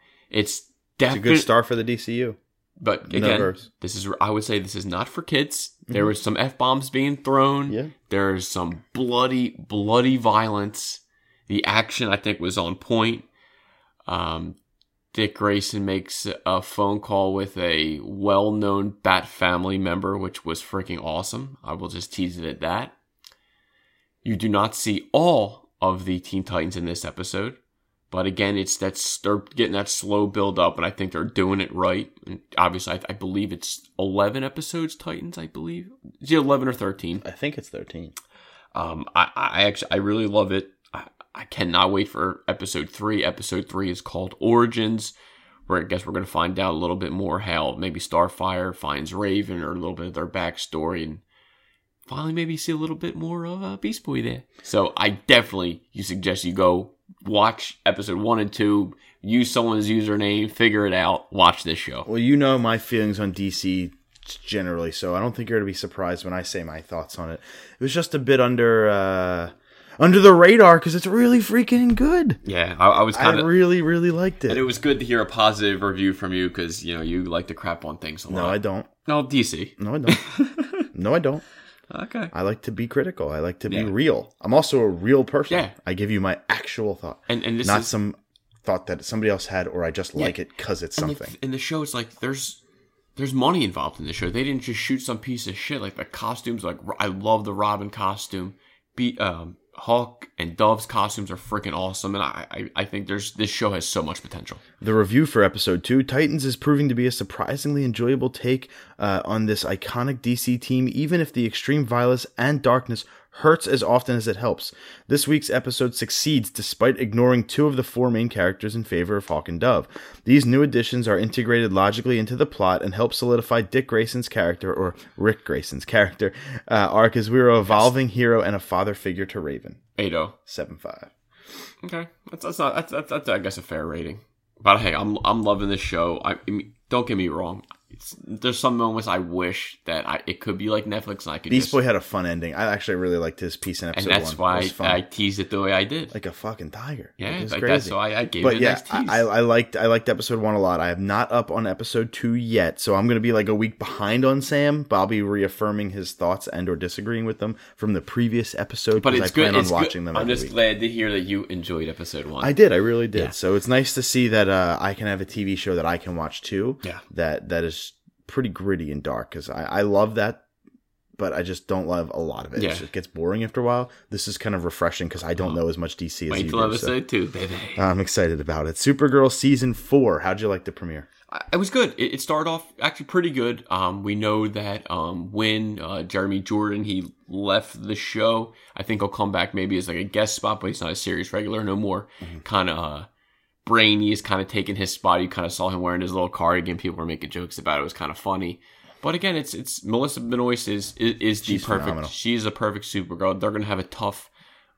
S3: It's
S4: It's
S3: a
S4: definitely
S3: good start for the DCU.
S4: but
S3: No
S4: again,
S3: verse. Mm-hmm.
S4: this is I would say this is not for kids. There was some f bombs being thrown.
S3: Yeah.
S4: There's some bloody bloody violence. The action I think was on point. Um, Dick Grayson makes a phone call with a well-known Bat family member, which was freaking awesome. I will just tease it at that. You do not see all of the Teen Titans in this episode. But again, it's that's they're getting that slow build up, and I think they're doing it right. And obviously, I, I believe it's eleven episodes Titans. I believe it's either eleven or thirteen.
S3: I think it's 13.
S4: Um, I, I actually I really love it. I, I cannot wait for episode three. Episode three is called Origins, where I guess we're going to find out a little bit more how maybe Starfire finds Raven or a little bit of their backstory, and finally maybe see a little bit more of uh, Beast Boy there. So I definitely you suggest you go watch episode one and two. Use someone's username, figure it out, watch this show.
S3: Well, you know my feelings on DC generally, so I don't think you're going to be surprised when I say my thoughts on it. It was just a bit under uh, under the radar because it's really freaking good.
S4: Yeah, I, I was
S3: I
S4: kind of.
S3: really, really liked
S4: and it
S3: it.
S4: was good to hear a positive review from you because you know you like to crap on things a lot.
S3: No, I don't.
S4: No, DC.
S3: No, I don't. no, I don't.
S4: Okay.
S3: I like to be critical. I like to be
S4: Yeah.
S3: real. I'm also a real person.
S4: Yeah.
S3: I give you my actual thought,
S4: And and this
S3: not
S4: is
S3: some thought that somebody else had or I just like it because it's
S4: and the-
S3: something.
S4: and the show is like there's there's money involved in the show. They didn't just shoot some piece of shit. Like the costumes, like I love the Robin costume. Be um Hawk and Dove's costumes are freaking awesome, and I, I I think there's this show has so much potential.
S3: The review for episode two Titans is proving to be a surprisingly enjoyable take uh, on this iconic DC team, even if the extreme violence and darkness hurts as often as it helps. This week's episode succeeds despite ignoring two of the four main characters in favor of Hawk and Dove. These new additions are integrated logically into the plot and help solidify Dick Grayson's character, or Rick Grayson's character, uh, arc as we are a evolving hero and a father figure to Raven.
S4: Ado.
S3: 7 5.
S4: Okay, that's that's not that's, that's, that's I guess a fair rating. But hey, I'm I'm loving this show. I, I mean, don't get me wrong. It's, there's some moments I wish that I it could be like Netflix and I could
S3: Beast
S4: just
S3: Boy had a fun ending. I actually really liked his piece in
S4: and
S3: episode
S4: that's
S3: one. It
S4: why
S3: was fun.
S4: I teased it the way I did.
S3: like a fucking tiger.
S4: yeah,
S3: it was
S4: like
S3: crazy.
S4: that's why I gave it
S3: but
S4: a
S3: yeah,
S4: nice tease.
S3: I, I liked I liked episode one a lot. I am not up on episode two yet, so I'm gonna be like a week behind on Sam. But I'll be reaffirming his thoughts and or disagreeing with them from the previous episode.
S4: but
S3: 'cause
S4: it's
S3: I
S4: good.
S3: plan on
S4: it's
S3: watching
S4: good.
S3: them.
S4: I'm
S3: every
S4: just
S3: week.
S4: glad to hear that you enjoyed episode one.
S3: I did. I really did.
S4: Yeah.
S3: So it's nice to see that uh, I can have a TV show that I can watch too.
S4: Yeah.
S3: That that is pretty gritty and dark because I, I love that, but I just don't love a lot of it.
S4: Yeah. Uh-huh.
S3: It just gets boring after a while. This is kind of refreshing because I don't know as much DC as
S4: Wait
S3: you
S4: till
S3: do. so-
S4: episode two, baby.
S3: I'm excited about it. Supergirl season four. How'd you like the premiere?
S4: I- it was good. It, it started off actually pretty good. Um, we know that um, when uh, Jeremy Jordan he left the show, I think he'll come back maybe as like a guest spot, but he's not a series regular no more.
S3: Mm-hmm.
S4: Kind of uh, brainy is kind of taking his spot. You kind of saw him wearing his little cardigan. People were making jokes about it. It was kind of funny. But again, it's it's Melissa Benoist is is, is the
S3: She's
S4: perfect.
S3: phenomenal.
S4: She's a perfect Supergirl. They're gonna have a tough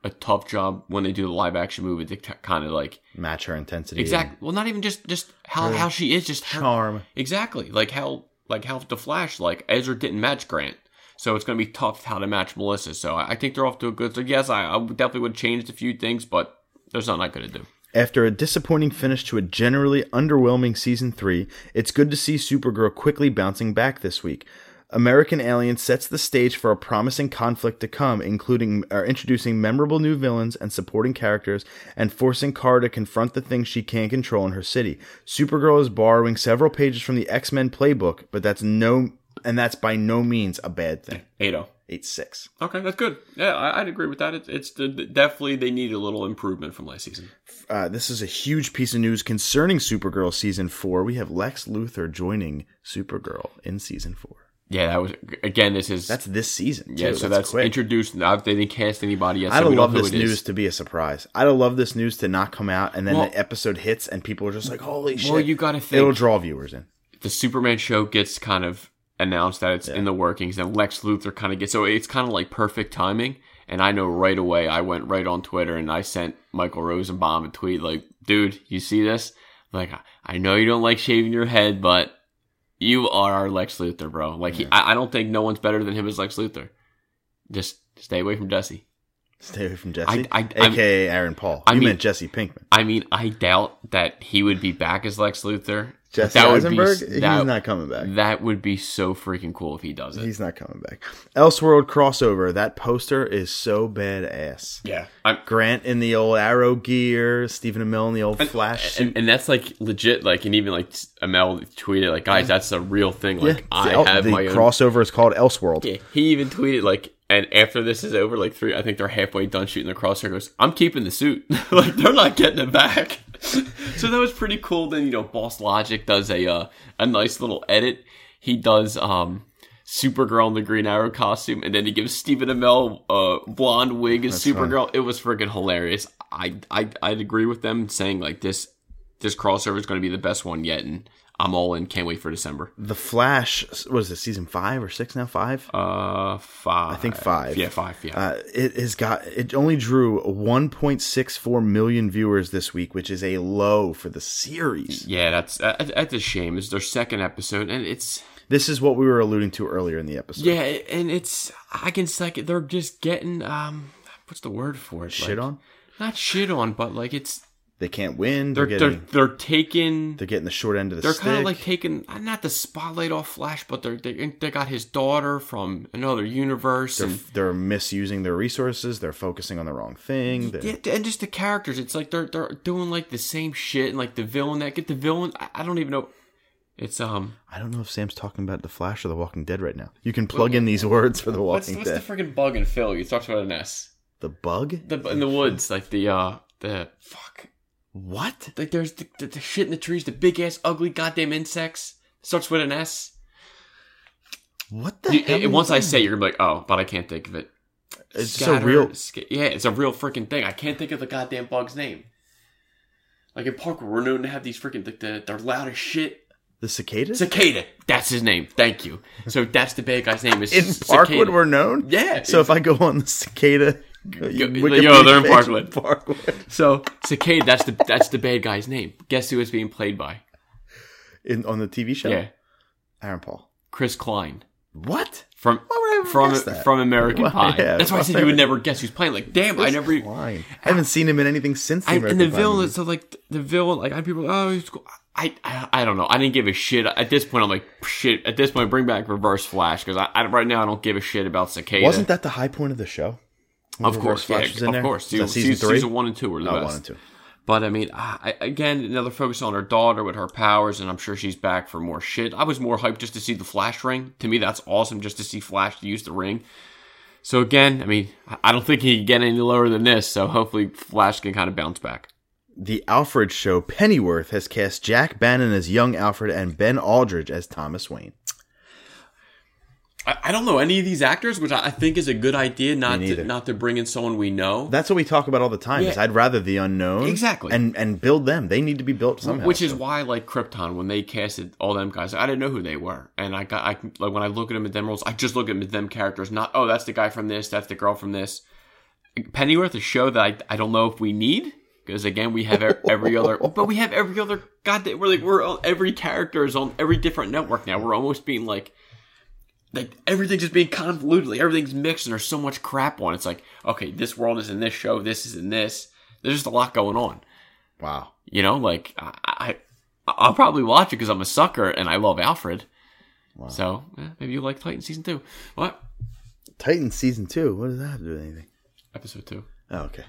S4: a tough job when they do the live action movie to kind of like
S3: match her intensity. and
S4: exact well not even just just how how she is just her-
S3: charm.
S4: exactly like how like how the Flash like Ezra didn't match Grant. So it's going to be tough how to match Melissa. So I I think they're off to a good. So yes, I, I definitely would have changed a few things, but there's nothing I could have do.
S3: After a disappointing finish to a generally underwhelming season 3, it's good to see Supergirl quickly bouncing back this week. American Alien sets the stage for a promising conflict to come, including uh, introducing memorable new villains and supporting characters and forcing Kara to confront the things she can't control in her city. Supergirl is borrowing several pages from the X-Men playbook, but that's no and that's by no means a bad thing.
S4: Ado.
S3: 8-6.
S4: Okay, that's good. Yeah, I, I'd agree with that. It's, it's the, definitely they need a little improvement from last season.
S3: uh, this is a huge piece of news concerning Supergirl season four. We have Lex Luthor joining Supergirl in season four.
S4: Yeah, that was again. This is
S3: That's this season.
S4: yeah.
S3: too.
S4: so that's,
S3: quick.
S4: introduced. Now they didn't cast anybody yet.
S3: I'd
S4: so
S3: have
S4: we don't
S3: loved
S4: know
S3: this
S4: who it is.
S3: news to be a surprise. I'd have loved this news to not come out, and then
S4: Well-
S3: the episode hits, and people are just like, "Holy shit!"
S4: Well, you got to think
S3: it'll draw viewers in.
S4: the Superman show gets kind of announced that it's in the workings, and Lex Luthor kind of gets. So it's kind of like perfect timing. And I know right away, I went right on Twitter and I sent Michael Rosenbaum a tweet like, "Dude, you see this? Like, I- I know you don't like shaving your head, but you are our Lex Luthor, bro. Like, he, I, I don't think no one's better than him as Lex Luthor. Just stay away from Jesse."
S3: Stay away from Jesse,
S4: I- I'm-
S3: aka Aaron Paul.
S4: I
S3: you
S4: mean-
S3: meant Jesse Pinkman.
S4: I mean, I doubt that he would be back as Lex Luthor.
S3: Jesse
S4: that
S3: Eisenberg.
S4: Would be,
S3: He's
S4: that,
S3: not coming back.
S4: That would be so freaking cool if he does it.
S3: He's not coming back. Elseworld crossover. That poster is so badass.
S4: Yeah, I'm,
S3: Grant in the old Arrow gear, Stephen Amell in the old Flash suit.
S4: and, and that's like legit. Like, and even like Amel tweeted, like, guys, that's a real thing. Like, I
S3: the,
S4: have
S3: the
S4: my own.
S3: crossover is called Elseworld.
S4: Yeah, he even tweeted like, and after this is over, like three, I think they're halfway done shooting the crosser. Goes, I'm keeping the suit. like they're not getting it back. so that was pretty cool. Then you know, Boss Logic does a uh, a nice little edit. He does um. Supergirl in the Green Arrow costume, and then he gives Stephen Amell a blonde wig as Supergirl. It was freaking hilarious. I I I'd agree with them saying like this this crossover is going to be the best one yet, and I'm all in. Can't wait for December.
S3: The Flash, what is it, season five or six now? Five?
S4: Uh, five. I
S3: think five.
S4: Yeah, five. Yeah.
S3: Uh, it has got it only drew 1.64 million viewers this week, which is a low for the series.
S4: Yeah, that's uh, that's a shame. It's their second episode, and it's
S3: This is what we were alluding to earlier in the episode.
S4: yeah, and it's I can second. They're just getting um, what's the word for it?
S3: Shit
S4: Like,
S3: on.
S4: Not shit on, but like it's
S3: They can't win. They're,
S4: they're
S3: getting
S4: they're
S3: they're,
S4: they're taking they're,
S3: getting the short end of the stick.
S4: kind of like taking uh, not the spotlight off Flash, but they're they they got his daughter from another universe
S3: they're,
S4: and.
S3: they're misusing their resources. They're focusing on the wrong thing. They're-
S4: Yeah, and just the characters. It's like they're they're doing like the same shit, and like the villain that get the villain. I, I don't even know. It's um.
S3: I don't know if Sam's talking about the Flash or the Walking Dead right now. You can plug in these words for the
S4: What's,
S3: Walking
S4: what's the
S3: Dead.
S4: freaking bug in Phil? You talked about an S.
S3: the bug.
S4: the in the woods, like the uh the fuck,
S3: What?
S4: like there's the, the, the shit in the trees, the big ass ugly goddamn insects. Starts with an S.
S3: What the?
S4: You-
S3: hell?
S4: and once I say, it, you're gonna be like, oh, but I can't think of it.
S3: it's just a
S4: Scatter-
S3: real.
S4: sca- yeah, it's a real freaking thing. I can't think of the goddamn bug's name. Like in Parker, we're known to have these freaking like the they're loud as shit.
S3: The cicadas
S4: Cicada, that's his name. Thank you. So that's the bad guy's name. Is
S3: in
S4: Cicada.
S3: Parkwood were known.
S4: Yeah.
S3: So if I go on the cicada,
S4: Yo,
S3: Wikipedia
S4: yo, they're in
S3: page,
S4: Parkwood.
S3: Parkwood.
S4: so Cicada, that's the that's the bad guy's name. Guess who it's being played by?
S3: In, on the TV show,
S4: Yeah,
S3: Aaron Paul.
S4: Chris Klein.
S3: What?
S4: from
S3: Why would I ever
S4: from
S3: guess that?
S4: from American
S3: Why-
S4: Pie.
S3: yeah,
S4: That's why I said
S3: why
S4: you would
S3: would-
S4: never guess who's playing. Like, damn, I never. e-
S3: Lying. I haven't seen him in anything since. The
S4: I,
S3: American
S4: and the
S3: Pie
S4: villain,
S3: movie.
S4: so like the villain, like I people, oh, he's cool. I, I I don't know. I didn't give a shit at this point. I'm like shit. At this point, bring back Reverse Flash because I, I right now I don't give a shit about Cicada.
S3: Wasn't that the high point of the show? When
S4: of course,
S3: Reverse Flash was in
S4: yeah, of
S3: there?
S4: course.
S3: Is that
S4: Season,
S3: season three?
S4: season one and two were the
S3: Oh,
S4: best.
S3: one and two.
S4: But I mean, ah, I, I- again, another focus on her daughter with her powers, and I'm sure she's back for more shit. I was more hyped just to see the Flash ring. To me, that's awesome just to see Flash use the ring. So again, I mean, I- I don't think he can get any lower than this. So hopefully, Flash can kind of bounce back.
S3: The Alfred show Pennyworth has cast Jack Bannon as young Alfred and Ben Aldridge as Thomas Wayne.
S4: I, I don't know any of these actors, which I, I think is a good idea. Not
S3: neither.
S4: to, not to bring in someone we know.
S3: That's what we talk about all the time. Is
S4: Yeah.
S3: I'd rather the unknown
S4: Exactly.
S3: and and build them. They need to be built somehow.
S4: Which is why, like Krypton, when they casted all them guys, I didn't know who they were, and I got I like when I look at them at them roles, I just look at them as them characters, not oh that's the guy from this, that's the girl from this. Pennyworth, a show that I, I don't know if we need because again we have e- every other, but we have every other goddamn. We're like we're on, every character is on every different network now. We're almost being like like everything's just being convoluted. Like everything's mixed, and there's so much crap on. It's like okay, this world is in this show, this is in this. There's just a lot going on.
S3: Wow.
S4: You know, like I, I I'll probably watch it because I'm a sucker and I love Alfred.
S3: Wow.
S4: So eh, maybe you like Titan season two. What
S3: Titan season two. What does that have to do with anything?
S4: episode two?
S3: Oh, okay.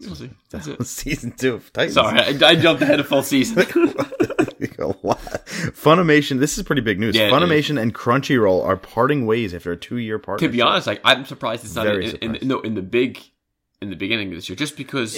S4: We'll see. That's it.
S3: That's season two of Titans.
S4: Sorry, I, I jumped ahead of full season.
S3: a lot. Funimation. This is pretty big news.
S4: Yeah, it
S3: Funimation and Crunchyroll are parting ways after a two-year
S4: to
S3: partnership.
S4: be honest, like I'm surprised it's not in,
S3: Very
S4: in,
S3: surprised.
S4: in, no, in the big in the beginning of this year, just because.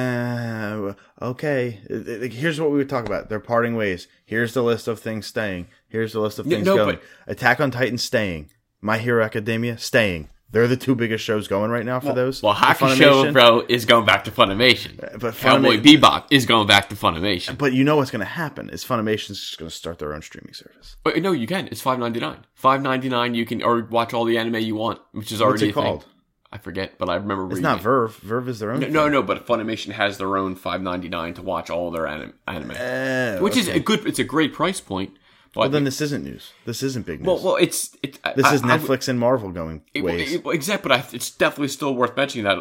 S3: Yeah. Okay. It- it- Here's what we would talk about. They're parting ways. Here's the list of things staying. Here's the list of
S4: Yeah,
S3: things
S4: no,
S3: going.
S4: but-
S3: Attack on Titan staying. My Hero Academia staying. They're the two biggest shows going right now for those.
S4: well,
S3: For
S4: Hakusho,
S3: Funimation. Uh,
S4: bro, is going back to Funimation.
S3: but
S4: Cowboy
S3: Funima-
S4: Bebop is going back to Funimation.
S3: But you know what's going to happen is Funimation's just going to start their own streaming service.
S4: But no, you can. It's five ninety nine. Five ninety nine. You can or watch all the anime you want, which is already
S3: What's it
S4: a thing.
S3: called?
S4: I forget, but I remember.
S3: It's
S4: reading
S3: not
S4: it.
S3: Verve. Verve is their own.
S4: No, no, no, but Funimation has their own five ninety nine to watch all their anim- anime,
S3: Oh,
S4: which is
S3: okay.
S4: a good. It's a great price point. But
S3: Well, then this isn't news. This isn't big news.
S4: well, well, it's it, I-
S3: this
S4: I-
S3: is
S4: I-
S3: Netflix and Marvel going
S4: It-
S3: ways.
S4: it- well, exactly, but I, it's definitely still worth mentioning that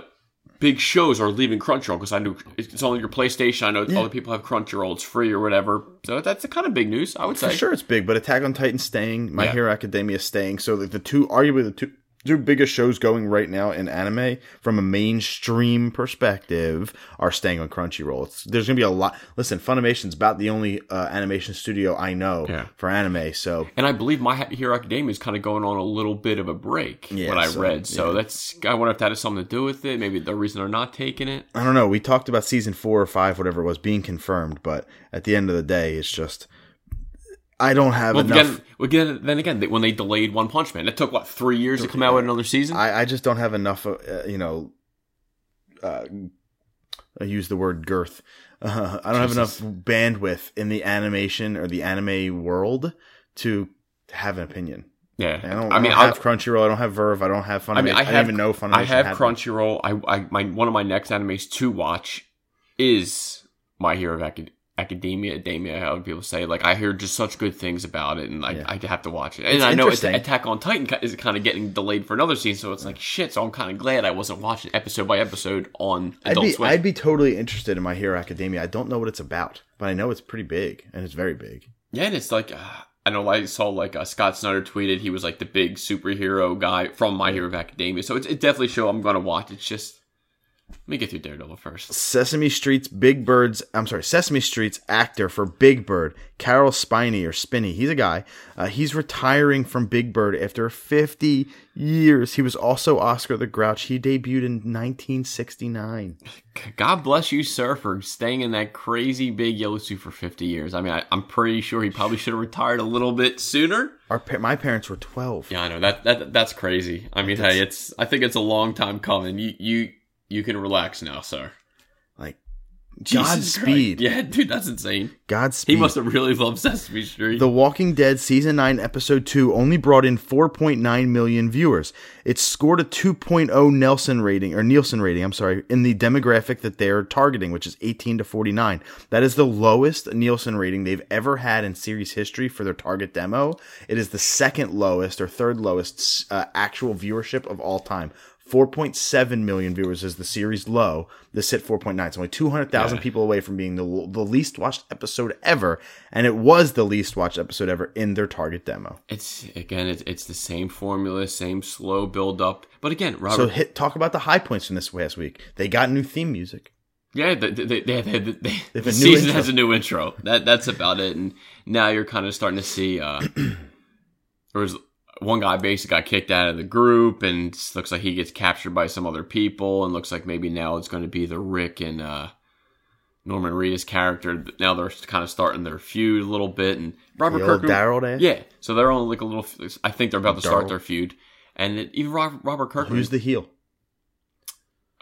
S4: big shows are leaving Crunchyroll because I know it's only your PlayStation. I know other people have Crunchyroll; it's free or whatever. So that's the kind of big news I would
S3: For
S4: say.
S3: sure, it's big, but Attack on Titan staying, My
S4: Yeah.
S3: Hero Academia staying. So like the two, arguably the two, two biggest shows going right now in anime from a mainstream perspective are staying on Crunchyroll. It's, there's going to be a lot. Listen, Funimation's about the only uh, animation studio I know
S4: Yeah.
S3: for anime. So
S4: And I believe My Hero Academia is kind of going on a little bit of a break.
S3: Yeah,
S4: what I
S3: so,
S4: read, so that's I wonder if that has something to do with it. Maybe the reason they're not taking it.
S3: I don't know. We talked about season four or five, whatever it was, being confirmed, but at the end of the day, it's just I don't have
S4: Well,
S3: enough.
S4: again, again, then again, they- when they delayed One Punch Man, it took what three years to come out with another season.
S3: I, I just don't have enough, uh, you know, uh, I use the word girth. Uh, I don't
S4: Jesus.
S3: have enough bandwidth in the animation or the anime world to have an opinion.
S4: yeah,
S3: I don't, I mean, I
S4: I-
S3: don't have Crunchyroll. I don't have Verve. I don't have Funimation. I,
S4: mean, I
S3: don't
S4: have-
S3: even know Funimation.
S4: I have
S3: had one.
S4: Crunchyroll. I, I my one of my next animes to watch is My Hero Acad- Academia. Academia, how people say. Like I hear just such good things about it, and I,
S3: Yeah.
S4: I have to watch it. And
S3: It's
S4: I know it's
S3: interesting.
S4: Attack on Titan ki- is kind of getting delayed for another season, so it's like shit. So I'm kind of glad I wasn't watching episode by episode on
S3: I'd
S4: Adult
S3: be,
S4: Swim.
S3: I'd be totally interested in My Hero Academia. I don't know what it's about, but I know it's pretty big and it's very big.
S4: Yeah, and it's like uh, I know I saw like uh, Scott Snyder tweeted he was like the big superhero guy from My Hero Academia, so it's it definitely a show I'm gonna watch. It's just let me get through Daredevil first.
S3: Sesame Street's Big Bird's I'm sorry, Sesame Street's actor for Big Bird, Carol Spiney or Spinney. He's a guy. Uh, he's retiring from Big Bird after 50 years. He was also Oscar the Grouch. He debuted in 1969.
S4: God bless you, sir, for staying in that crazy big yellow suit for 50 years. I mean, I, I'm pretty sure he probably should have retired a little bit sooner.
S3: Our pa- my parents were 12.
S4: Yeah, I know that that that's crazy. I mean, hey, it's I think it's a long time coming. You you you can relax now, sir.
S3: Like
S4: Jesus Christ.
S3: Godspeed.
S4: Yeah, dude, that's insane. He
S3: Godspeed.
S4: must have really loved Sesame Street.
S3: The Walking Dead season 9 episode 2 only brought in 4.9 million viewers. It scored a 2.0 Nelson rating or Nielsen rating, I'm sorry, in the demographic that they're targeting, which is 18 to 49. That is the lowest Nielsen rating they've ever had in series history for their target demo. It is the second lowest or third lowest uh, actual viewership of all time. 4.7 million viewers is the series low. This hit 4.9. It's only 200,000 people away from being the, the least watched episode ever. And it was the least watched episode ever in their target demo.
S4: It's again, it's, it's the same formula, same slow build up. But again,
S3: So
S4: Robert,
S3: hit, talk about the high points from this last week. They got new theme music.
S4: yeah, they, they, they, they, they,
S3: a
S4: the
S3: new
S4: season
S3: intro.
S4: has a new intro. That that's about it. And now you're kind of starting to see. Uh, there was one guy basically got kicked out of the group, and it's- looks like he gets captured by some other people, and looks like maybe now it's going to be the Rick and uh, Norman Reedus character. Now they're kind of starting their feud a little bit, and Robert
S3: The old
S4: Kirkman-
S3: Daryl day.
S4: Yeah, so they're on like a little. I think they're about to start
S3: Darryl.
S4: their feud, and it, even Robert, Robert Kirkman,
S3: Who's the heel?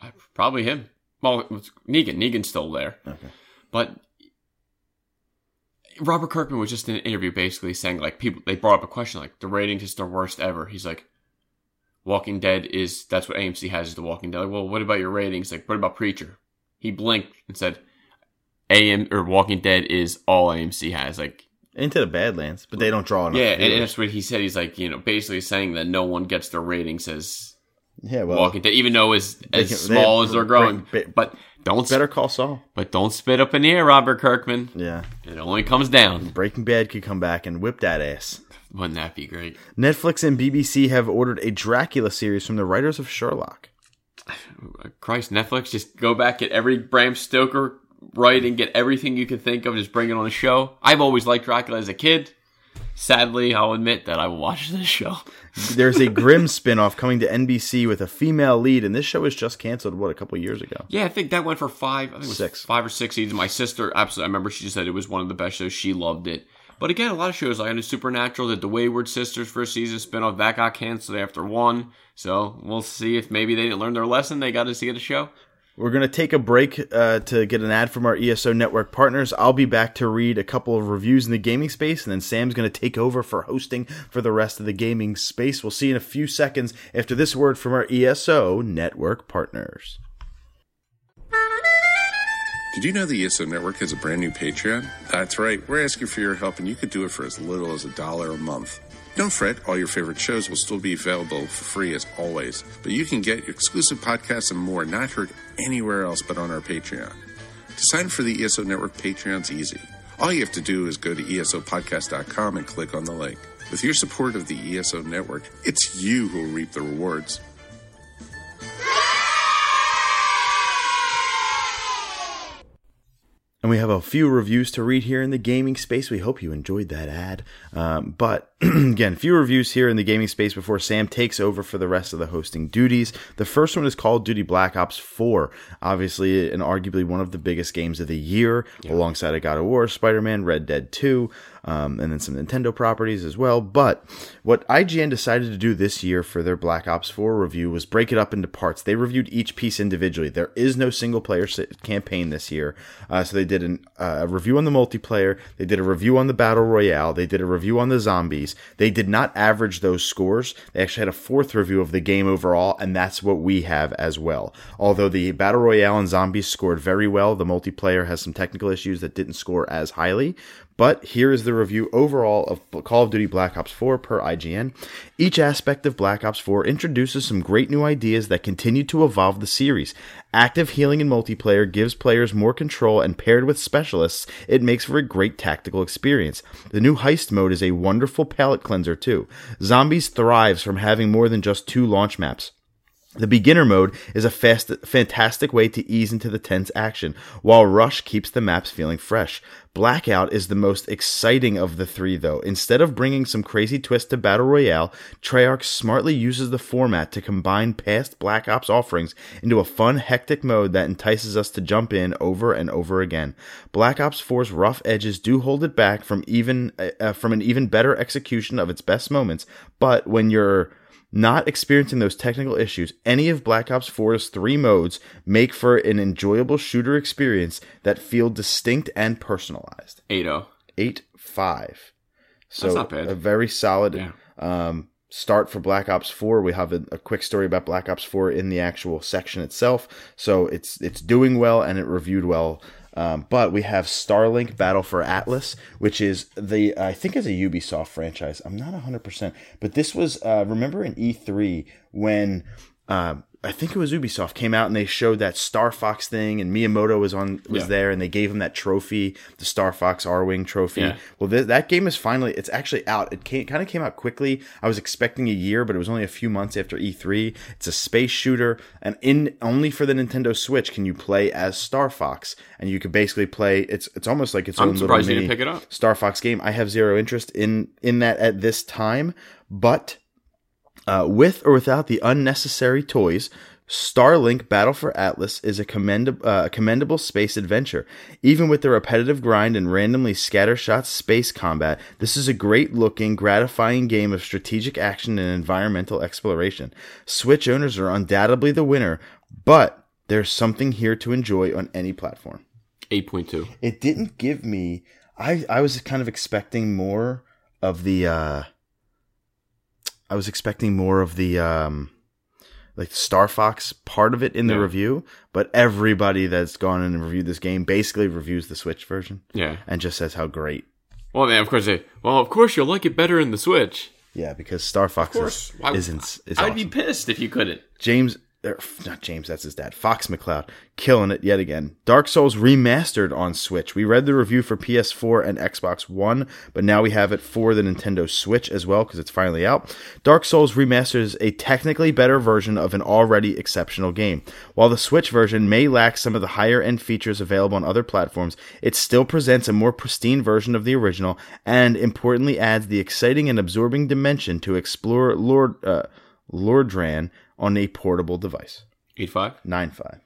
S4: uh, probably him. Well, it was Negan. Negan's still there,
S3: Okay.
S4: but Robert Kirkman was just in an interview basically saying like people they brought up a question like the ratings is their worst ever. He's like, Walking Dead is that's what AMC has is The Walking Dead. Like, well, what about your ratings? Like, what about Preacher? He blinked and said, "AM or Walking Dead is all AMC has." Like,
S3: Into the Badlands, but they don't draw enough.
S4: yeah, and, and
S3: viewers.
S4: that's what he said. He's like, you know, basically saying that no one gets their ratings as
S3: yeah. Well,
S4: Walking Dead, even though as
S3: they
S4: as
S3: can- they
S4: small
S3: have
S4: as they're growing.
S3: great- bit-
S4: but don't
S3: Better Call Saul.
S4: but don't spit up in the air, Robert Kirkman.
S3: Yeah,
S4: It only comes down.
S3: Breaking Bad could come back and whip that ass.
S4: Wouldn't that be great?
S3: Netflix and BBC have ordered a Dracula series from the writers of Sherlock.
S4: Christ, Netflix, just go back at every Bram Stoker right and get everything you can think of. Just bring it on a show. I've always liked Dracula as a kid. Sadly, I'll admit that I watched this show.
S3: There's a Grimm spin-off coming to NBC with a female lead, and this show was just canceled, what, a couple years ago?
S4: Yeah, I think that went for five. I think it was
S3: Six.
S4: five or six seasons. My sister, absolutely, I remember she said it was one of the best shows. She loved it. But again, a lot of shows like I know Supernatural did the Wayward Sisters first season spinoff that got canceled after one. So we'll see if maybe they didn't learn their lesson. They got to see the show.
S3: We're going to take a break uh, to get an ad from our ESO network partners. I'll be back to read a couple of reviews in the gaming space, and then Sam's going to take over for hosting for the rest of the gaming space. We'll see you in a few seconds after this word from our ESO network partners.
S5: Did you know the ESO Network has a brand new Patreon? That's right, we're asking for your help, and you could do it for as little as a dollar a month. Don't fret, all your favorite shows will still be available for free as always, but you can get exclusive podcasts and more not heard anywhere else but on our Patreon. To sign for the ESO Network Patreon's easy. All you have to do is go to E esopodcast.com and click on the link. With your support of the ESO Network, it's you who will reap the rewards.
S3: And we have a few reviews to read here in the gaming space. We hope you enjoyed that ad. Um, but again, few reviews here in the gaming space before Sam takes over for the rest of the hosting duties. The first one is Call of Duty Black Ops 4, obviously and arguably one of the biggest games of the year, alongside of God of War, Spider Man, Red Dead 2, um, and then some Nintendo properties as well. But what IGN decided to do this year for their Black Ops 4 review was break it up into parts. They reviewed each piece individually. There is no single player si- campaign this year. Uh, so they did an, uh, a review on the multiplayer, they did a review on the Battle Royale, they did a review on the zombies. They did not average those scores. They actually had a fourth review of the game overall, and that's what we have as well. Although the Battle Royale and zombies scored very well, the multiplayer has some technical issues that didn't score as highly. But here is the review overall of Call of Duty Black Ops 4 per IGN. Each aspect of Black Ops 4 introduces some great new ideas that continue to evolve the series. Active healing in multiplayer gives players more control, and paired with specialists, it makes for a great tactical experience. The new heist mode is a wonderful palate cleanser, too. Zombies thrives from having more than just two launch maps. The beginner mode is a fast, fantastic way to ease into the tense action, while Rush keeps the maps feeling fresh. Blackout is the most exciting of the three, though. Instead of bringing some crazy twist to Battle Royale, Treyarch smartly uses the format to combine past Black Ops offerings into a fun, hectic mode that entices us to jump in over and over again. Black Ops 4's rough edges do hold it back from even uh, uh, from an even better execution of its best moments, but when you're not experiencing those technical issues, any of Black Ops 4's three modes make for an enjoyable shooter experience that feel distinct and personalized.
S4: 8 0.
S3: 8 5. So
S4: That's not bad.
S3: a very solid
S4: Yeah.
S3: um, start for Black Ops 4. We have a, a quick story about Black Ops 4 in the actual section itself. So it's it's doing well and it reviewed well. Um, but we have Starlink Battle for Atlas, which is the I think is a Ubisoft franchise. I'm not 100%, but this was uh, remember in E3 when uh, I think it was Ubisoft came out and they showed that Star Fox thing and Miyamoto was on was
S4: Yeah.
S3: there and they gave him that trophy, the Star Fox R-wing trophy.
S4: Yeah.
S3: Well, th- that game is finally it's actually out. It came, kind of came out quickly. I was expecting a year, but it was only a few months after E3. It's a space shooter, and in only for the Nintendo Switch can you play as Star Fox, and you could basically play. It's it's almost like its
S4: I'm
S3: own little
S4: surprised you
S3: mini
S4: didn't pick it up.
S3: Star Fox game. I have zero interest in in that at this time, but uh, with or without the unnecessary toys, Starlink Battle for Atlas is a commendab- uh, commendable space adventure. Even with the repetitive grind and randomly scattershot space combat, this is a great looking, gratifying game of strategic action and environmental exploration. Switch owners are undoubtedly the winner, but there's something here to enjoy on any platform
S4: 8.2.
S3: it didn't give me I I was kind of expecting more of the uh I was expecting more of the um, like Star Fox part of it in the
S4: Yeah.
S3: review, but everybody that's gone in and reviewed this game basically reviews the Switch version
S4: Yeah.
S3: and just says how great.
S4: Well, then of course they. Well, of course you'll like it better in the Switch.
S3: Yeah, because Star Fox is,
S4: Why-
S3: is, ins- is
S4: I'd
S3: awesome.
S4: be pissed if you couldn't.
S3: James, er, not James, that's his dad. Fox McCloud, killing it yet again. Dark Souls remastered on Switch. We read the review for PS4 and Xbox One, but now we have it for the Nintendo Switch as well because it's finally out. Dark Souls remastered is a technically better version of an already exceptional game. While the Switch version may lack some of the higher end features available on other platforms, it still presents a more pristine version of the original, and importantly, adds the exciting and absorbing dimension to explore Lord. Uh, Lordran on a portable device.
S4: Eight five.
S3: Nine five.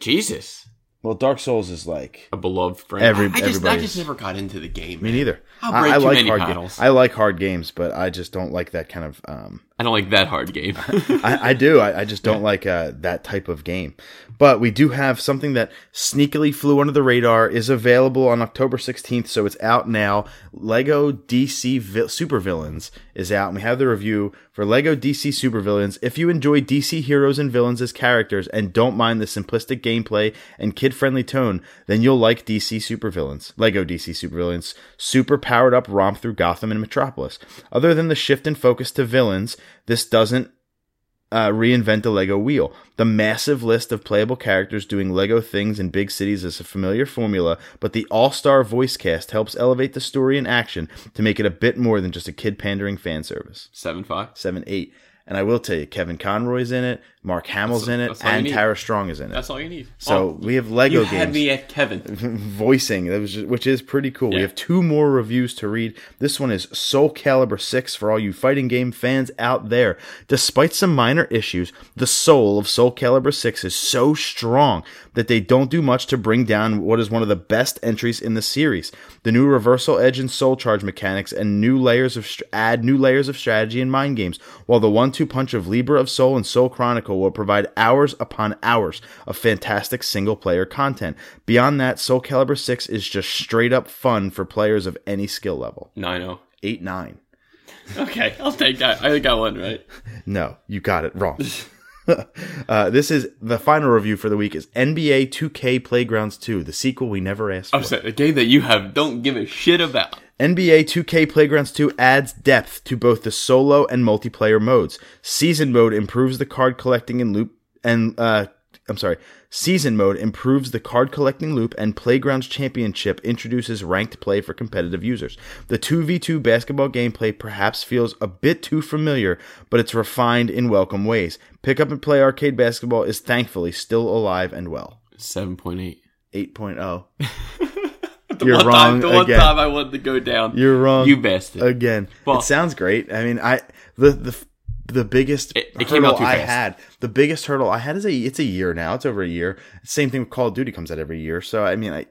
S4: Jesus,
S3: Well, Dark Souls is like
S4: a beloved friend.
S3: Every-
S4: I just, I
S3: everybody's-
S4: just never got into the game.
S3: me
S4: man.
S3: neither.
S4: I'll break
S3: I, I
S4: too
S3: like
S4: many
S3: hard games.
S4: paddles.
S3: I like hard games, but I just don't like that kind of. Um,
S4: I don't like that hard game.
S3: I, I do. I, I just don't like uh, that type of game. But we do have something that sneakily flew under the radar is available on October 16th, so it's out now. Lego DC Vi- Supervillains is out, and we have the review for Lego DC Supervillains. If you enjoy DC heroes and villains as characters and don't mind the simplistic gameplay and kid-friendly tone, then you'll like DC Supervillains. Lego DC Supervillains super powered up romp through Gotham and Metropolis. Other than the shift in focus to villains, this doesn't uh, reinvent the Lego wheel. The massive list of playable characters doing Lego things in big cities is a familiar formula, but the all star voice cast helps elevate the story and action to make it a bit more than just a kid pandering fan service.
S4: Seven five.
S3: 7 8. And I will tell you, Kevin Conroy's in it, Mark Hamill's in it,
S4: that's all you
S3: and
S4: need.
S3: Tara Strong is in it.
S4: That's all you need.
S3: So
S4: Oh,
S3: we have Lego
S4: you
S3: games
S4: had me at Kevin.
S3: voicing, that was just, which is pretty cool. We
S4: Yeah.
S3: have two more reviews to read. This one is Soul Calibur 6 for all you fighting game fans out there. Despite some minor issues, the soul of Soul Calibur 6 is so strong that they don't do much to bring down what is one of the best entries in the series. The new reversal edge and soul charge mechanics and new layers of str- add new layers of strategy and mind games, while the one-two punch of Libra of Soul and Soul Chronicle will provide hours upon hours of fantastic single-player content. Beyond that, Soul Calibur 6 is just straight up fun for players of any skill level.
S4: Nine zero.
S3: 8 9.
S4: Okay, I'll take that. I got one right.
S3: No, you got it wrong. uh, this is the final review for the week is NBA 2K Playgrounds 2, the sequel we never asked for.
S4: I'm sorry, a game that you have don't give a shit about.
S3: NBA 2K Playgrounds 2 adds depth to both the solo and multiplayer modes. Season mode improves the card collecting and loop and uh I'm sorry. Season mode improves the card collecting loop and Playgrounds Championship introduces ranked play for competitive users. The 2v2 basketball gameplay perhaps feels a bit too familiar, but it's refined in welcome ways. Pick up and play arcade basketball is thankfully still alive and well.
S4: Seven point eight.
S3: 8.0
S4: The
S3: You're
S4: one
S3: wrong
S4: time, the one
S3: again.
S4: time I wanted to go down.
S3: You're wrong.
S4: You bastard.
S3: again.
S4: Well-
S3: it sounds great. I mean, I the the the biggest
S4: It- it came
S3: hurdle
S4: out too
S3: I
S4: fast.
S3: had, the biggest hurdle I had is a it's a year now. It's over a year. Same thing with Call of Duty comes out every year. So I mean, I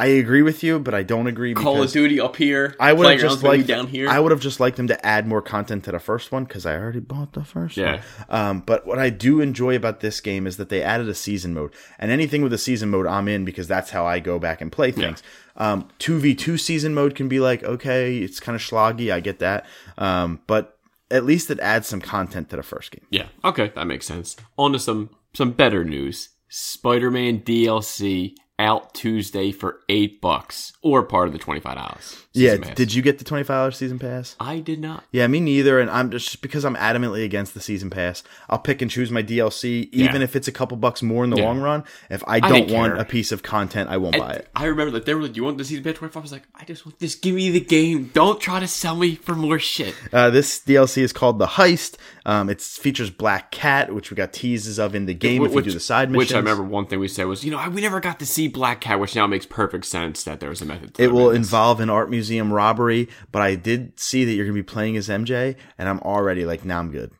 S3: I agree with you, but I don't agree.
S4: Call of
S3: because
S4: Duty up here.
S3: I would have
S4: Playgrounds
S3: just
S4: maybe
S3: liked
S4: down here.
S3: I would have just liked them to add more content to the first one because I already bought the first
S4: Yeah.
S3: one. Um, but what I do enjoy about this game is that they added a season mode, and anything with a season mode, I'm in because that's how I go back and play things. Um, 2v2 season mode can be like, okay, it's kind of schloggy. I get that. Um, but at least it adds some content to the first game.
S4: yeah. Okay, that makes sense. On to some some better news. Spider-Man DLC out Tuesday for eight bucks or part of the twenty five dollars.
S3: Yeah. Did you get the $25 season pass?
S4: I did not.
S3: Yeah, me neither. And I'm just because I'm adamantly against the season pass. I'll pick and choose my DLC, even
S4: Yeah.
S3: if it's a couple bucks more in the
S4: Yeah.
S3: long run. If I
S4: don't
S3: don't want
S4: care.
S3: a piece of content, I won't buy
S4: I,
S3: it.
S4: I remember that they were like, "You want the season pass 25? I was like, "I just want this. Give me the game. Don't try to sell me for more shit."
S3: Uh, this DLC is called the Heist. Um, it features Black Cat, which we got teases of in the game. if
S4: Which-
S3: you do the side missions,
S4: which I remember one thing we said was, you know, we never got to see Black Cat, which now makes perfect sense that there was a method. To
S3: It
S4: their
S3: will
S4: madness.
S3: involve an art museum robbery, but I did see that you're gonna be playing as MJ, and I'm already like, now nah, I'm good.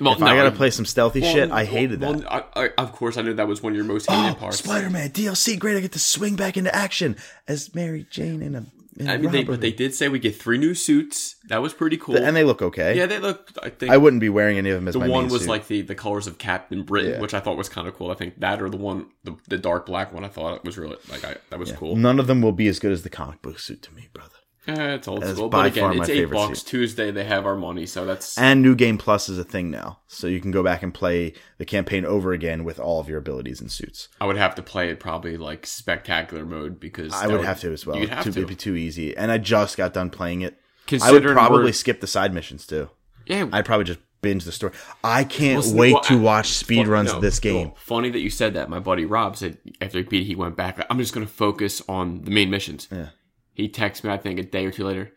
S4: Well,
S3: If I
S4: no,
S3: gotta play some stealthy
S4: well,
S3: shit, I hated
S4: well,
S3: that.
S4: I, I, of course, I knew that was one of your most hated
S3: Oh,
S4: parts.
S3: Spider-Man DLC, great! I get to swing back into action as Mary Jane in a. In a
S4: I mean, they,
S3: robbery.
S4: but they did say we get three new suits. That was pretty cool.
S3: and they look okay.
S4: yeah, they look. I think
S3: I wouldn't be wearing any of them as
S4: the
S3: my
S4: one
S3: main
S4: was
S3: suit.
S4: like the, the colors of Captain Britain,
S3: Yeah.
S4: which I thought was kind of cool. I think that or the one the, the dark black one I thought was really like I, that was cool.
S3: none of them will be as good as the comic book suit to me, brother.
S4: Eh, it's old
S3: That's
S4: school,
S3: by
S4: but
S3: far
S4: again,
S3: my
S4: it's eight
S3: favorite
S4: bucks.
S3: seat.
S4: Tuesday they have our money, so that's
S3: And New Game Plus is a thing now, so you can go back and play the campaign over again with all of your abilities and suits.
S4: I would have to play it probably like spectacular mode because
S3: I
S4: that
S3: would have to as well.
S4: You'd have
S3: Too-
S4: to.
S3: It'd be too easy, and I just got done playing it. I would
S4: Considering
S3: probably
S4: we're-
S3: skip the side missions too.
S4: yeah,
S3: I'd probably just binge the story. I can't
S4: Well,
S3: wait
S4: well,
S3: to
S4: I-
S3: watch speed
S4: Fu-
S3: runs
S4: no,
S3: of this game.
S4: well, funny that you said that. My buddy Rob said after he beat, it, he went back. I'm just going to focus on the main missions.
S3: Yeah.
S4: He texted me, I think, a day or two later.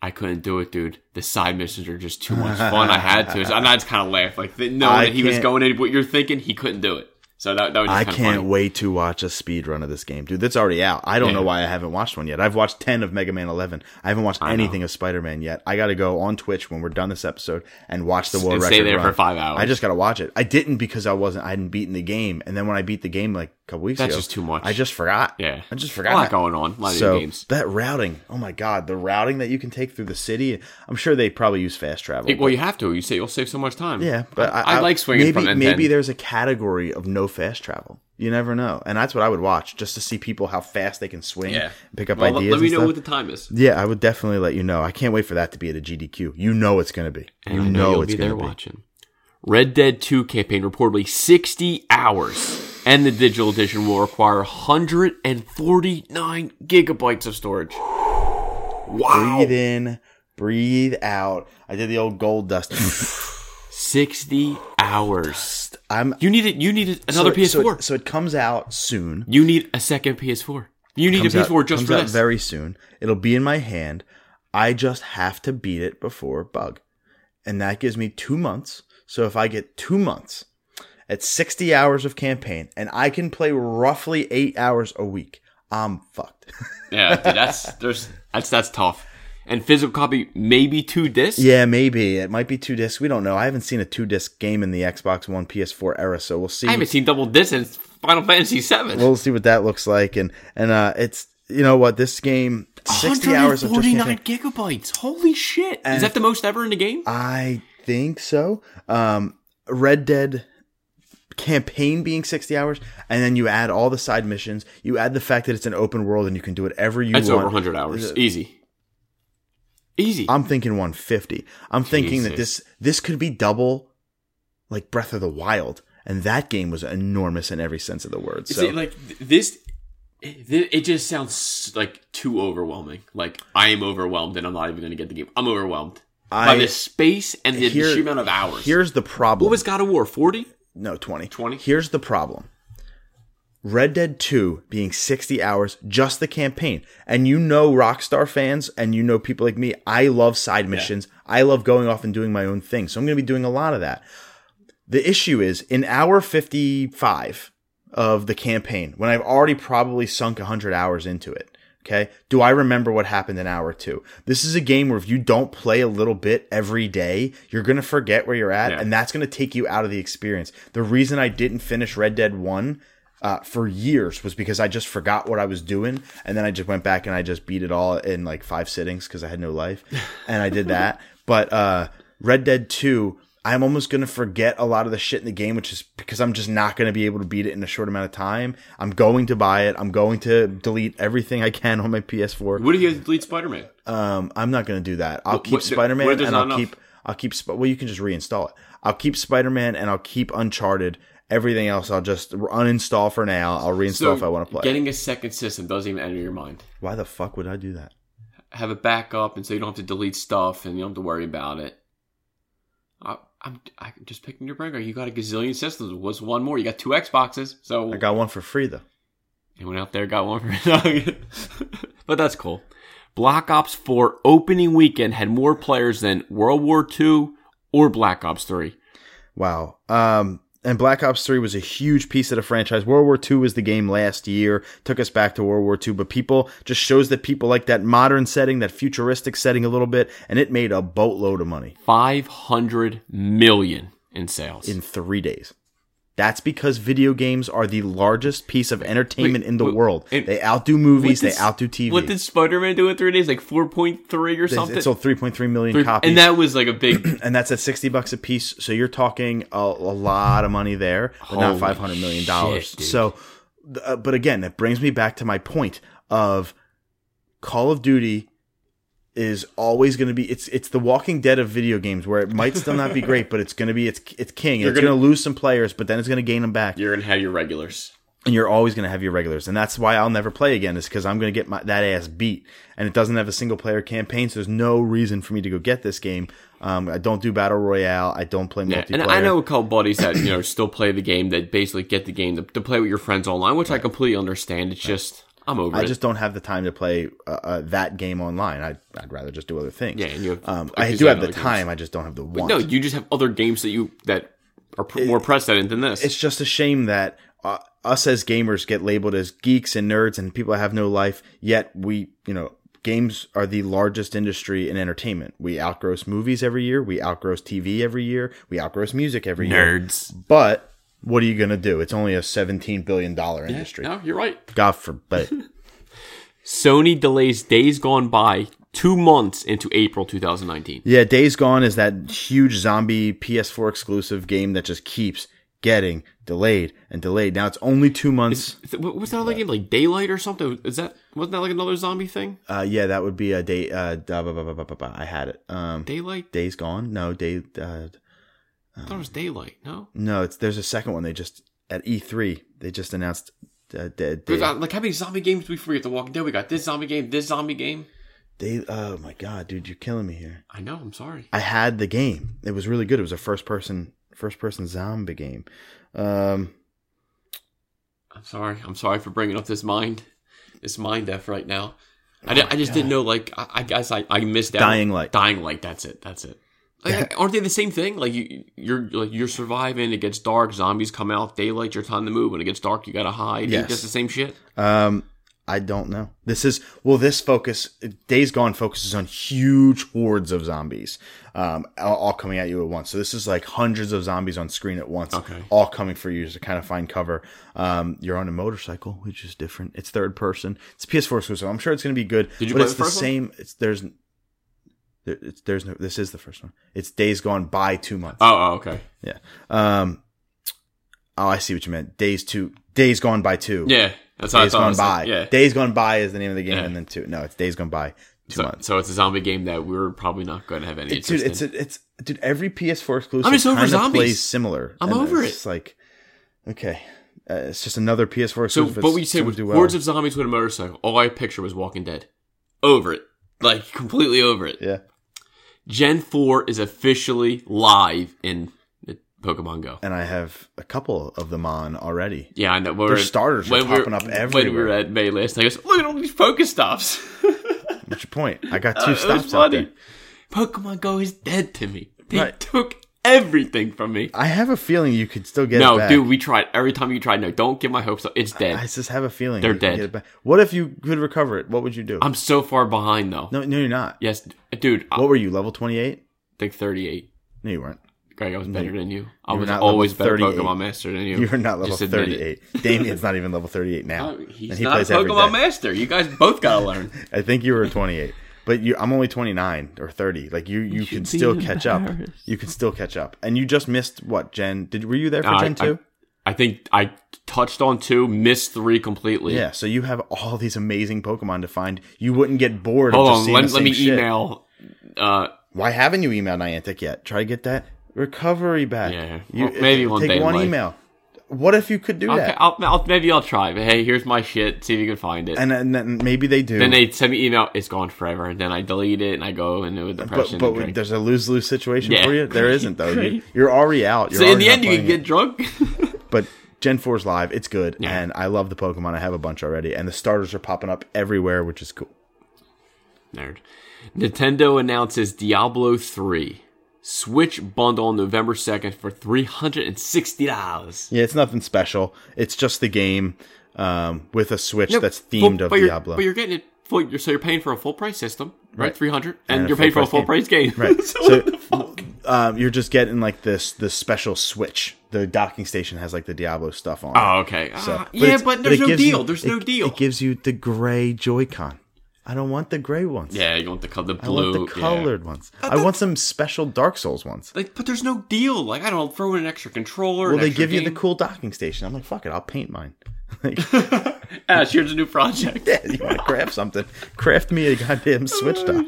S4: I couldn't do it, dude. The side missions are just too much fun. I had to, and I just kind of laughed, like th- knowing
S3: I
S4: that he was
S3: can't-
S4: going in what you're thinking. He couldn't do it, so that that was just
S3: I
S4: kind of
S3: can't
S4: funny.
S3: wait to watch a speed run of this game, dude. That's already out. I don't know
S4: Yeah.
S3: why I haven't watched one yet. I've watched ten of Mega Man Eleven. I haven't watched anything of Spider Man yet. I got to go on Twitch when we're done this episode and watch the world
S4: and
S3: record.
S4: stay there
S3: run.
S4: for five hours.
S3: I just got to watch it. I didn't because I wasn't. I hadn't beaten the game, and then when I beat the game like a couple weeks
S4: That's
S3: ago,
S4: just too much.
S3: I just forgot.
S4: Yeah.
S3: I just
S4: a
S3: forgot.
S4: lot going on. A lot of
S3: so
S4: games.
S3: that routing, oh my god, the routing that you can take through the city. I'm sure they probably use fast travel.
S4: It- well,
S3: but-
S4: you have to. You say you'll save so much time.
S3: yeah, but I,
S4: I like swinging
S3: Maybe
S4: from N10.
S3: maybe there's a category of no fast travel. You never know, and that's what I would watch just to see people how fast they can swing,
S4: Yeah.
S3: and pick up
S4: Well, let-
S3: ideas.
S4: let me
S3: and
S4: know
S3: stuff.
S4: what the time is.
S3: yeah, I would definitely let you know. I can't wait for that to be at a GDQ. You know it's going to be.
S4: and
S3: you
S4: I know, you'll
S3: it's
S4: be there
S3: gonna
S4: watching. Red Dead 2 campaign reportedly 60 hours, and the digital edition will require 149 gigabytes of storage. Wow,
S3: Breathe in, breathe out. I did the old gold dust.
S4: 60 hours.
S3: I'm
S4: You need it. You need it-
S3: so
S4: another
S3: it- so it-
S4: PS4.
S3: so it comes out soon.
S4: you need a second PS4. You need a
S3: comes out-
S4: PS4 just
S3: comes
S4: for
S3: out
S4: this.
S3: very soon. It'll be in my hand. I just have to beat it before bug, and that gives me two months. So if I get two months at sixty hours of campaign, and I can play roughly eight hours a week, I'm fucked.
S4: yeah, dude, that's there's that's that's tough. And physical copy, maybe two discs.
S3: yeah, maybe it might be two discs. We don't know. I haven't seen a two disc game in the Xbox One, PS4 era, so we'll see.
S4: I haven't seen double discs since Final Fantasy VII.
S3: we'll see what that looks like, and and uh, it's you know what this game sixty hours of just campaign.
S4: 149 gigabytes. Holy shit! Is that the most ever in the game?
S3: I think so. Um, Red Dead campaign being 60 hours and then you add all the side missions you add the fact that it's an open world and you can do whatever you
S4: That's
S3: want
S4: over 100 hours. Easy. Easy.
S3: i'm thinking 150 i'm thinking that this
S4: Jesus.
S3: this could be double like breath of the wild and that game was enormous in every sense of the word
S4: Is
S3: so
S4: it like th- this? th- It just sounds like too overwhelming. Like I am overwhelmed, and I'm not even going to get the game. I'm overwhelmed by
S3: I-
S4: the space and the
S3: here-
S4: sheer amount of hours.
S3: here's the problem
S4: what was God of War? 40?
S3: no 20
S4: 20?
S3: here's the problem red dead 2 being 60 hours just the campaign and you know rockstar fans and you know people like me i love side missions i love going off and doing my own thing so i'm going to be doing a lot of that the issue is in hour 55 of the campaign when i've already probably sunk 100 hours into it okay do i remember what happened in hour two this is a game where if you don't play a little bit every day you're going to forget where you're at
S4: Yeah.
S3: and that's going to take you out of the experience the reason i didn't finish red dead 1 uh, for years was because i just forgot what i was doing and then i just went back and i just beat it all in like five sittings because i had no life and i did that but uh, red dead 2 I'm almost going to forget a lot of the shit in the game, which is because I'm just not going to be able to beat it in a short amount of time. I'm going to buy it. I'm going to delete everything I can on my PS4.
S4: What do you guys delete Spider Man?
S3: Um, I'm not going to do that. I'll
S4: Wh-
S3: keep
S4: wh-
S3: Spider Man
S4: where
S3: and
S4: there's
S3: I'll
S4: not enough?
S3: keep, I'll keep, Sp- well, you can just reinstall it. I'll keep Spider Man and I'll keep Uncharted. Everything else I'll just uninstall for now. I'll reinstall if I want to play.
S4: Getting a second system doesn't even enter your mind.
S3: Why the fuck would I do that?
S4: have a backup, and so you don't have to delete stuff and you don't have to worry about it. I, I'm, I'm just picking your brain. You got a gazillion systems. What's one more? You got two Xboxes. So
S3: I got one for free though.
S4: anyone out there got one for? but that's cool. Black Ops 4 opening weekend had more players than World War II or Black Ops 3.
S3: Wow. Um, and Black Ops 3 was a huge piece of the franchise. World War II was the game last year, took us back to World War II, but people just shows that people like that modern setting, that futuristic setting a little bit, and it made a boatload of money
S4: 500 million in sales.
S3: in three days. That's because video games are the largest piece of entertainment
S4: wait,
S3: in the
S4: wait,
S3: world.
S4: and
S3: They outdo movies, they
S4: did-
S3: outdo TV.
S4: What did Spider Man do in three days? Like 4.3 or
S3: They-
S4: something?
S3: it sold 3.3 million copies.
S4: and that was like a big
S3: and that's at 60 bucks a piece so you're talking a, a lot of money there but not
S4: Holy
S3: 500 million dollars
S4: shit, dude.
S3: so th- uh, but again that brings me back to my point of call of duty is always going to be it's it's the Walking Dead of video games where it might still not be great, but it's going to be it's it's king.
S4: You're
S3: it's
S4: gonna-
S3: going to lose some players, but then it's going to gain them back,
S4: You're gonna have your regulars.
S3: and you're always going to have your regulars, and that's why I'll never play again is because I'm going to get my, that ass beat, and it doesn't have a single player campaign, so there's no reason for me to go get this game. Um, I don't do battle royale. I don't play
S4: Yeah,
S3: multiplayer.
S4: and I know a couple buddies that you know still play the game that basically get the game to, to play with your friends online, which I completely understand. It's just I'm over
S3: I
S4: it.
S3: just don't have the time to play uh, uh, that game online. I, I'd rather just do other things.
S4: Yeah, and you have-
S3: um,
S4: like
S3: I
S4: you
S3: do
S4: said,
S3: have the
S4: other games.
S3: time. I just don't have the want.
S4: no, you just have other games that you that are pr- more precedent than this.
S3: it's just a shame that uh, us as gamers get labeled as geeks and nerds and people that have no life. Yet we, you know, games are the largest industry in entertainment. We outgross movies every year. We outgross TV every year. We outgross music every year.
S4: nerds.
S3: But what are you gonna do? It's only a seventeen billion dollar industry.
S4: No, you're right.
S3: God forbid.
S4: Sony delays Days Gone By two months into April 2019.
S3: yeah, Days Gone is that huge zombie PS4 exclusive game that just keeps getting delayed and delayed. Now it's only two months.
S4: Th- what- What's that other game like Daylight or something? Is that wasn't that like another zombie thing?
S3: Uh, yeah, that would be a day. Uh, da, ba, ba, ba, ba, ba, ba. I had it. Um,
S4: Daylight?
S3: Days Gone? No, Day. Uh,
S4: I thought it was Daylight. No.
S3: no, it's there's a second one. They just at E3 they just announced. Uh, day,
S4: We
S3: day,
S4: got, like how many zombie games do we forget? The Walking Dead. We got this zombie game, this zombie game.
S3: Day- oh my god, dude, you're killing me here.
S4: I know. I'm sorry.
S3: I had the game. It was really good. It was a first person first person zombie game. Um,
S4: I'm sorry. I'm sorry for bringing up this mind, this mind f right now. I, di- I just didn't know. Like I, I guess I, I missed out.
S3: Oh Dying Light.
S4: Dying light. That's it. That's it. Like, aren't they the same thing? Like you, you're like you're surviving. It gets dark. Zombies come out. Daylight. Your time to move. When it gets dark, you gotta hide.
S3: Yes.
S4: Just the same shit.
S3: Um, I don't know. This is well. This focus Days Gone focuses on huge hordes of zombies, um, all, all coming at you at once. So this is like hundreds of zombies on screen at once,
S4: Okay.
S3: all coming for you to kind of find cover. Um, you're on a motorcycle, which is different. It's third person. It's PS4 exclusive. I'm sure it's going to be good.
S4: Did you
S3: but
S4: play
S3: it's
S4: the first one?
S3: same. It's there's. there- It's, there's no. This is the first one. It's Days Gone by two months.
S4: Oh, oh, okay.
S3: Yeah. Um. Oh, I see what you meant. Days two. Days gone by two.
S4: Yeah, that's how I
S3: Days
S4: thought. it
S3: Gone
S4: was, like,
S3: By.
S4: Yeah.
S3: Days Gone By is the name of the game,
S4: Yeah.
S3: and then two. No, it's Days Gone By. Two
S4: so,
S3: months.
S4: so it's a zombie game that we're probably not going to have any
S3: It- dude, it's
S4: interest in.
S3: a, it's dude. Every PS4 exclusive
S4: I'm just over
S3: kinda
S4: zombies.
S3: plays similar.
S4: I'm
S3: and
S4: over
S3: it's
S4: it.
S3: just like, okay, uh, it's just another PS4
S4: so,
S3: exclusive.
S4: but we
S3: It's
S4: said
S3: gonna
S4: with
S3: do well.
S4: hordes of zombies with a motorcycle. All I picture was Walking Dead. Over it, like completely over it.
S3: yeah,
S4: Gen four is officially live in Pokemon Go.
S3: and I have a couple of them on already.
S4: Yeah, I know. We're,
S3: Their starters are
S4: when we were-
S3: popping up
S4: When we
S3: everywhere.
S4: were at May last, I goes, look at all these Pokestops.
S3: What's your point? I got
S4: It
S3: two
S4: was
S3: stops out
S4: Uh, funny.
S3: there.
S4: Pokemon Go is dead to me. They
S3: Right.
S4: took everything from me.
S3: I have a feeling you could still get it
S4: no,
S3: back.
S4: dude, we tried. Every time you tried, no, don't get my hopes up. It's dead.
S3: I just have a feeling
S4: They're
S3: you could
S4: dead.
S3: Get it back. What if you could recover it? What would you do?
S4: I'm so far behind though.
S3: no, no, you're not.
S4: Yes, d- dude. I
S3: What were you? Level twenty eight?
S4: think 38.
S3: No, you weren't.
S4: Greg, I was better than you. I
S3: you were
S4: was
S3: not
S4: always
S3: level
S4: better
S3: 38.
S4: Pokemon Master than you.
S3: You're not level
S4: Just admit it.
S3: 38. Damien's not even level 38 now.
S4: No, he's
S3: and he
S4: not
S3: plays
S4: a
S3: every
S4: Pokemon
S3: day.
S4: Master. You guys both gotta learn.
S3: I think you were 28, but you, I'm only 29 or 30. Like you, you, can still catch up. You can still catch up, and you just missed what Gen? Did were you there for
S4: I-
S3: Gen
S4: I-
S3: two?
S4: I think I touched on two, missed three completely.
S3: Yeah. So you have all these amazing Pokemon to find. You wouldn't get bored.
S4: Hold
S3: of just
S4: on,
S3: seeing
S4: let,
S3: the
S4: let
S3: same
S4: me
S3: shit.
S4: email. Uh,
S3: Why haven't you emailed Niantic yet? Try to get that recovery back.
S4: Yeah.
S3: You,
S4: Well, maybe
S3: it-
S4: one
S3: take
S4: day in
S3: one
S4: life.
S3: email. What if you could do
S4: okay,
S3: that?
S4: I'll, I'll, maybe I'll try. But hey, here's my shit. See if you can find it.
S3: and, and then maybe they do.
S4: then they send me email. It's gone forever. And then I delete it and I go into a depression.
S3: But, but
S4: and drink.
S3: there's a lose lose situation
S4: Yeah.
S3: for you. There isn't though. You,
S4: Great.
S3: you're already out. You're
S4: so in
S3: already
S4: the
S3: not
S4: end, you can
S3: playing
S4: get
S3: it.
S4: drunk.
S3: But Gen 4's live. It's good,
S4: Yeah.
S3: and I love the Pokemon. I have a bunch already, and the starters are popping up everywhere, which is cool.
S4: Nerd. Nintendo announces Diablo 3 Switch bundle on November 2nd for $360.
S3: Yeah, it's nothing special. It's just the game um, with a Switch
S4: No,
S3: that's
S4: full-
S3: themed of
S4: but you're-
S3: Diablo.
S4: But you're getting it full, you're, so you're paying for a full price system, right?
S3: Right.
S4: 300
S3: And
S4: and,
S3: a
S4: you're paying for a full
S3: full-price
S4: price game.
S3: Right.
S4: so,
S3: So,
S4: what the fuck?
S3: um, you're just getting like this this special Switch. The docking station has like the Diablo stuff on. it.
S4: Oh, okay.
S3: So-
S4: Ah, yeah,
S3: it's-
S4: but
S3: it
S4: there's no
S3: gives
S4: deal.
S3: you-
S4: there's
S3: it-
S4: no deal.
S3: It gives you the gray Joy-Con. I don't want the gray ones.
S4: yeah, you want the color, the
S3: I
S4: blue.
S3: want the
S4: yeah.
S3: colored ones. I want some special Dark Souls ones.
S4: Like, but there's no deal. Like, I don't know, throw in an extra controller.
S3: Well,
S4: an
S3: they
S4: extra
S3: give you
S4: game.
S3: the cool docking station. I'm like, fuck it, I'll paint mine. Like,
S4: Ash, here's a new project.
S3: you want to craft something? Craft me a goddamn Switch
S4: Oh,
S3: dock.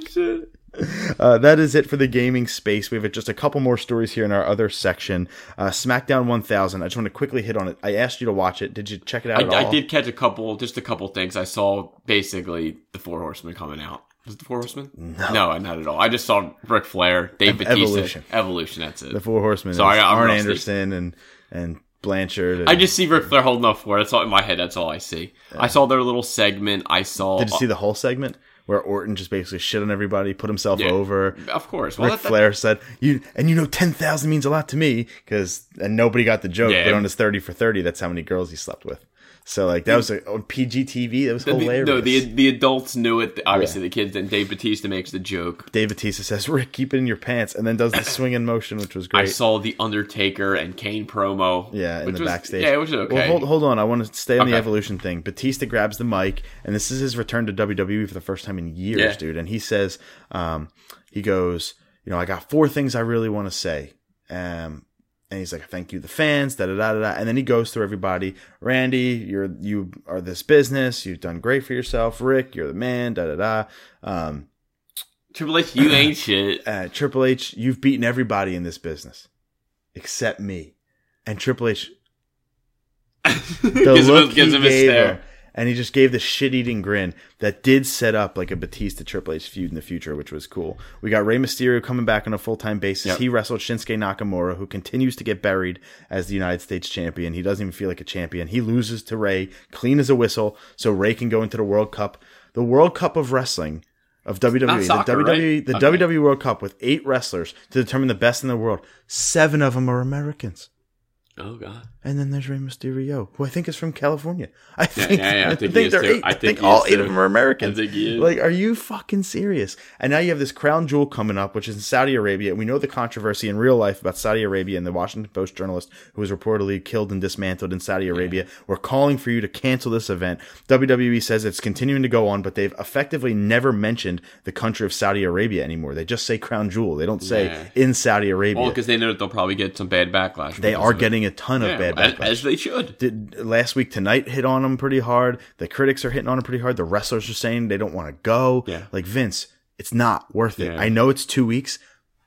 S3: Uh, that is it for the gaming space. We have just a couple more stories here in our other section. Uh, SmackDown 1000. I just want to quickly hit on it. I asked you to watch it. Did you check it out?
S4: I,
S3: at all?
S4: I did catch a couple, just a couple things. I saw basically the Four Horsemen coming out. Was it the Four Horsemen? No, not at all. I just saw Ric Flair, Dave Batista,
S3: Evolution.
S4: Evolution. that's it.
S3: The Four Horsemen.
S4: Sorry,
S3: is
S4: I'm
S3: Arn
S4: rusty.
S3: Anderson and and Blanchard. and-
S4: I just see Ric Flair holding up for it. That's all in my head. That's all I see. I saw their little segment. I saw.
S3: Did you see the whole segment where Orton just basically shit on everybody, put himself
S4: Yeah.
S3: over?
S4: Of course. Well,
S3: Ric
S4: that- that-
S3: Flair said, "You and you know, ten thousand means a lot to me because and nobody got the joke.
S4: Yeah.
S3: But on his thirty for thirty, that's how many girls he slept with. So like that was a on PG TV. That was
S4: the-
S3: hilarious.
S4: no, the the adults knew it. Obviously, the kids. Then Dave Batista makes the joke.
S3: Dave Batista says, "Rick, keep it in your pants," and then does the swing in motion, which was
S4: I
S3: great.
S4: saw the Undertaker and Kane promo.
S3: Yeah, in
S4: which
S3: the
S4: was-
S3: backstage.
S4: Yeah, which is okay.
S3: Well, hold, hold on. I want to stay on the
S4: Okay.
S3: evolution thing. Batista grabs the mic, and this is his return to WWE for the first time in years,
S4: Yeah.
S3: dude. And he says, um, he goes, you know, I got four things I really want to say. Um, and he's like, thank you, the fans, da da da da. da. And then he goes through everybody. Randy, you're you are this business. You've done great for yourself. Rick, you're the man. Da da da. Um,
S4: Triple H, you ain't shit.
S3: uh, Triple H, you've beaten everybody in this business except me. And Triple H, the
S4: Gives him a-
S3: look
S4: gives
S3: he
S4: him a
S3: gave
S4: stare.
S3: him, and he just gave the shit-eating grin that did set up like a Batista Triple H feud in the future, which was cool. We got Rey Mysterio coming back on a full-time basis.
S4: Yep.
S3: He wrestled Shinsuke Nakamura, who continues to get buried as the United States champion. He doesn't even feel like a champion. He loses to Rey clean as a whistle, so Rey can go into the World Cup. The World Cup of Wrestling of WWE,
S4: soccer,
S3: the WWE,
S4: right?
S3: the
S4: Okay.
S3: WWE World Cup with eight wrestlers to determine the best in the world. Seven of them are Americans,
S4: Oh god.
S3: and then there's Rey Mysterio, who I think is from California. I think,
S4: yeah, yeah, I
S3: I
S4: think
S3: think,
S4: he is
S3: they're
S4: too.
S3: eight.
S4: I
S3: I
S4: think
S3: think,
S4: he
S3: all
S4: is
S3: eight
S4: too.
S3: of them are Americans.
S4: I think he is.
S3: Like, are you fucking serious? And now you have this crown jewel coming up, which is in Saudi Arabia. We know the controversy in real life about Saudi Arabia and the Washington Post journalist who was reportedly killed and dismantled in Saudi Arabia. We're calling for you to cancel this event. WWE says it's continuing to go on, but they've effectively never mentioned the country of Saudi Arabia anymore. They just say crown jewel. They don't say
S4: Yeah.
S3: in Saudi Arabia.
S4: Well, because they know that they'll probably get some bad backlash.
S3: they
S4: because
S3: are
S4: of it.
S3: getting a ton of
S4: Yeah,
S3: bad
S4: as-
S3: backlash
S4: as they should.
S3: did last week tonight hit on them pretty hard. The critics are hitting on them pretty hard. The wrestlers are saying they don't want to go.
S4: Yeah.
S3: Like Vince, it's not worth it.
S4: Yeah.
S3: I know it's two weeks.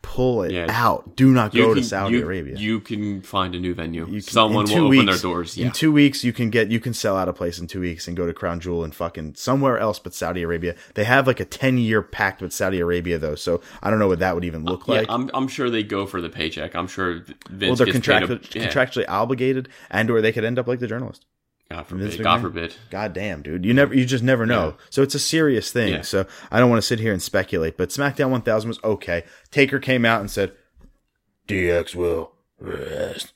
S3: Pull it
S4: Yeah.
S3: out. Do not
S4: You
S3: go
S4: can-
S3: to Saudi
S4: you-
S3: Arabia.
S4: You can find a new venue.
S3: You can-
S4: Someone
S3: in
S4: will
S3: two
S4: open their
S3: weeks-
S4: doors.
S3: In
S4: Yeah.
S3: two weeks, you can get you can sell out a place in two weeks and go to Crown Jewel and fucking somewhere else but Saudi Arabia. They have like a ten year pact with Saudi Arabia though, so I don't know what that would even look
S4: Yeah,
S3: like.
S4: I'm, I'm sure they go for the paycheck. I'm sure Vince
S3: well, they're
S4: gets
S3: contractually,
S4: paid a, yeah.
S3: contractually obligated, and or they could end up like the journalist.
S4: God
S3: Vince
S4: forbid. God
S3: McMahon.
S4: forbid.
S3: God damn, dude. You never you just never know.
S4: Yeah.
S3: So it's a serious thing.
S4: Yeah.
S3: So I don't want to sit here and speculate, but SmackDown 1000 was okay. Taker came out and said, "DX will rest."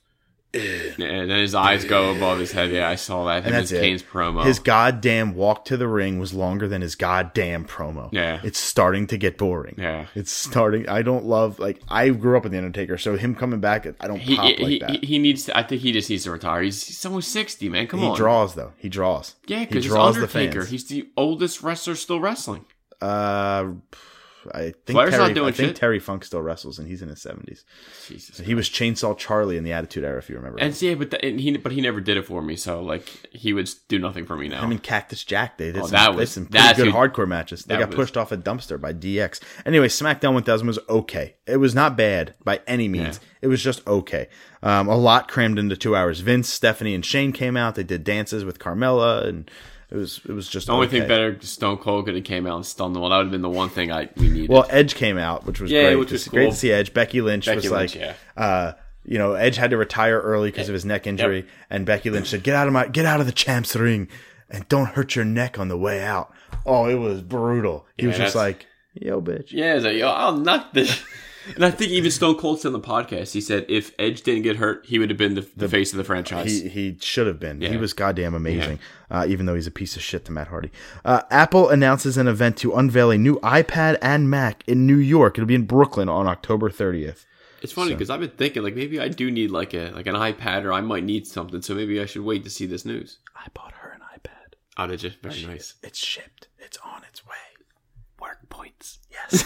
S4: Yeah, And then his eyes go above his head. Yeah, I saw that. Him
S3: And that's
S4: and
S3: it.
S4: Kane's promo.
S3: His goddamn walk to the ring was longer than his goddamn promo.
S4: Yeah.
S3: It's starting to get boring.
S4: Yeah.
S3: It's starting I don't love like I grew up with the Undertaker, so him coming back I don't
S4: he,
S3: pop like
S4: he,
S3: that.
S4: he, he needs to, I think he just needs to retire. He's, he's almost 60, man. Come
S3: he
S4: on.
S3: draws though. He draws.
S4: yeah,
S3: he
S4: because he's
S3: draws the
S4: Undertaker.
S3: fans.
S4: he's the oldest wrestler still wrestling.
S3: Uh, I think
S4: Flair's not
S3: Terry,
S4: doing
S3: I think
S4: shit.
S3: Terry Funk still wrestles, and he's in his seventies.
S4: Jesus.
S3: He was Chainsaw Charlie in the Attitude Era, if you remember.
S4: And see, but, the, and he, but he never did it for me. So, like, he would do nothing for me now.
S3: I mean, Cactus Jack. They did
S4: Oh,
S3: some,
S4: that
S3: they
S4: was-
S3: did some pretty
S4: that's
S3: good
S4: who-
S3: hardcore matches. They
S4: that
S3: got
S4: was-
S3: pushed off a dumpster by DX. Anyway, SmackDown 1000 was okay. It was not bad by any means. It was just okay. Um, a lot crammed into two hours. Vince, Stephanie, and Shane came out. They did dances with Carmella, and it was it was just
S4: the only
S3: okay.
S4: thing better, Stone Cold could have came out and stunned the one. That would have been the one thing I we needed.
S3: Well, Edge came out, which was
S4: Yeah,
S3: great.
S4: which
S3: It was
S4: was
S3: great
S4: cool.
S3: to see Edge. Becky Lynch
S4: Becky
S3: was
S4: Lynch,
S3: like, uh, you know, Edge had to retire early because of his neck injury, and Becky Lynch said, "Get out of my, get out of the champs ring, and don't hurt your neck on the way out." Oh, it was brutal. He was
S4: Yeah,
S3: just
S4: that's-
S3: like, "Yo, bitch."
S4: Yeah, he's like, yo, I'll knock this. And I think even Stone Cold said on the podcast, he said if Edge didn't get hurt, he would have been the, the, face of the franchise.
S3: He, he should have been. He
S4: Yeah.
S3: was goddamn amazing, uh, even though he's a piece of shit to Matt Hardy. Uh, Apple announces an event to unveil a new iPad and Mac in New York. It'll be in Brooklyn on October 30th.
S4: it's funny because I've been thinking like maybe I do need like a like an iPad or I might need something, so maybe I should wait to see this news.
S3: I bought her an iPad.
S4: Oh, did you? Very nice.
S3: It's shipped. It's on its way.
S4: Work points.
S3: Yes.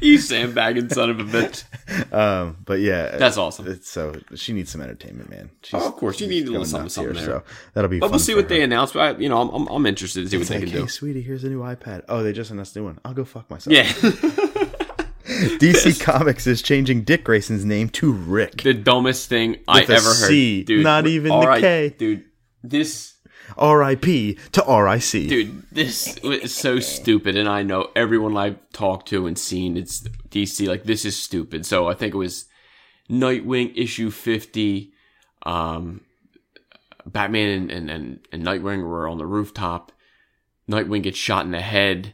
S4: you sandbagging son of a bitch.
S3: Um, but yeah,
S4: That's awesome.
S3: It's, so she needs some entertainment, man. She's,
S4: Oh, of course, you
S3: she's
S4: need a little
S3: going
S4: something-
S3: nuts
S4: something there.
S3: So that'll be.
S4: But we'll
S3: fun
S4: see
S3: for
S4: what they
S3: her.
S4: announce. I, you know, I'm, I'm, I'm interested to see what
S3: It's
S4: they
S3: like,
S4: can
S3: hey,
S4: do.
S3: sweetie, here's a new iPad. Oh, they just announced a new one. I'll go fuck myself.
S4: Yeah,
S3: DC Comics is changing Dick Grayson's name to Rick.
S4: the dumbest thing I
S3: With a
S4: ever heard.
S3: C, not even the
S4: alright,
S3: K.
S4: Dude, this
S3: R.I.P. to R.I.C.
S4: dude, this is so stupid. And I know everyone I've talked to and seen, it's DC. Like this is stupid. So I think it was Nightwing issue fifty. Um, Batman and and and, and Nightwing were on the rooftop. Nightwing gets shot in the head.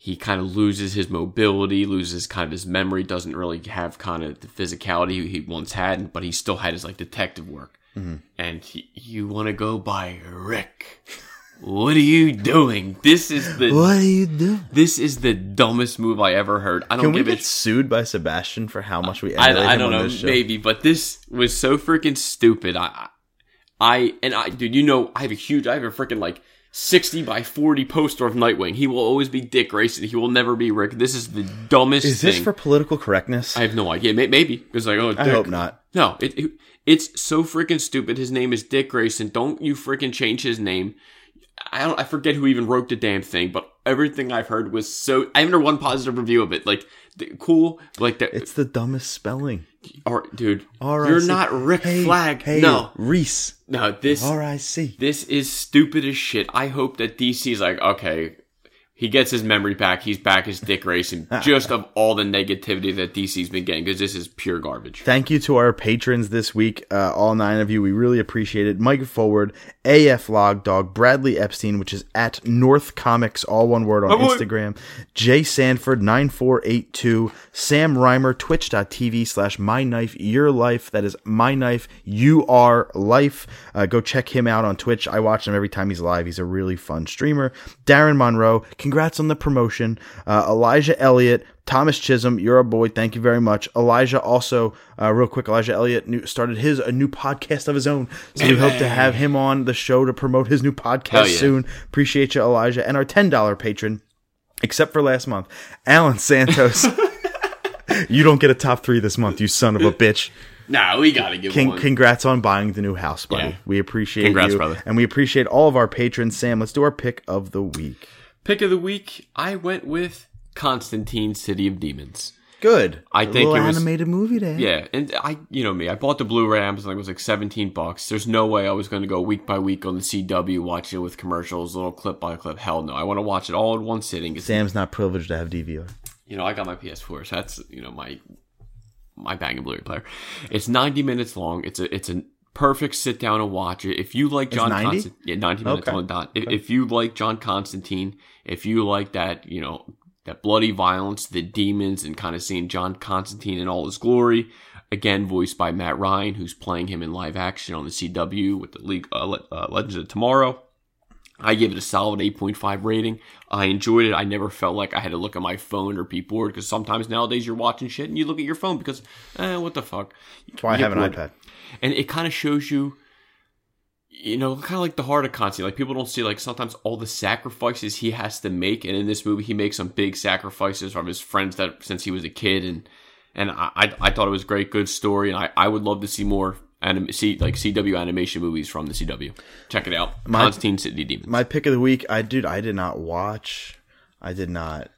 S4: He kind of loses his mobility, loses kind of his memory, doesn't really have kind of the physicality he once had, but he still had his like detective work.
S3: Mm-hmm.
S4: And he, you want to go by Rick. What are you doing? This is the
S3: What are you doing?
S4: this is the dumbest move I ever heard. I don't
S3: Can we
S4: give
S3: get
S4: a
S3: sued by Sebastian for how much we
S4: I,
S3: emulate
S4: I
S3: him
S4: don't
S3: on
S4: know,
S3: this show?
S4: maybe, but this was so freaking stupid. I, I, and I, dude, you know, I have a huge, I have a freaking like 60 by 40 poster of Nightwing. He will always be Dick Grayson. He will never be Rick. This is the dumbest
S3: Is this
S4: thing.
S3: for political correctness?
S4: I have no idea. May- Maybe. Because, like, oh,
S3: I
S4: Dick-
S3: hope not.
S4: No, it, it- it's so freaking stupid. His name is Dick Grayson. Don't you freaking change his name. I don't. I forget who even wrote the damn thing, but everything I've heard was so. I haven't heard one positive review of it. Like, the, cool. Like that.
S3: It's the dumbest spelling.
S4: Or, dude,
S3: R.I.C.
S4: you're not Rick
S3: Hey,
S4: Flag.
S3: Hey,
S4: No,
S3: Reese.
S4: no, this
S3: R.I.C.
S4: this is stupid as shit. I hope that DC's like, okay, he gets his memory back. He's back as Dick Grayson. just of all the negativity that DC's been getting, because this is pure garbage.
S3: Thank you to our patrons this week, uh, all nine of you. We really appreciate it. Mike Forward, AF Log Dog, Bradley Epstein, which is at North Comics, all one word on
S4: Oh, boy.
S3: Instagram, Jay Sanford, 9482, Sam Reimer, twitch.tv slash My Knife Your Life. That is My Knife You Are Life. Uh, go check him out on Twitch. I watch him every time he's live. He's a really fun streamer. Darren Monroe, congrats on the promotion. Uh, Elijah Elliott, Thomas Chisholm, you're a boy. Thank you very much. Elijah also, uh, real quick, Elijah Elliott new, started his a new podcast of his own. So we hope to have him on the show to promote his new
S4: Hell
S3: podcast
S4: yeah.
S3: soon. Appreciate you, Elijah, and our ten dollar patron, except for last month, Alan Santos. you don't get a top three this month, you son of a bitch.
S4: Nah, we gotta give
S3: Con-
S4: one.
S3: congrats on buying the new house, buddy.
S4: Yeah.
S3: We appreciate
S4: Congrats,
S3: you,
S4: brother.
S3: and we appreciate all of our patrons. Sam, let's do our pick of the week.
S4: Pick of the week, I went with Constantine, City of Demons.
S3: Good.
S4: I
S3: A
S4: think
S3: little
S4: it was-
S3: animated movie day.
S4: Yeah, and I, you know me, I bought the Blu-ray. I was like, it was like seventeen bucks. There's no way I was going to go week by week on the CW, watch it with commercials, little clip by clip. Hell no, I want to watch it all in one sitting. It's
S3: Sam's not privileged to have DVR.
S4: you know, I got my PS4, so that's you know my my bang and Blu-ray player. It's 90 minutes long. It's a it's a perfect sit down and watch it. If you like John
S3: 90?
S4: Constantine, yeah, 90 minutes
S3: Okay.
S4: on the dot. If, if you like John Constantine, if you like that, you know, that bloody violence, the demons, and kind of seeing John Constantine in all his glory. Again, voiced by Matt Ryan, who's playing him in live action on the CW with the League uh, Le- uh, Legends of Tomorrow. I give it a solid 8.5 rating. I enjoyed it. I never felt like I had to look at my phone or be bored because sometimes nowadays you're watching shit and you look at your phone because, eh, what the fuck?
S3: That's why I
S4: You
S3: have an
S4: would.
S3: iPad.
S4: And it kind of shows you, you know, kind of like the heart of Constantine. Like people don't see like sometimes all the sacrifices he has to make. And in this movie, he makes some big sacrifices from his friends that since he was a kid. And and I I, I thought it was a great, good story. And I, I would love to see more. Anim- see like CW animation movies from the CW. Check it out, Constantine City Demons.
S3: My pick of the week, I dude, I did not watch. I did not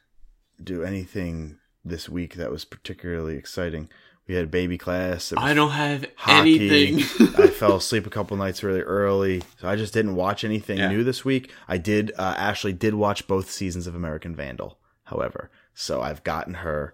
S3: do anything this week that was particularly exciting. We had baby class. there was
S4: I don't have
S3: hockey.
S4: anything.
S3: I fell asleep a couple nights really early, so I just didn't watch anything
S4: Yeah.
S3: new this week. I did. Uh, Ashley did watch both seasons of American Vandal, however, so I've gotten her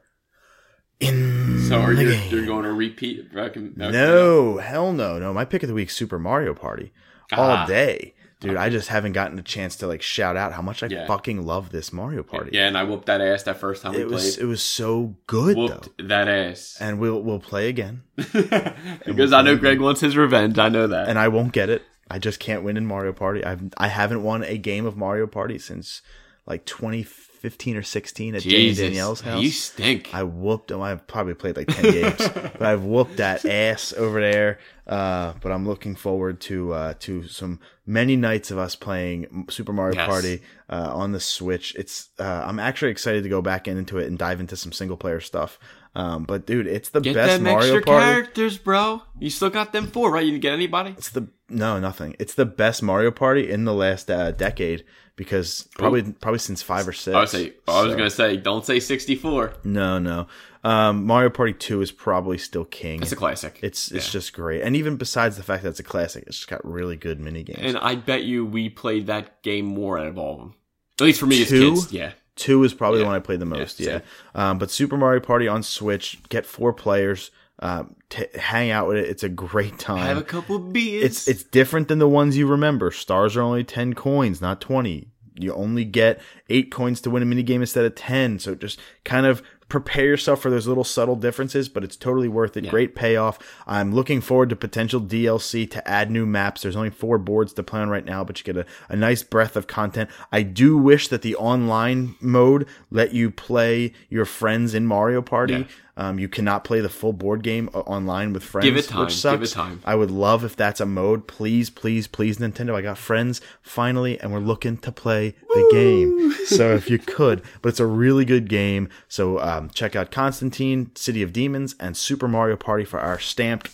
S3: in.
S4: so are
S3: the
S4: you
S3: game.
S4: you're going to repeat? Reckon,
S3: No, hell no, no. My pick of the week, Super Mario Party,
S4: Ah.
S3: all day, dude. I just haven't gotten a chance to like shout out how much I
S4: Yeah.
S3: fucking love this Mario Party.
S4: Yeah, and I whooped that ass that first time we
S3: it was
S4: played.
S3: it was so good
S4: Whooped
S3: though.
S4: that ass
S3: And we'll we'll play again,
S4: because I know Greg wants his revenge. I know that.
S3: and I won't get it. I just can't win in Mario Party. I've I haven't won a game of Mario Party since like 2015 or 16 at Jay
S4: Jesus,
S3: Danielle's house.
S4: you stink.
S3: I whooped him. I've probably played like 10 games, but I've whooped that ass over there. Uh, but I'm looking forward to uh, to some many nights of us playing Super Mario
S4: Yes.
S3: Party uh, on the Switch. It's uh, I'm actually excited to go back into it and dive into some single player stuff. Um, but dude, it's the
S4: Get
S3: best
S4: them
S3: Mario
S4: extra
S3: Party.
S4: characters, bro. You still got them four, right? You didn't get anybody.
S3: It's the no nothing. It's the best Mario Party in the last uh, decade because probably probably since five or six.
S4: I would say. uh, I was
S3: So-
S4: gonna say, don't say sixty-four.
S3: no no. Um, Mario Party Two is probably still king.
S4: That's a classic.
S3: It's it's just great. And even besides the fact that it's a classic, it's just got really good mini games.
S4: and I bet you we played that game more out of all of them. At least for me as
S3: Two?
S4: kids. Yeah.
S3: Two is probably the
S4: Yeah.
S3: one I played the most. Yeah.
S4: same.
S3: Um, but Super Mario Party on Switch, get four players, um, t- hang out with it. It's a great time.
S4: Have a couple beers.
S3: it's it's different than the ones you remember. Stars are only ten coins, not twenty. You only get eight coins to win a minigame instead of ten. So just kind of prepare yourself for those little subtle differences, but it's totally worth it. Great payoff. I'm looking forward to potential DLC to add new maps. There's only four boards to play on right now, but you get a, a nice breadth of content. I do wish that the online mode let you play your friends in Mario Party. Um, you cannot play the full board game o- online with friends,
S4: Give it time.
S3: which sucks.
S4: Give it time.
S3: I would love if that's a mode. Please, please, please, Nintendo. I got friends finally, and we're looking to play the game. So if you could, but it's a really good game. So um, check out Constantine, City of Demons, and Super Mario Party for our stamped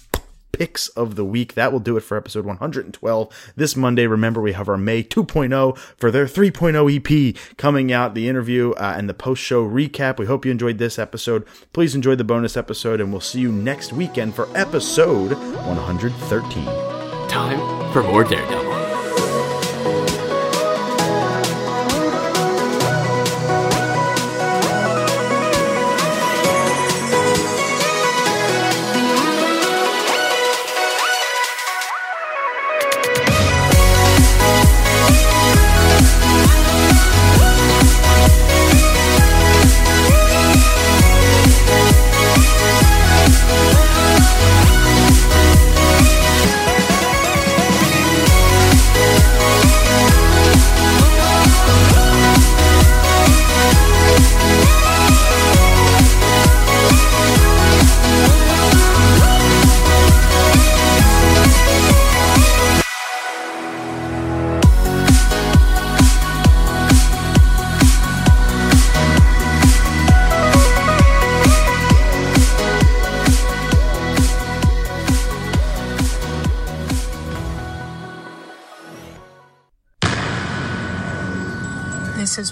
S3: picks of the week. That will do it for episode 112. This Monday, remember, we have our May 2.0 for their 3.0 EP E coming out, the interview uh, and the post show recap. We hope you enjoyed this episode. Please enjoy the bonus episode, and we'll see you next weekend for episode 113.
S4: time for more Daredevil.
S1: This has